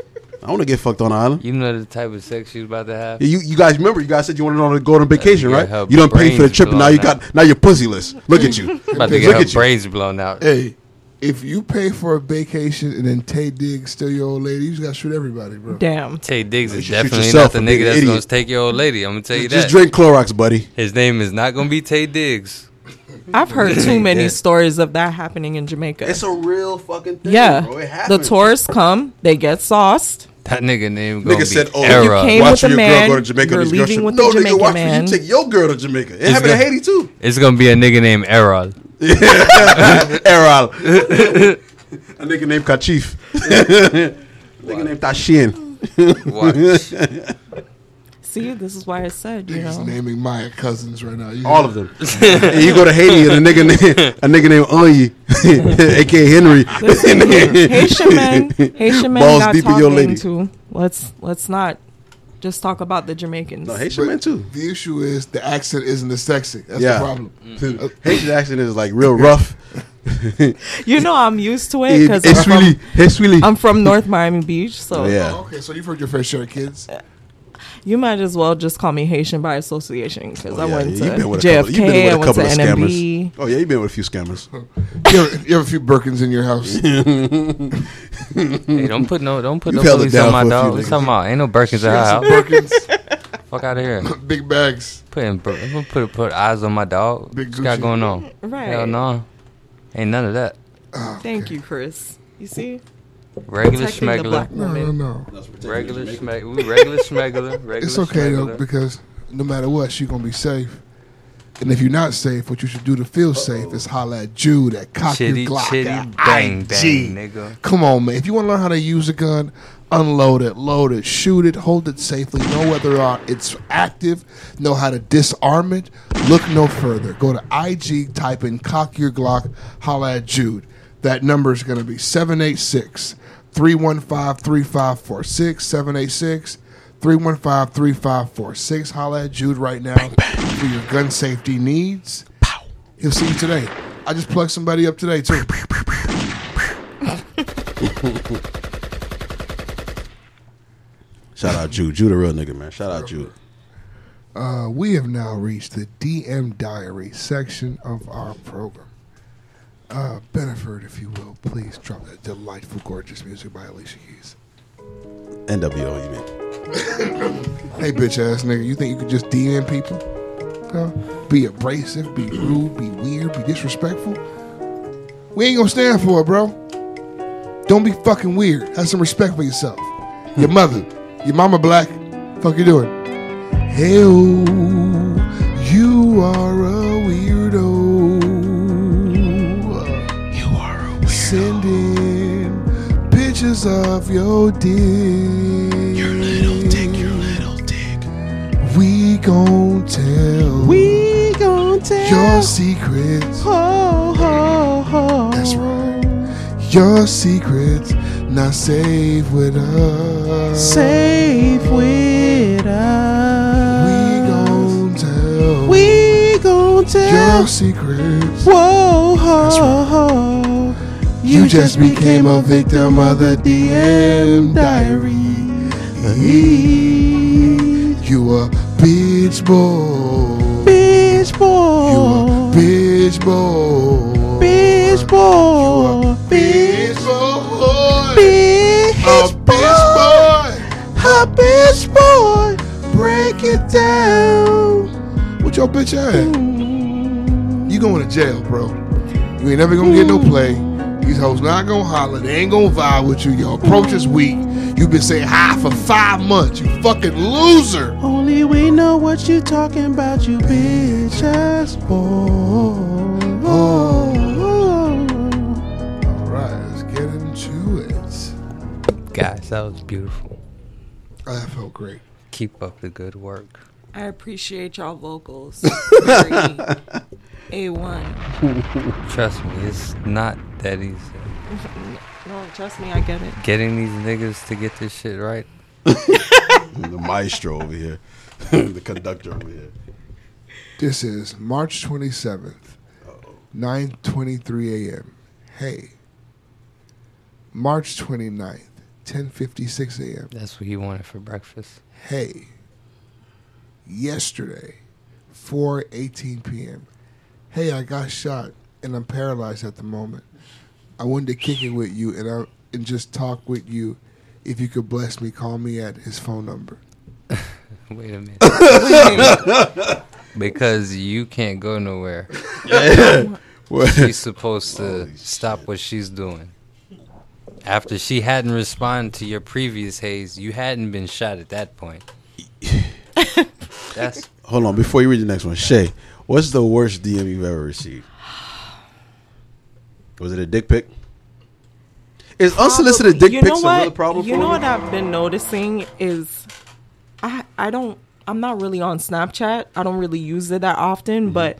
Speaker 6: I want to get fucked on an island.
Speaker 2: You know the type of sex she's about to have.
Speaker 6: You, you guys remember you guys said you wanted to go on a vacation,
Speaker 2: Yeah,
Speaker 6: right?
Speaker 2: her
Speaker 6: You done paid for the
Speaker 2: brains
Speaker 6: trip, and now
Speaker 2: blown
Speaker 6: you got now you're pussyless. Look at you.
Speaker 2: About to
Speaker 6: Look
Speaker 2: get her
Speaker 6: at you.
Speaker 2: braids blown out.
Speaker 1: hey, if you pay for a vacation and then Tay Diggs steal your old lady, you just gotta shoot everybody, bro.
Speaker 3: Damn.
Speaker 2: Tay Diggs is
Speaker 6: should shoot
Speaker 2: definitely
Speaker 6: yourself
Speaker 2: not the
Speaker 6: for being
Speaker 2: nigga
Speaker 6: an
Speaker 2: that's
Speaker 6: idiot.
Speaker 2: gonna take your old lady. I'm gonna tell you
Speaker 6: Just
Speaker 2: that.
Speaker 6: drink Clorox, buddy.
Speaker 2: His name is not gonna be Tay Diggs.
Speaker 3: I've heard too many
Speaker 2: Yeah.
Speaker 3: stories of that happening in Jamaica.
Speaker 6: It's a real fucking thing,
Speaker 3: yeah,
Speaker 6: bro. It
Speaker 3: the
Speaker 6: happens.
Speaker 3: tourists come, they get sauced.
Speaker 2: That nigga name gonna
Speaker 6: Nigga
Speaker 2: be
Speaker 6: said, "Oh,
Speaker 2: Era.
Speaker 3: You came
Speaker 6: watch
Speaker 3: with a
Speaker 6: your
Speaker 3: man,
Speaker 6: girl go to Jamaica.
Speaker 3: you're
Speaker 6: and this girl
Speaker 3: leaving
Speaker 6: should-
Speaker 3: with
Speaker 6: no,
Speaker 3: a
Speaker 6: nigga,
Speaker 3: Jamaican
Speaker 6: watch
Speaker 3: man."
Speaker 6: You take your girl to Jamaica. It happened in
Speaker 2: good.
Speaker 6: Haiti too.
Speaker 2: It's gonna be a nigga named Errol.
Speaker 6: Errol. a nigga named Kachif. nigga named Tashin.
Speaker 2: Watch.
Speaker 3: See, this is why I said, you
Speaker 1: He's
Speaker 3: know,
Speaker 1: naming Maya cousins right now. You
Speaker 6: All of them. and you go to Haiti and a nigga named a nigga named Onyi, aka Henry.
Speaker 3: Haitian men, Haitian men
Speaker 6: Balls
Speaker 3: got
Speaker 6: deep in
Speaker 3: talked
Speaker 6: your lady.
Speaker 3: into. Let's let's not just talk about the Jamaicans.
Speaker 6: No, Haitian men too.
Speaker 1: The issue is the accent isn't as sexy. That's
Speaker 6: Yeah. Mm.
Speaker 1: the problem. uh,
Speaker 6: Haitian accent is like real rough.
Speaker 3: you know, I'm used to it
Speaker 6: It-
Speaker 3: because
Speaker 6: it's
Speaker 3: I'm,
Speaker 6: really,
Speaker 3: from-
Speaker 6: it's really. Oh,
Speaker 3: I'm from North Miami Beach,
Speaker 1: Oh,
Speaker 3: so
Speaker 6: yeah.
Speaker 1: okay, so you've heard your fair share of kids.
Speaker 3: you might as well just call me Haitian by association because
Speaker 6: Oh,
Speaker 3: I
Speaker 6: yeah,
Speaker 3: went
Speaker 6: yeah, you've
Speaker 3: to
Speaker 6: been with a couple- you've been
Speaker 3: JFK,
Speaker 6: with
Speaker 3: I
Speaker 6: a
Speaker 3: went to
Speaker 6: couple of
Speaker 3: NMB.
Speaker 6: scammers. Oh yeah, you've been with a few scammers.
Speaker 1: You have, you have a few Birkins in your house.
Speaker 2: hey, don't put no don't put
Speaker 6: You
Speaker 2: no
Speaker 6: held it
Speaker 2: police on
Speaker 6: down
Speaker 2: my
Speaker 6: for a few
Speaker 2: dog. What's
Speaker 6: niggas.
Speaker 2: talking about? Ain't no Birkins in her house.
Speaker 1: Birkins,
Speaker 2: Fuck out of here.
Speaker 1: big bags.
Speaker 2: Putting bur- I'm gonna put put eyes on my dog.
Speaker 1: Big
Speaker 2: What's got
Speaker 1: Gucci.
Speaker 2: going on?
Speaker 3: Right.
Speaker 2: Hell no. Ain't none of that.
Speaker 3: Thank you, Chris. You see,
Speaker 2: Regular
Speaker 3: Protecting the
Speaker 2: schmegler.
Speaker 3: black
Speaker 1: No, no,
Speaker 3: woman.
Speaker 1: no.
Speaker 2: Regular schmegler. We regular schmegler. Regular
Speaker 1: It's okay
Speaker 2: schmegler.
Speaker 1: though because no matter what, she's gonna be safe. And if you're not safe, what you should do to feel safe is holler at Jude, that cock your
Speaker 2: Chitty
Speaker 1: Glock,
Speaker 2: chitty
Speaker 1: that
Speaker 2: bang
Speaker 1: IG.
Speaker 2: bang nigga.
Speaker 1: Come on, man. If you want to learn how to use a gun, unload it, load it, shoot it, hold it safely, know whether or not it's active, know how to disarm it. Look no further. Go to IG, type in cock your Glock, holla at Jude. That number is going to be 786 315 3546. 786 315 3546. Holla at Jude right now for your gun safety needs. He'll see you today. I just plugged somebody up today, too.
Speaker 6: Shout out Jude. Jude a real nigga, man. Shout out Jude.
Speaker 1: Uh, we have now reached the DM Diary section of our program. Uh, Beneford, if you will, please drop that delightful, gorgeous music by Alicia Keys.
Speaker 6: NWO, you mean?
Speaker 1: Hey, bitch ass nigga, you think you could just DM people? Huh? Be abrasive, be rude, be weird, be disrespectful? We ain't gonna stand for it, bro. Don't be fucking weird. Have some respect for yourself. Your mother, your mama black. Fuck you doing? Hey, you are a weirdo. You are a weirdo. Send in pictures of your dick. Your little dick, your little dick. We gon' tell. We gon' tell. Your secrets. That's right. Your secrets not safe with us. Safe with us. We gon' tell. We gon' tell your secrets. Whoa. That's right. You just became a victim of the DM diary. You a bitch boy. Bitch boy. You a bitch boy. Bitch boy. You a bitch boy. Bitch a bitch boy. A bitch boy. Break it down. Mm. What your bitch ass? You going to jail, bro. You ain't never gonna get no play. These hoes not gonna holler. They ain't gonna vibe with you. Your approach is weak. You've been saying hi for five months. You fucking loser.
Speaker 10: Only we know what you talking about, you bitch ass boy.
Speaker 1: All right, let's get into it. Oh,
Speaker 2: Guys, that was beautiful.
Speaker 1: That felt great.
Speaker 2: Keep up the good work.
Speaker 3: I appreciate y'all vocals. Very A1.
Speaker 2: Trust me, it's not that easy.
Speaker 3: No, trust me, I get it.
Speaker 2: Getting these niggas to get this shit right.
Speaker 6: The maestro over here, the conductor over here.
Speaker 1: This is March 27th, 9:23 a.m. Hey. March 29th, 10:56 a.m.
Speaker 2: That's what he wanted for breakfast.
Speaker 1: Hey. Yesterday, 4:18 p.m. Hey, I got shot and I'm paralyzed at the moment. I wanted to kick it with you and I and just talk with you. If you could bless me, call me at his phone number.
Speaker 2: Wait a minute. because you can't go nowhere. She's supposed to stop what she's doing. After she hadn't responded to your previous haze, you hadn't been shot at that point. That's
Speaker 6: Hold on, before you read the next one, Shay, what's the worst DM you've ever received? Was it a dick pic? Is unsolicited dick
Speaker 3: You know
Speaker 6: pics a
Speaker 3: what?
Speaker 6: real problem
Speaker 3: You
Speaker 6: for
Speaker 3: know
Speaker 6: you?
Speaker 3: what I've been noticing is, I I don't I'm not really on Snapchat. I don't really use it that
Speaker 6: Mm-hmm.
Speaker 3: often, but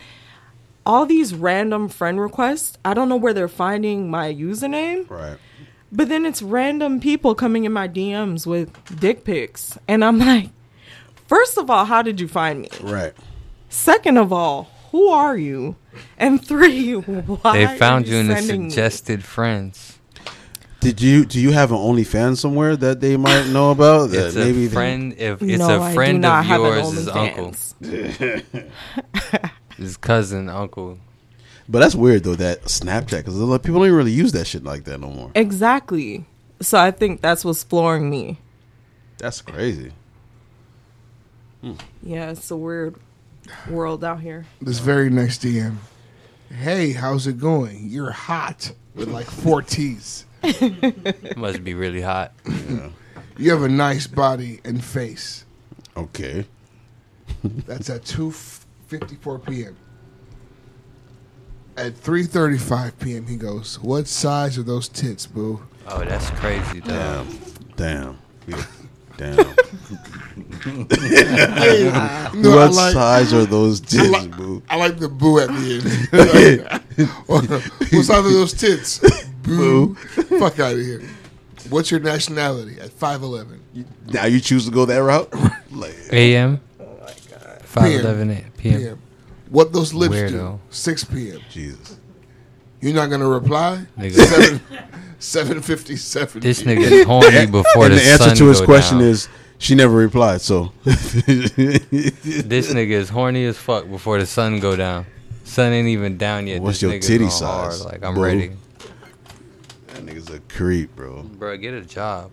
Speaker 3: all these random friend requests, I don't know where they're finding my username.
Speaker 6: Right.
Speaker 3: But then it's random people coming in my DMs with dick pics, and I'm like, first of all, how did you find me?
Speaker 6: Right.
Speaker 3: Second of all, who are you? And three, why
Speaker 2: they found
Speaker 3: are
Speaker 2: you in the
Speaker 3: sending me?
Speaker 2: suggested friends.
Speaker 6: Did you do you have an OnlyFans somewhere that they might know about? That
Speaker 2: It's
Speaker 6: maybe
Speaker 2: a
Speaker 6: they-
Speaker 2: friend. If it's
Speaker 3: No, I
Speaker 2: a
Speaker 3: do
Speaker 2: friend
Speaker 3: not
Speaker 2: of
Speaker 3: have an
Speaker 2: yours, his uncle,
Speaker 3: OnlyFans.
Speaker 2: his cousin, uncle.
Speaker 6: but that's weird though. That Snapchat because people don't even really use that shit like that no more.
Speaker 3: Exactly. So I think that's what's flooring me.
Speaker 6: That's crazy.
Speaker 3: Yeah, it's a weird world out here.
Speaker 1: This very next DM. Hey, how's it going? You're hot with like four T's.
Speaker 2: Must be really hot.
Speaker 1: You have a nice body and face.
Speaker 6: Okay.
Speaker 1: That's at 2:54 p.m. At 3:35 p.m. he goes, "What size are those tits, boo?"
Speaker 2: Oh, that's crazy, though.
Speaker 6: Damn. Damn. Yeah. Damn.
Speaker 1: No, I
Speaker 6: what
Speaker 1: like,
Speaker 6: size are those
Speaker 1: I
Speaker 6: tits,
Speaker 1: like-
Speaker 6: boo?
Speaker 1: I like the boo at the end. what size are those tits, boo? Fuck out of here. What's your nationality? At 5:11
Speaker 6: Now you choose to go that route? like,
Speaker 2: A.M.
Speaker 3: Oh
Speaker 2: Five eleven eight
Speaker 1: p.m.
Speaker 2: p.m.
Speaker 1: What those lips do?
Speaker 2: Weirdo.
Speaker 1: 6 p.m.
Speaker 6: Jesus.
Speaker 1: You're not gonna reply.
Speaker 2: Nigga,
Speaker 1: 7 7:57.
Speaker 2: this
Speaker 1: p.m.
Speaker 2: nigga is horny before
Speaker 6: and
Speaker 2: the,
Speaker 6: the answer
Speaker 2: sun
Speaker 6: to his
Speaker 2: go
Speaker 6: question
Speaker 2: down.
Speaker 6: is she never replied. So
Speaker 2: this nigga is horny as fuck before the sun go down. Sun ain't even down yet.
Speaker 6: What's
Speaker 2: this
Speaker 6: your
Speaker 2: nigga's
Speaker 6: titty
Speaker 2: on
Speaker 6: size,
Speaker 2: Hard. Like I'm
Speaker 6: bro?
Speaker 2: ready,
Speaker 6: that nigga's a creep, bro.
Speaker 2: bro. Get a job.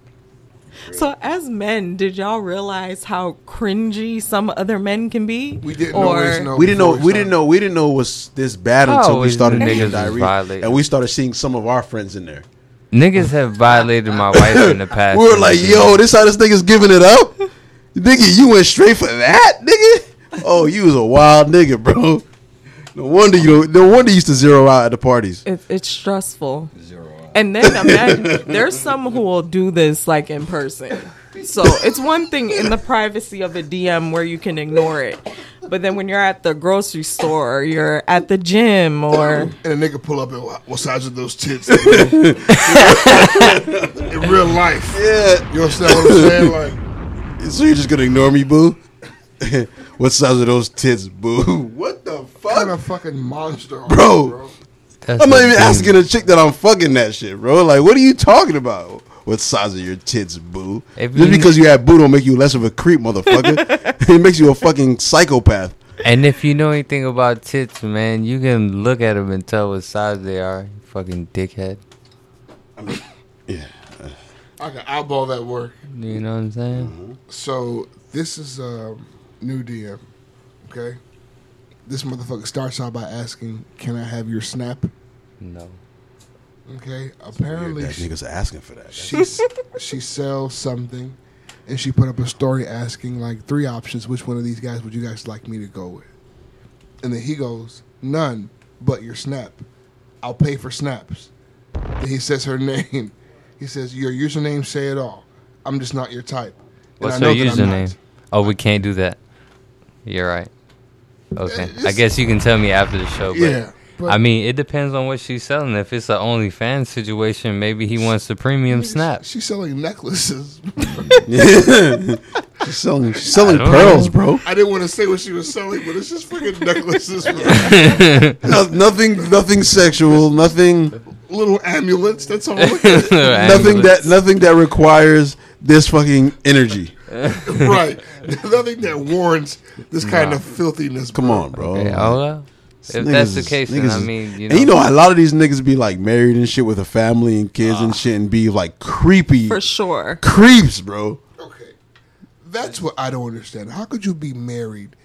Speaker 3: So as men, did y'all realize how cringy some other men can be?
Speaker 1: We didn't always
Speaker 3: or
Speaker 1: know.
Speaker 6: We didn't know.
Speaker 1: before
Speaker 6: We didn't
Speaker 1: started.
Speaker 6: know. We didn't know it was this bad
Speaker 2: I
Speaker 6: until we
Speaker 2: always
Speaker 6: started
Speaker 2: knew niggas
Speaker 6: making
Speaker 2: was
Speaker 6: diarrhea,
Speaker 2: violating.
Speaker 6: and we started seeing some of our friends in there.
Speaker 2: Niggas have violated my wife in the past.
Speaker 6: We were like, "Yo, this how this nigga's giving it up, nigga. You went straight for that, nigga. Oh, you was a wild nigga, bro. No wonder you. No wonder you used to zero out at the parties.
Speaker 3: it, it's stressful. And then imagine, there's some who will do this like in person. So it's one thing in the privacy of a DM where you can ignore it. But then when you're at the grocery store or you're at the gym or
Speaker 1: And a nigga pull up and "What- what size are those tits? in real life.
Speaker 6: Yeah.
Speaker 1: You understand what I'm saying? Like,
Speaker 6: So you're just gonna ignore me, boo? what size are those tits, boo? What the
Speaker 1: what kind
Speaker 6: fuck,
Speaker 1: of fucking monster are
Speaker 6: Bro.
Speaker 1: you, bro?
Speaker 2: That's
Speaker 6: I'm not
Speaker 2: the
Speaker 6: even
Speaker 2: thing.
Speaker 6: asking a chick that I'm fucking that shit, bro. Like, what are you talking about? What size are your tits, boo?
Speaker 2: If
Speaker 6: Just
Speaker 2: you-
Speaker 6: because you have boo don't make you less of a creep, motherfucker. it makes you a fucking psychopath.
Speaker 2: And if you know anything about tits, man, you can look at them and tell what size they are. You fucking dickhead.
Speaker 1: I can eyeball that work.
Speaker 2: You know what I'm saying?
Speaker 1: So this is a new DM. Okay, this motherfucker starts out by asking, "Can I have your snap?"
Speaker 2: No.
Speaker 1: Okay. Apparently,
Speaker 6: That
Speaker 1: she,
Speaker 6: nigga's asking for that.
Speaker 1: she's- she sells something, and she put up a story asking like three options. Which one of these guys would you guys like me to go with? And then he goes, "None, but your snap. I'll pay for snaps." Then he says her name. He says, "Your username say it all. I'm just not your type." And I
Speaker 2: What's
Speaker 1: know
Speaker 2: her
Speaker 1: that I'm not.
Speaker 2: username? Oh, we can't do that. You're right. Okay. I guess you can tell me after the show. But
Speaker 1: Yeah, but-
Speaker 2: I mean, it depends on what she's selling. If it's an OnlyFans situation, maybe he wants the premium snap.
Speaker 1: She's selling necklaces.
Speaker 6: she's selling, she's selling
Speaker 2: don't
Speaker 6: pearls,
Speaker 2: know.
Speaker 6: bro.
Speaker 1: I didn't want to say what she was selling, but it's just freaking necklaces, bro.
Speaker 6: No- nothing, nothing sexual. Nothing.
Speaker 1: little amulets. That's all. right.
Speaker 6: nothing that nothing that requires this fucking energy.
Speaker 1: Nothing that warrants this kind of filthiness.
Speaker 6: Come on, bro.
Speaker 2: Okay, oh, well, if
Speaker 6: Niggas
Speaker 2: that's the
Speaker 6: is-
Speaker 2: case,
Speaker 6: niggas
Speaker 2: then I
Speaker 6: is-
Speaker 2: mean, you
Speaker 6: and you
Speaker 2: know,
Speaker 6: know, a lot of these niggas be like married and shit with a family and kids
Speaker 2: Ah.
Speaker 6: and shit, and be like creepy
Speaker 3: for sure.
Speaker 6: creeps, bro.
Speaker 1: Okay, that's what I don't understand. How could you be married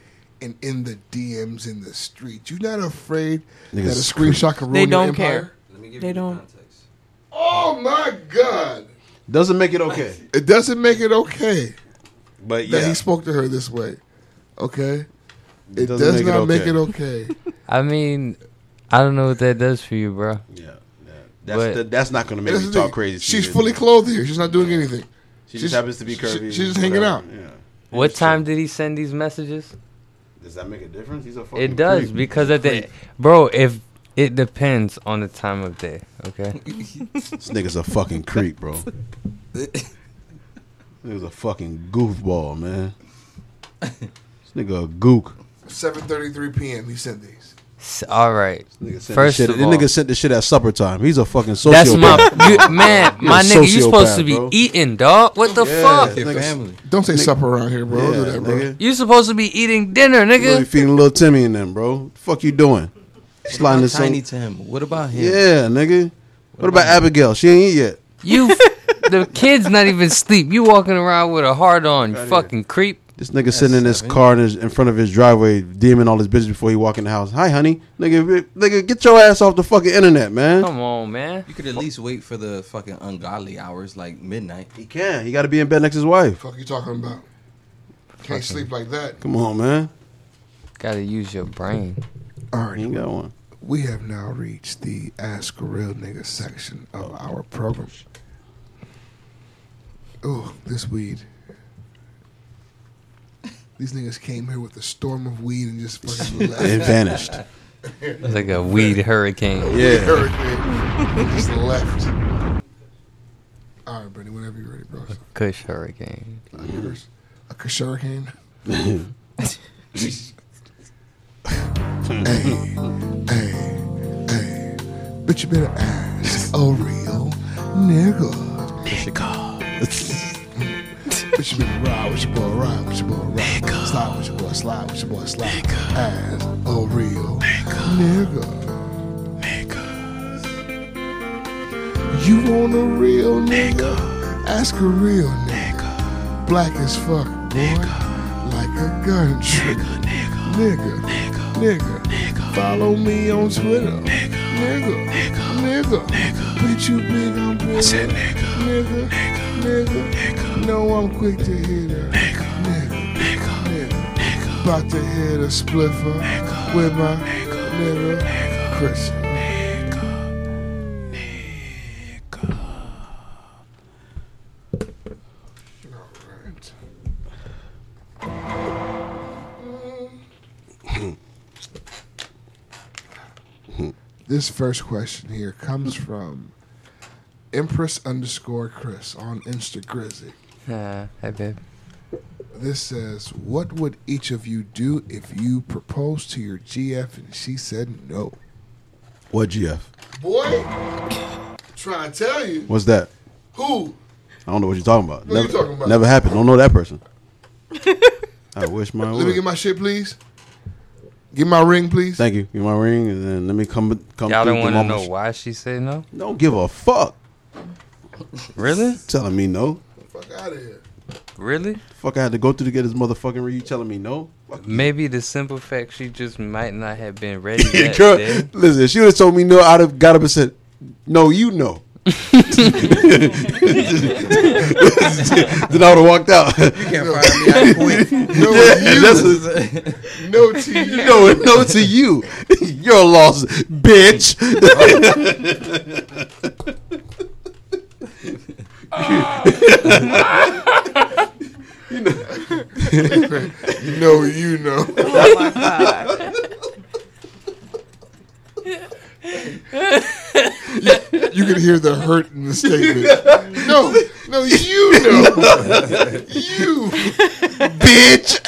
Speaker 1: and in the DMs in the street? You're not afraid that a
Speaker 6: Niggas
Speaker 1: screenshot can ruin
Speaker 3: They
Speaker 1: your
Speaker 3: don't
Speaker 1: empire?
Speaker 3: care. They don't.
Speaker 1: Oh my god!
Speaker 6: Doesn't make it okay,
Speaker 1: It doesn't make it okay
Speaker 6: but
Speaker 1: that
Speaker 6: yeah,
Speaker 1: he spoke to her this way. Okay, it,
Speaker 6: doesn't
Speaker 1: does
Speaker 6: make it
Speaker 1: not make
Speaker 6: okay.
Speaker 1: it okay.
Speaker 2: I mean, I don't know what that does for you, bro.
Speaker 6: yeah, yeah.
Speaker 2: But-
Speaker 6: That's the, that's not gonna make
Speaker 1: That's
Speaker 6: me
Speaker 1: the
Speaker 6: talk
Speaker 1: thing.
Speaker 6: crazy.
Speaker 1: She's
Speaker 6: either.
Speaker 1: fully clothed here. She's not doing anything.
Speaker 6: She just
Speaker 1: she's-
Speaker 6: happens to be
Speaker 1: she-
Speaker 6: curvy.
Speaker 1: she's just hanging
Speaker 6: whatever.
Speaker 1: out.
Speaker 6: Yeah.
Speaker 2: What time did he send these messages?
Speaker 6: Does that make a difference? He's a fucking
Speaker 2: It does
Speaker 6: Oh, creep.
Speaker 2: because at the bro, if it depends on the time of day. Okay,
Speaker 6: This nigga's a fucking creep, bro. nigga's a fucking goofball, man. This nigga a gook.
Speaker 1: 7:33 p.m. He sent these.
Speaker 2: S- all right.
Speaker 6: Nigga sent
Speaker 2: First
Speaker 6: the shit,
Speaker 2: of
Speaker 6: this
Speaker 2: all,
Speaker 6: nigga sent the shit at supper time. He's a fucking sociopath.
Speaker 2: that's my you, man,
Speaker 6: You're
Speaker 2: my
Speaker 6: a
Speaker 2: nigga. You supposed
Speaker 6: sociopath,
Speaker 2: to be
Speaker 6: bro.
Speaker 2: eating, dog. What the
Speaker 6: Yeah,
Speaker 2: fuck?
Speaker 7: Your
Speaker 6: nigga-
Speaker 7: family.
Speaker 1: Don't say supper around here, bro.
Speaker 6: Yeah,
Speaker 1: Don't do that, bro.
Speaker 6: nigga.
Speaker 2: You supposed to be eating dinner,
Speaker 6: You really
Speaker 2: nigga.
Speaker 6: feeding little Timmy in them, bro. What the fuck you doing? Sliding
Speaker 7: How
Speaker 6: this
Speaker 7: tiny
Speaker 6: on.
Speaker 7: Tim? What about him?
Speaker 6: Yeah, nigga. What about Abigail? She ain't eat yet.
Speaker 2: You, the kid's not even sleep. You walking around with a heart on, you fucking creep.
Speaker 6: This nigga sitting in his car in, his, in front of his driveway, DMing all his bitches before he walk in the house. Hi, honey. Nigga, nigga, get your ass off the fucking internet, man.
Speaker 2: Come on, man.
Speaker 7: You could at least wait for the fucking ungodly hours, like midnight.
Speaker 6: He can. He got to be in bed next to his wife.
Speaker 1: fuck you talking about? Can't sleep like that.
Speaker 6: Come on, man.
Speaker 2: Gotta use your brain.
Speaker 6: He ain't
Speaker 1: Alright,
Speaker 6: got one.
Speaker 1: we have now reached the Ask a Real Nigga section of our program. Oh, this weed. These niggas came here with a storm of weed and just fucking
Speaker 6: It
Speaker 1: left.
Speaker 6: vanished.
Speaker 2: It's like a weed hurricane.
Speaker 6: Yeah.
Speaker 1: Hurricane. They just left. All right, Brittany, whenever you're ready, bro.
Speaker 2: Kush hurricane.
Speaker 1: Yours. A Kashurican. hey, hey, hey. But you better ask a real nigga. But you better ride with your boy, ride with your boy, ride. Slide with your boy, slide with your boy, slide. Ask a real nigga. You want a real nigga? Ask a real nigga. Black as fuck, boy. Like a gun trigger. Nigga, nigga, nigga, Follow me on Twitter. Nigga, nigga, nigga. Bitch, you big, I'm big. nigga, nigga, nigga, No, I'm quick to hit her. Nigga, nigga, nigga. About to hit a spliffer with my nigga, Chris. Alright. This first question here comes from Empress underscore Chris on Instagrizzy.
Speaker 2: Ah, hey, babe.
Speaker 1: This says, What would each of you do if you proposed to your GF and she said no?
Speaker 6: What GF?
Speaker 1: Boy, trying to tell you.
Speaker 6: What's that?
Speaker 1: Who?
Speaker 6: I don't know what you're talking about.
Speaker 1: What
Speaker 6: never,
Speaker 1: you talking about?
Speaker 6: Never happened. Don't know that person. I wish my.
Speaker 1: Let me
Speaker 6: would.
Speaker 1: get my shit, please. Give my ring, please.
Speaker 6: Thank you. Give my ring and then let me come come.
Speaker 2: Y'all
Speaker 6: through
Speaker 2: don't
Speaker 6: with
Speaker 2: want
Speaker 6: my
Speaker 2: to know
Speaker 6: mach-
Speaker 2: why she said no?
Speaker 6: Don't give a fuck.
Speaker 2: Really?
Speaker 6: Telling me no.
Speaker 1: Fuck out of here.
Speaker 2: Really?
Speaker 6: Fuck, I had to go through to get this motherfucking ring. You telling me no?
Speaker 2: Maybe the simple fact she just might not have been ready.
Speaker 6: Yeah,
Speaker 2: that
Speaker 6: girl,
Speaker 2: day.
Speaker 6: listen, if she would have told me no, I'd have got up and said, No, you know. then I would have walked out. You
Speaker 7: can't fire me, I quit.
Speaker 1: No, you. No to you.
Speaker 6: no, no to you. You're a lost bitch.
Speaker 1: no, you know. you, you can hear the hurt in the statement. No, no, you know. you.
Speaker 6: bitch.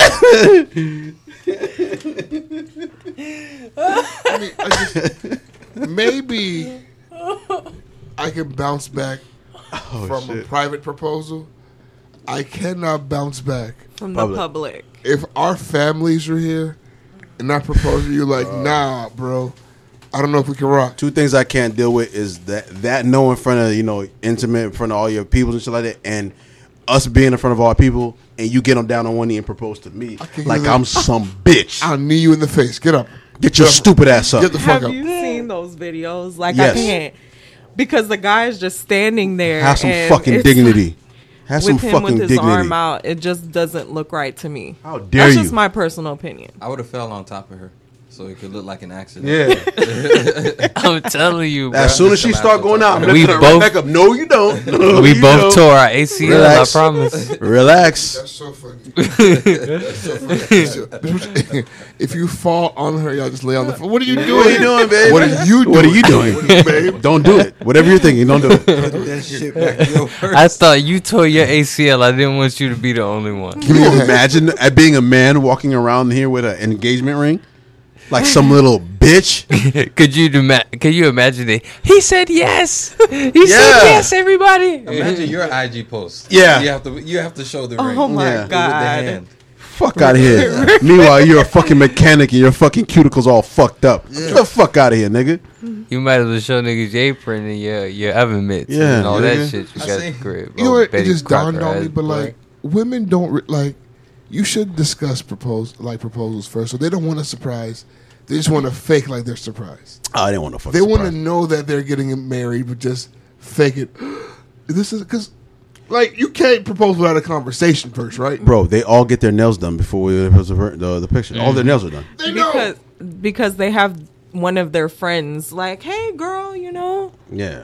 Speaker 1: I mean, I just, maybe I can bounce back
Speaker 6: Oh,
Speaker 1: from a
Speaker 6: shit.
Speaker 1: private proposal. I cannot bounce back
Speaker 3: From
Speaker 6: Public.
Speaker 3: the public.
Speaker 1: if our families are here and I propose to you, like,
Speaker 6: Uh,
Speaker 1: nah, bro, I don't know if we can rock.
Speaker 6: Two things I can't deal with is that that no in front of you know intimate in front of all your people and shit like that, and us being in front of all people, and you get them down on one knee and propose to me
Speaker 1: can't
Speaker 6: like
Speaker 1: hear
Speaker 6: I'm some bitch.
Speaker 1: I'll knee you in the face. Get up.
Speaker 6: Get your
Speaker 1: Get up.
Speaker 6: stupid ass up.
Speaker 1: Get the fuck
Speaker 3: Have
Speaker 1: up.
Speaker 3: you seen those videos? Like
Speaker 6: Yes.
Speaker 3: I can't because the guy is just standing there.
Speaker 6: Have some
Speaker 3: and
Speaker 6: fucking
Speaker 3: it's-
Speaker 6: dignity. Have
Speaker 3: With
Speaker 6: some
Speaker 3: him
Speaker 6: fucking
Speaker 3: with his
Speaker 6: dignity.
Speaker 3: arm out, it just doesn't look right to me.
Speaker 6: How dare
Speaker 3: That's
Speaker 6: you?
Speaker 3: just my personal opinion.
Speaker 7: I would have fell on top of her, so it could look like an accident.
Speaker 6: Yeah.
Speaker 2: I'm telling you, bro.
Speaker 6: As soon as she start going out, I'm
Speaker 2: We
Speaker 6: lifting her right
Speaker 2: both-
Speaker 6: back up. No, you don't. No,
Speaker 2: we
Speaker 6: you
Speaker 2: both
Speaker 6: don't.
Speaker 2: tore our ACL.
Speaker 6: Relax.
Speaker 2: I promise.
Speaker 6: Relax.
Speaker 1: That's so funny. That's so funny. if you fall on her, y'all just lay on the floor. What are you doing?
Speaker 6: What are you doing, babe?
Speaker 1: What are you doing?
Speaker 6: What are you doing?
Speaker 1: babe?
Speaker 6: Don't do it. Whatever you're thinking, don't do it.
Speaker 9: that shit back to your first.
Speaker 2: I thought you tore your ACL. I didn't want you to be the only one.
Speaker 6: Can you imagine uh, being a man walking around here with an engagement ring? Like some little bitch?
Speaker 2: Could you ima- can you imagine it? He said yes. He
Speaker 6: Yeah.
Speaker 2: said yes. Everybody.
Speaker 7: Imagine your IG post.
Speaker 6: Yeah.
Speaker 7: you have to you have to show the ring.
Speaker 3: Oh my
Speaker 6: Yeah.
Speaker 7: With the
Speaker 3: god!
Speaker 7: hand.
Speaker 6: Fuck out of here. Meanwhile, you're a fucking mechanic and your fucking cuticles all fucked up. Get the fuck out of here, nigga.
Speaker 2: You might as well show niggas your apron and your your oven mitts
Speaker 6: Yeah,
Speaker 2: and all
Speaker 6: nigga.
Speaker 2: that shit. You
Speaker 7: I
Speaker 2: got
Speaker 7: see.
Speaker 2: the crib.
Speaker 1: You
Speaker 2: Oh,
Speaker 1: know what? It
Speaker 2: Betty
Speaker 1: just dawned
Speaker 2: Crocker
Speaker 1: on me,
Speaker 2: ass
Speaker 1: but
Speaker 2: boy.
Speaker 1: like, women don't re- like. You should discuss propose like proposals first, so they don't want a surprise. They just want to fake like they're surprised.
Speaker 6: Oh, I didn't want to fuck
Speaker 1: They want to
Speaker 6: to.
Speaker 1: know that they're getting married, but just fake it. this is because, like, you can't propose without a conversation first, right?
Speaker 6: Bro, they all get their nails done before we the, the, the picture. All their nails are done.
Speaker 1: They know.
Speaker 3: Because because they have one of their friends like, hey girl, you know,
Speaker 6: Yeah.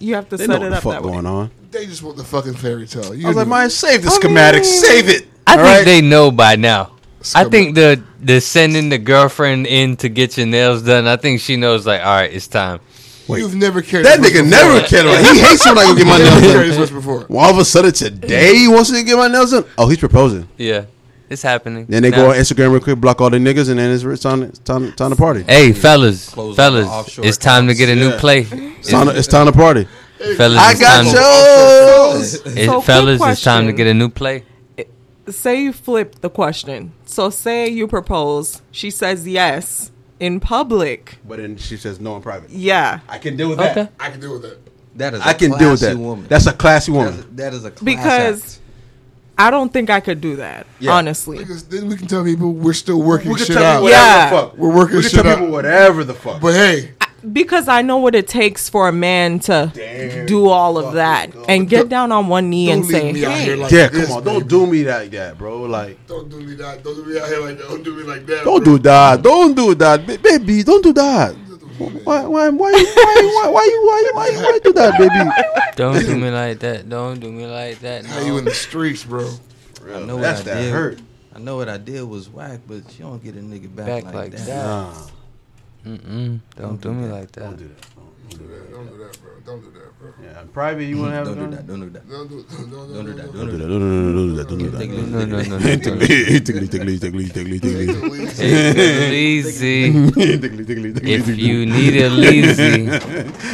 Speaker 3: you have to
Speaker 6: They know
Speaker 3: set
Speaker 6: what
Speaker 3: it
Speaker 6: the
Speaker 3: up
Speaker 6: fuck
Speaker 3: that way.
Speaker 6: going on.
Speaker 1: they just want the fucking fairy tale. You
Speaker 6: I was like,
Speaker 1: knew.
Speaker 6: man, save the schematic. Save it.
Speaker 2: I
Speaker 6: All
Speaker 2: think
Speaker 6: right?
Speaker 2: they know by now. I
Speaker 1: Scumbag.
Speaker 2: think the the sending the girlfriend in to get your nails done. I think she knows like, all right, it's time.
Speaker 1: you've never cared.
Speaker 6: That
Speaker 1: this much before.
Speaker 6: nigga never cared about it. He hates when I go get my
Speaker 1: You've never
Speaker 6: nails
Speaker 1: cared this
Speaker 6: done.
Speaker 1: much before.
Speaker 6: Well, all of a sudden today he wants me to get my nails done. Oh, he's proposing.
Speaker 2: Yeah, it's happening.
Speaker 6: Then they
Speaker 2: Now-
Speaker 6: go on Instagram real quick, block all the niggas, and then it's it's time time time to party.
Speaker 2: Hey, fellas,
Speaker 7: Close all the
Speaker 2: fellas,
Speaker 7: offshore
Speaker 2: it's time to get a new
Speaker 6: Yeah.
Speaker 2: play.
Speaker 6: It's time to, it's time to party.
Speaker 2: fellas,
Speaker 6: I
Speaker 2: it's
Speaker 6: got
Speaker 2: time
Speaker 6: yours.
Speaker 2: To, it-
Speaker 3: So, quick
Speaker 2: fellas, it's time to
Speaker 3: question.
Speaker 2: get a new play.
Speaker 3: Say you flip the question. So say you propose. She says yes in public.
Speaker 6: But then she says no in private.
Speaker 3: Yeah,
Speaker 6: I can deal with
Speaker 2: that. Okay.
Speaker 1: I can deal with that.
Speaker 7: That is. I
Speaker 6: I can deal with that.
Speaker 7: Woman.
Speaker 6: That's a classy
Speaker 7: That's-
Speaker 6: woman.
Speaker 7: that is a class
Speaker 3: Because-
Speaker 7: act.
Speaker 3: I don't think I could do that.
Speaker 6: Yeah.
Speaker 3: Honestly,
Speaker 1: Because then we can tell people we're still working shit out.
Speaker 3: whatever Yeah.
Speaker 6: the fuck.
Speaker 1: We're working
Speaker 6: we can
Speaker 1: shit
Speaker 6: tell
Speaker 1: out.
Speaker 6: people whatever the fuck.
Speaker 1: But hey,
Speaker 3: because I know what it takes for a man to
Speaker 6: Damn.
Speaker 3: do all of that and get down on one knee
Speaker 1: don't
Speaker 3: and
Speaker 1: leave
Speaker 3: say,
Speaker 1: me out
Speaker 3: "Hey,
Speaker 1: here like
Speaker 6: yeah, come
Speaker 1: this,
Speaker 6: on.
Speaker 1: baby.
Speaker 6: Don't do me like that, bro. Like,
Speaker 1: Don't do me that. Don't do me out here like that. Don't do me like that.
Speaker 6: don't
Speaker 1: bro.
Speaker 6: do that. Don't do that, Ba- baby. Don't do that. Why? Why? Why? Why? Why? Why? Why? Why? Why you do that, baby?
Speaker 2: Don't do me like that. Don't do me like that.
Speaker 1: How
Speaker 2: no.
Speaker 1: you in the streets, bro?
Speaker 7: I know
Speaker 6: That's
Speaker 7: what I
Speaker 6: that
Speaker 7: did.
Speaker 6: hurt.
Speaker 7: I know what I did was whack, but you don't get a nigga back,
Speaker 2: Back
Speaker 7: like,
Speaker 2: like
Speaker 7: that.
Speaker 2: that.
Speaker 6: Nah.
Speaker 2: Mm-mm. Don't, do me like that.
Speaker 6: Don't do that.
Speaker 8: Don't do that, bro. Don't do that, bro.
Speaker 6: Yeah, in private, you want to have
Speaker 7: Don't
Speaker 6: it
Speaker 7: do
Speaker 6: done?
Speaker 7: that. Don't do that.
Speaker 8: Don't do it. Don't, don't,
Speaker 7: Don't do that. Don't
Speaker 6: Don't
Speaker 7: do
Speaker 6: do
Speaker 7: that.
Speaker 6: that. Don't do that. Don't
Speaker 7: Take
Speaker 6: do
Speaker 7: leave,
Speaker 6: that.
Speaker 2: No, no, no, no.
Speaker 6: Tickly, tickly, tickly, tickly, tickly, tickly.
Speaker 2: If you lazy,
Speaker 6: Tickly, tickly, tickly,
Speaker 2: if
Speaker 6: tickly.
Speaker 2: you need a lazy,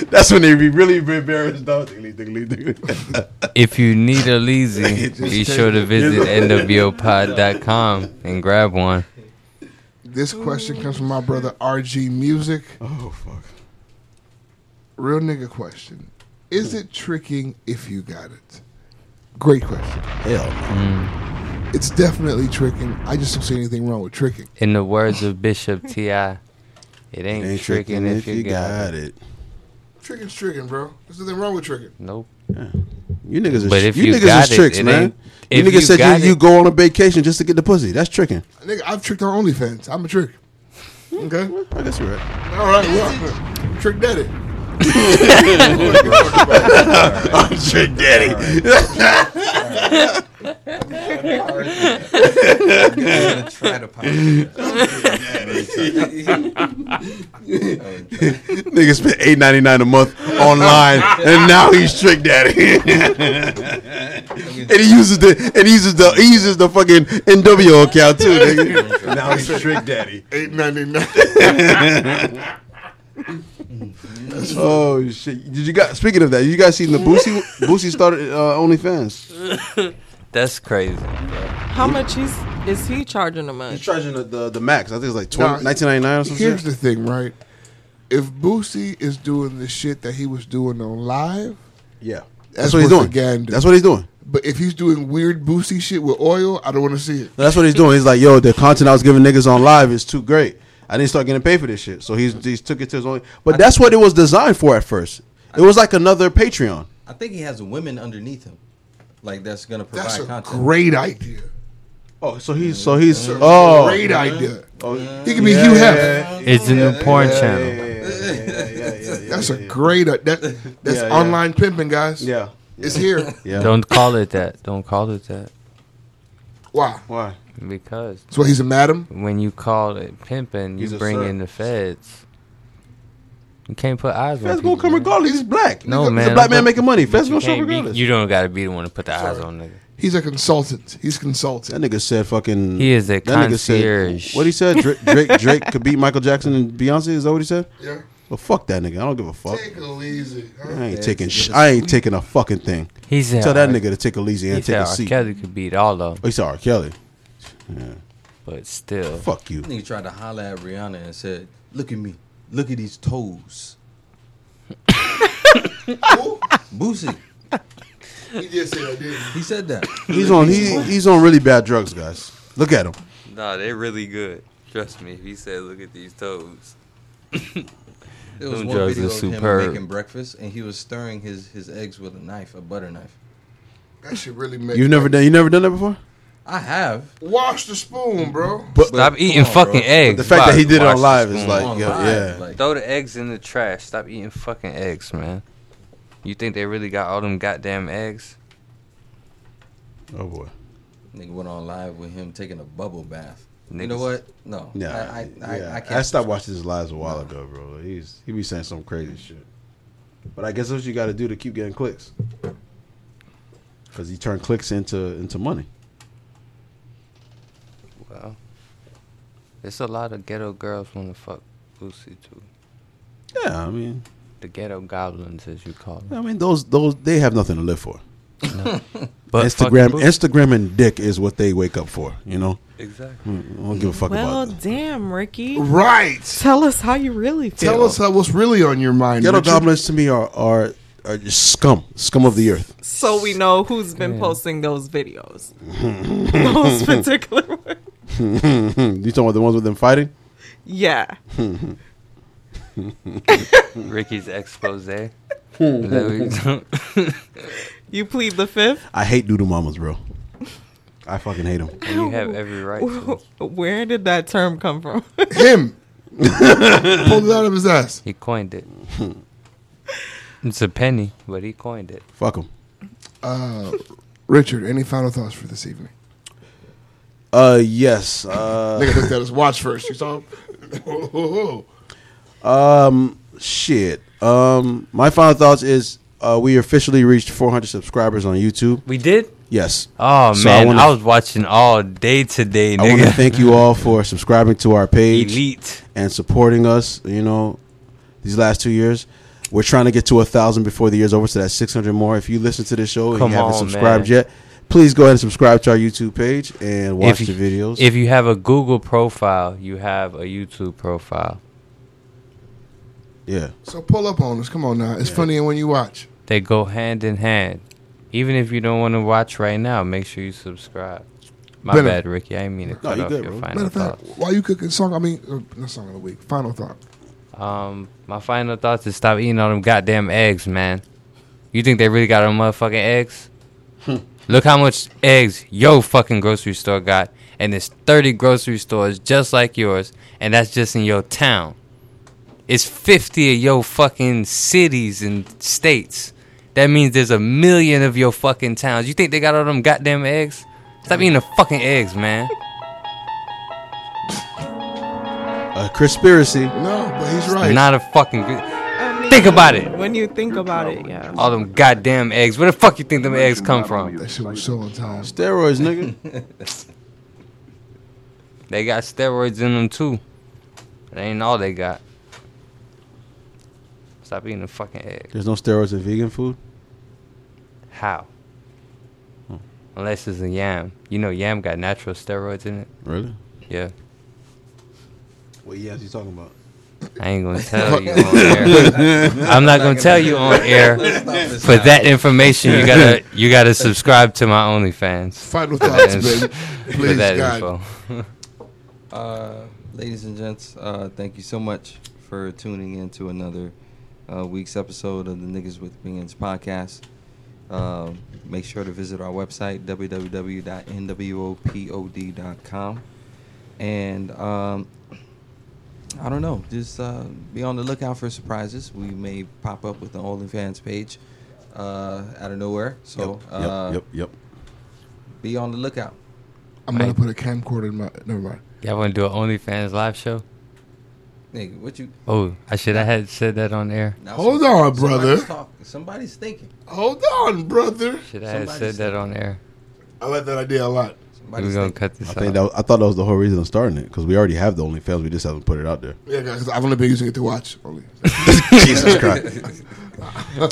Speaker 6: That's when they be really embarrassed, dog. Tickly, tickly, tickly.
Speaker 2: if you need a lazy, be sure to visit nwopod.com and grab one.
Speaker 1: This question comes from my brother RG Music.
Speaker 6: Oh, fuck.
Speaker 1: Real nigga question. Is it tricking if you got it? Great question.
Speaker 6: Hell no.
Speaker 1: It's definitely tricking. I just don't see anything wrong with tricking.
Speaker 2: In the words of Bishop T.I., it ain't,
Speaker 6: Ain't
Speaker 2: tricking if you got it.
Speaker 6: it.
Speaker 1: Tricking's tricking, bro. There's nothing wrong with tricking.
Speaker 2: Nope.
Speaker 6: You niggas,
Speaker 2: But
Speaker 6: is,
Speaker 2: if
Speaker 6: you
Speaker 2: you
Speaker 6: niggas
Speaker 2: got
Speaker 6: is
Speaker 2: it,
Speaker 6: tricks,
Speaker 2: it
Speaker 6: man.
Speaker 2: ain't-
Speaker 6: You
Speaker 2: if
Speaker 6: niggas
Speaker 2: you
Speaker 6: said
Speaker 2: got
Speaker 6: you, you
Speaker 2: it-
Speaker 6: go on a vacation just to get the pussy. That's tricking.
Speaker 1: Nigga, I've tricked on OnlyFans. I'm a trick. Okay? All
Speaker 6: I guess you're right.
Speaker 1: right, well, trick daddy.
Speaker 6: I'm trick daddy.
Speaker 7: I'm gonna try to podcast.
Speaker 6: Nigga spent eight ninety nine a month online, and now he's trick daddy. and he uses the and he uses the he uses the fucking NWO account too. Nigga. now he's trick daddy.
Speaker 1: Eight ninety nine.
Speaker 6: Oh shit! Did you guys? Speaking of that, you guys seen the Boosie? Boosie started uh, OnlyFans.
Speaker 2: That's crazy.
Speaker 3: How much is is he charging a month?
Speaker 6: charging the, the, the max. I think it's like
Speaker 1: Nah,
Speaker 6: 20, 1999 or something.
Speaker 1: Here's the thing, right? If Boosie is doing the shit that he was doing on live,
Speaker 6: Yeah,
Speaker 1: That's
Speaker 6: that's what he's doing.
Speaker 1: propaganda.
Speaker 6: That's what he's doing.
Speaker 1: but if he's doing weird Boosie shit with oil, I don't want to see it.
Speaker 6: No, That's what he's doing. He's like, yo, the content I was giving niggas on live is too great. I didn't start getting paid for this shit. So he's he's took it to his own. But that's what it was designed for at first. It was like another Patreon.
Speaker 7: I think he has women underneath him, like that's gonna provide
Speaker 1: That's a
Speaker 7: content.
Speaker 1: great idea.
Speaker 6: Oh, so he's so he's
Speaker 1: That's a
Speaker 6: oh
Speaker 1: great idea.
Speaker 6: Oh,
Speaker 1: He could be Hugh Hefner.
Speaker 2: It's a new porn channel.
Speaker 1: That's a great i- that that's
Speaker 6: Yeah, yeah.
Speaker 1: online pimping, guys.
Speaker 6: yeah.
Speaker 1: It's here.
Speaker 6: Yeah.
Speaker 2: Don't call it that. Don't call it that.
Speaker 1: Why?
Speaker 6: Why?
Speaker 2: Because
Speaker 1: So he's a madam.
Speaker 2: when you call it pimping,
Speaker 6: He's
Speaker 2: you
Speaker 6: a
Speaker 2: bring
Speaker 6: sir.
Speaker 2: in the feds. You can't put eyes on
Speaker 6: Fez
Speaker 2: people.
Speaker 6: gonna come
Speaker 2: man.
Speaker 6: regardless. He's black.
Speaker 2: No,
Speaker 6: He's a-
Speaker 2: man.
Speaker 6: He's a black
Speaker 2: I'm
Speaker 6: man
Speaker 2: not-
Speaker 6: making money. Fez
Speaker 2: You,
Speaker 6: gonna show
Speaker 2: can't be,
Speaker 6: regardless.
Speaker 2: you don't gotta be the one to put the eyes on nigga.
Speaker 1: He's a consultant. He's consultant.
Speaker 6: that nigga said fucking.
Speaker 2: He is a
Speaker 6: that nigga
Speaker 2: concierge.
Speaker 6: Said, what he said? Drake, Drake Drake could beat Michael Jackson and Beyonce. Is that what he said?
Speaker 1: Yeah.
Speaker 6: Well, fuck that nigga. I don't give a fuck.
Speaker 1: Take it easy.
Speaker 6: I
Speaker 1: Huh?
Speaker 6: ain't taking. Sh- I ain't taking a fucking thing.
Speaker 2: He said uh,
Speaker 6: Tell that
Speaker 2: R-
Speaker 6: nigga to take a lazy
Speaker 2: He
Speaker 6: and take
Speaker 2: said
Speaker 6: a
Speaker 2: R.
Speaker 6: seat.
Speaker 2: Kelly could beat all of
Speaker 6: Oh,
Speaker 2: them,
Speaker 6: he said R. Kelly.
Speaker 2: but still.
Speaker 6: Fuck you.
Speaker 7: He tried to holler at Rihanna and said, "Look at me. Look at these toes." Boosie,
Speaker 1: He just said I did.
Speaker 7: he said that.
Speaker 6: He's on. He, he's on really bad drugs, guys. Look at him.
Speaker 2: Nah, they're really good. Trust me. If he said, "Look at these toes,"
Speaker 7: There was
Speaker 2: Them
Speaker 7: one
Speaker 2: drugs
Speaker 7: video
Speaker 2: are
Speaker 7: of him
Speaker 2: superb.
Speaker 7: making breakfast, and he was stirring his, his eggs with a knife, a butter knife.
Speaker 1: That shit really make.
Speaker 6: You've never done. You never done that before.
Speaker 7: I have.
Speaker 1: wash the spoon, bro.
Speaker 2: stop eating
Speaker 7: on,
Speaker 2: fucking
Speaker 7: bro.
Speaker 2: eggs.
Speaker 6: The fact that he did it
Speaker 2: Watch
Speaker 6: on live
Speaker 2: this
Speaker 6: is
Speaker 2: one.
Speaker 6: like,
Speaker 7: on
Speaker 6: yo,
Speaker 7: live,
Speaker 6: yeah.
Speaker 7: like-
Speaker 2: Throw the eggs in the trash. Stop eating fucking eggs, man. You think they really got all them goddamn eggs?
Speaker 6: Oh boy.
Speaker 7: Nigga went on live with him taking a bubble bath. You
Speaker 2: Niggas.
Speaker 7: know what? No.
Speaker 6: Nah,
Speaker 7: I, I, I,
Speaker 6: yeah.
Speaker 7: I
Speaker 6: I,
Speaker 7: can't.
Speaker 6: stopped watching his lives a while ago, bro. He's he be saying some crazy shit. But I guess that's what you got to do to keep getting clicks. Because he turned clicks into into money.
Speaker 2: Well, there's a lot of ghetto girls want to fuck Boosie too.
Speaker 6: Yeah, I mean,
Speaker 2: The ghetto goblins, as you call them.
Speaker 6: I mean those those they have nothing to live for.
Speaker 2: But
Speaker 6: Instagram,
Speaker 2: fucking Boosie-
Speaker 6: Instagram, and dick is what they wake up for. You know, Mm-hmm.
Speaker 2: exactly.
Speaker 6: Hmm, I don't give a fuck
Speaker 3: Well,
Speaker 6: about that.
Speaker 3: damn, Ricky.
Speaker 1: Right.
Speaker 3: Tell us how you really feel.
Speaker 1: Tell us how, what's really on your mind.
Speaker 6: Ghetto
Speaker 1: Richard.
Speaker 6: goblins to me are are are just scum, scum of the earth.
Speaker 3: so we know who's been posting those videos. those particular ones.
Speaker 6: you talking about the ones with them fighting?
Speaker 3: Yeah.
Speaker 2: Ricky's expose. Is that what you talking-
Speaker 3: You plead the fifth.
Speaker 6: I hate doodle mamas, bro. I fucking hate them.
Speaker 2: you have every right. to.
Speaker 3: Where did that term come from?
Speaker 1: Him. Pulled it out of his ass.
Speaker 2: He coined it. it's a penny, but he coined it.
Speaker 6: Fuck them.
Speaker 1: Uh, Richard, any final thoughts for this evening?
Speaker 6: Uh, yes. Uh,
Speaker 1: Nigga looked at his watch first. You saw him?
Speaker 6: Um, shit. Um, my final thoughts is uh, we officially reached 400 subscribers on YouTube.
Speaker 2: We did?
Speaker 6: Yes.
Speaker 2: Oh
Speaker 6: So
Speaker 2: man, I,
Speaker 6: wanna-
Speaker 2: was watching all day today,
Speaker 6: I want to
Speaker 2: nigga.
Speaker 6: thank you all for subscribing to our page
Speaker 2: Elite.
Speaker 6: and supporting us. You know, these last two years, we're trying to get to a thousand before the year's over, so that's six hundred more. If you listen to this show
Speaker 2: Come
Speaker 6: and you haven't
Speaker 2: on,
Speaker 6: subscribed
Speaker 2: man.
Speaker 6: yet, please go ahead and subscribe to our YouTube page and watch
Speaker 2: If
Speaker 6: the
Speaker 2: you-
Speaker 6: videos.
Speaker 2: If you have a Google profile, you have a YouTube profile.
Speaker 6: yeah,
Speaker 1: So pull up on us. Come on now. It's funnier when you watch.
Speaker 2: They go hand in hand. Even if you don't want to watch right now, make sure you subscribe. My
Speaker 1: Better-
Speaker 2: bad, Ricky. I didn't mean to cut
Speaker 6: you
Speaker 2: off
Speaker 6: good,
Speaker 2: your
Speaker 6: bro.
Speaker 1: Matter
Speaker 2: final
Speaker 1: of fact,
Speaker 2: thoughts.
Speaker 1: while you cooking song, I mean, uh, not song of the week. Final thought.
Speaker 2: Um, my final thoughts is stop eating all them goddamn eggs, man. You think they really got them motherfucking eggs? Look how much eggs yo fucking grocery store got, and there's 30 grocery stores just like yours, and that's just in your town. It's 50 of your fucking cities and states. That means there's a million of your fucking towns. You think they got all them goddamn eggs? Stop eating the fucking eggs, man.
Speaker 6: a conspiracy.
Speaker 1: No, but he's right.
Speaker 2: Not a fucking. gr-
Speaker 3: I mean,
Speaker 2: Think about it.
Speaker 3: When you think about it, yeah.
Speaker 2: All them goddamn eggs. Where the fuck you think them eggs come from?
Speaker 1: That shit was so on time.
Speaker 6: Steroids, nigga.
Speaker 2: They got steroids in them too. That ain't all they got. Stop eating the fucking egg.
Speaker 6: There's no steroids in vegan food.
Speaker 2: How? Unless it's a yam. You know yam got natural steroids in it.
Speaker 6: Really?
Speaker 2: Yeah.
Speaker 6: What yes, you talking about?
Speaker 2: I ain't gonna tell you on air. I'm not gonna tell you on air. For that information you gotta you gotta subscribe to my OnlyFans.
Speaker 1: Final thoughts,
Speaker 2: Yes.
Speaker 1: baby.
Speaker 2: For
Speaker 1: Please,
Speaker 2: that
Speaker 1: God.
Speaker 2: info.
Speaker 7: Uh, ladies and gents, uh, thank you so much for tuning in to another uh, week's episode of the Niggas with Beans podcast. Um, make sure to visit our website, www.nwopod.com. And um, I don't know, just uh, be on the lookout for surprises. We may pop up with an OnlyFans page uh, out of nowhere. So uh,
Speaker 6: yep, yep,
Speaker 7: be on the lookout.
Speaker 1: I'm gonna put a camcorder in my. Never mind.
Speaker 2: Y'all wanna do an OnlyFans live show?
Speaker 7: Nigga, what you.
Speaker 2: Oh, I should I had said that on air.
Speaker 7: now
Speaker 1: Hold
Speaker 7: some-
Speaker 1: on, brother.
Speaker 7: Somebody's, talking, somebody's thinking.
Speaker 1: Hold on, brother.
Speaker 2: Should I have
Speaker 7: Somebody
Speaker 2: said
Speaker 7: said-
Speaker 2: that on air?
Speaker 1: I like that idea a lot.
Speaker 7: Somebody's
Speaker 2: We're gonna
Speaker 7: thinking.
Speaker 2: cut this
Speaker 6: I
Speaker 2: out.
Speaker 6: think that was, I thought that was the whole reason of starting it because we already have the OnlyFans. We just haven't put it out there.
Speaker 1: Yeah, guys, I've only been using it to watch. Only.
Speaker 6: Jesus Christ.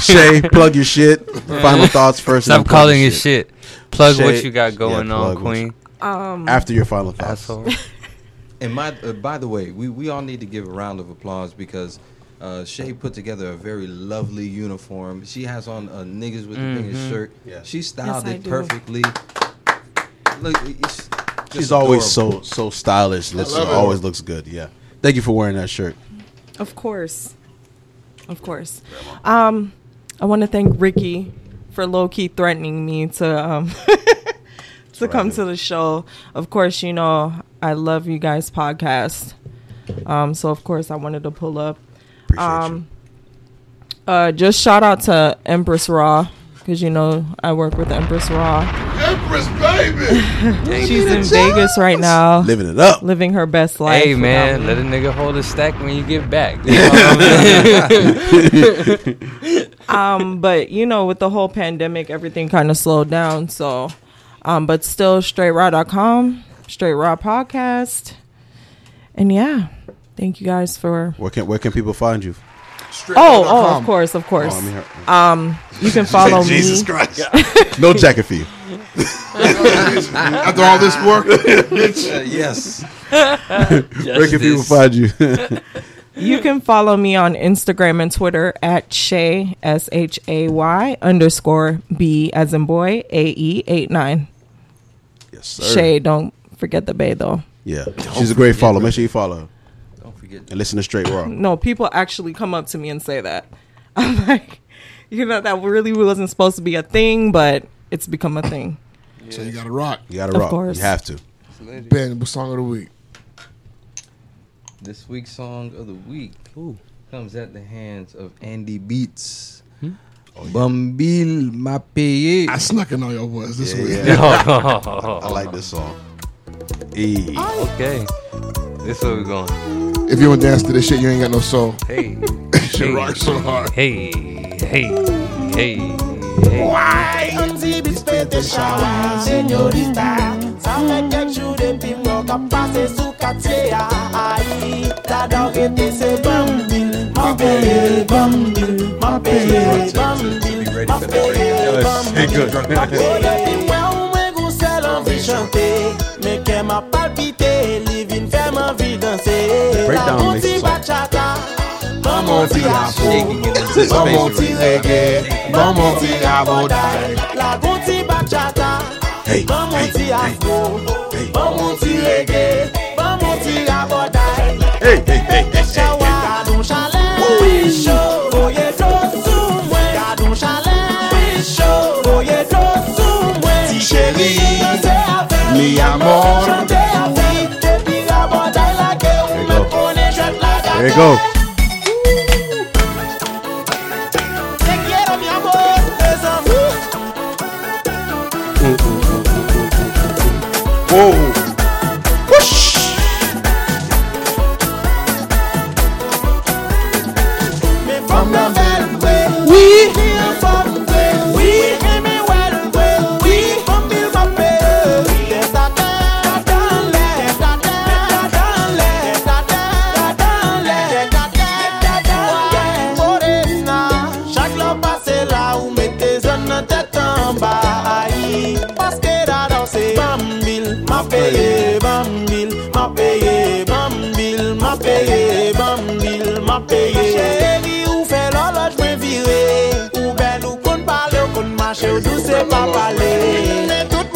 Speaker 6: Shay, plug your shit. Final thoughts first. and
Speaker 2: Stop
Speaker 6: then plug
Speaker 2: calling
Speaker 6: your
Speaker 2: it shit. Plug
Speaker 6: Shay-
Speaker 2: what you got
Speaker 6: yeah,
Speaker 2: going on,
Speaker 6: plug what you-
Speaker 2: Queen.
Speaker 3: Um,
Speaker 6: After your final thoughts.
Speaker 2: Asshole.
Speaker 7: And my, uh, by the way, we, we all need to give a round of applause because uh, Shay put together a very lovely uniform. She has on a niggas with the biggest shirt.
Speaker 6: Yeah.
Speaker 7: She styled
Speaker 3: Yes, I
Speaker 7: it
Speaker 3: do.
Speaker 7: perfectly. Look, it's just
Speaker 6: She's always
Speaker 7: adorable.
Speaker 6: so so stylish. Looks
Speaker 1: love it.
Speaker 6: always looks good. Yeah. Thank you for wearing that shirt.
Speaker 3: Of course. Of course. Um, I want to thank Ricky for low key threatening me to um, to come to the show. Of course, you know, I love you guys podcast. Um, so of course I wanted to pull up.
Speaker 6: Appreciate
Speaker 3: Um uh just shout out to Empress Raw cuz you know I work with Empress Raw.
Speaker 1: Empress, baby.
Speaker 3: She's in Vegas right now
Speaker 6: you. Living it up.
Speaker 3: living her best life.
Speaker 2: hey
Speaker 3: without
Speaker 2: man,
Speaker 3: me.
Speaker 2: let a nigga hold a stack when you get back. You know what I'm saying?
Speaker 3: um, but you know, with the whole pandemic, everything kind of slowed down. So, um, but still, straightraw.com, straight raw podcast, and yeah, thank you guys for.
Speaker 6: Where can where can people find you?
Speaker 3: Oh, oh, of course, of course.
Speaker 6: Oh, I mean, her-
Speaker 3: you can follow me.
Speaker 6: Christ. no jacket for you.
Speaker 1: After all this work,
Speaker 7: Uh, yes.
Speaker 6: Where can people find you?
Speaker 3: You can follow me on Instagram and Twitter at Shay S H A Y underscore B as in boy A E eight nine.
Speaker 6: yes, sir.
Speaker 3: Shay, don't forget the bay though.
Speaker 6: Yeah. She's a great follow. Make sure you follow her
Speaker 7: Don't forget.
Speaker 6: and listen to Straight Raw.
Speaker 3: no, people actually come up to me and say that. I'm like, you know, that really wasn't supposed to be a thing, but it's become a thing.
Speaker 1: so you gotta rock.
Speaker 6: You gotta
Speaker 3: Of
Speaker 6: rock.
Speaker 3: course.
Speaker 6: You have to.
Speaker 1: Ben, what song of the week?
Speaker 7: This week's song of the week comes at the hands of Andy Beats. Bambil ma paye.
Speaker 1: I snuck in all your words this week.
Speaker 6: I like this song. E.
Speaker 2: okay. This where we going.
Speaker 1: It's If you don't dance to this shit, you ain't got no soul.
Speaker 2: Hey.
Speaker 1: shit
Speaker 2: Hey.
Speaker 1: rocks so hard.
Speaker 2: Hey, hey, hey, hey.
Speaker 10: Señorita, sabe que chure pimo kapase su katea Ay, tada ete se bambil, ma peye bambil, ma peye bambil Ma peye bambil, ma peye ou mwen gousel anvi chante Me ke ma palpite, li vin fè man vi danse La
Speaker 6: Breakdown makes
Speaker 10: monti
Speaker 6: it so.
Speaker 10: bachata, ma monti afro
Speaker 6: Space
Speaker 10: Maman ti
Speaker 6: Race.
Speaker 10: reggae, maman ti abodai La gonti bachata, maman ti afro Maman ti reggae, maman ti abodai
Speaker 9: Hey, hey, hey,
Speaker 10: Peke shawa, gadon chalen Wisho, voye do sou mwen Gadon chalen Wisho, voye do sou mwen Ti cheri, mi amor Chante avek, te pi abodai la ke ou men konen jwet la gata
Speaker 6: There you go.
Speaker 10: Te quiero, mi amor. Es amor.
Speaker 6: Whoa.
Speaker 10: Me femme la belle, oui. Oui. Me en femme, oui. Oui. Et me well, oui. Oui. Femme bien rappée. Des tatins, dans l'air, tatins, dans l'air, tatins, dans l'air, des tatins, dans l'air. Morena, oh, chaque lot passé là où mettez une tête en bas. Aïe, parce que la danse, bambil, m'a payé, bambil, m'a payé, bambil, m'a payé, bambil, m'a payé. Chérie, ou fait l'horloge, m'en virer. Ou belle, ou qu'on parle, ou qu'on marche, ou douce, pas parler. Tout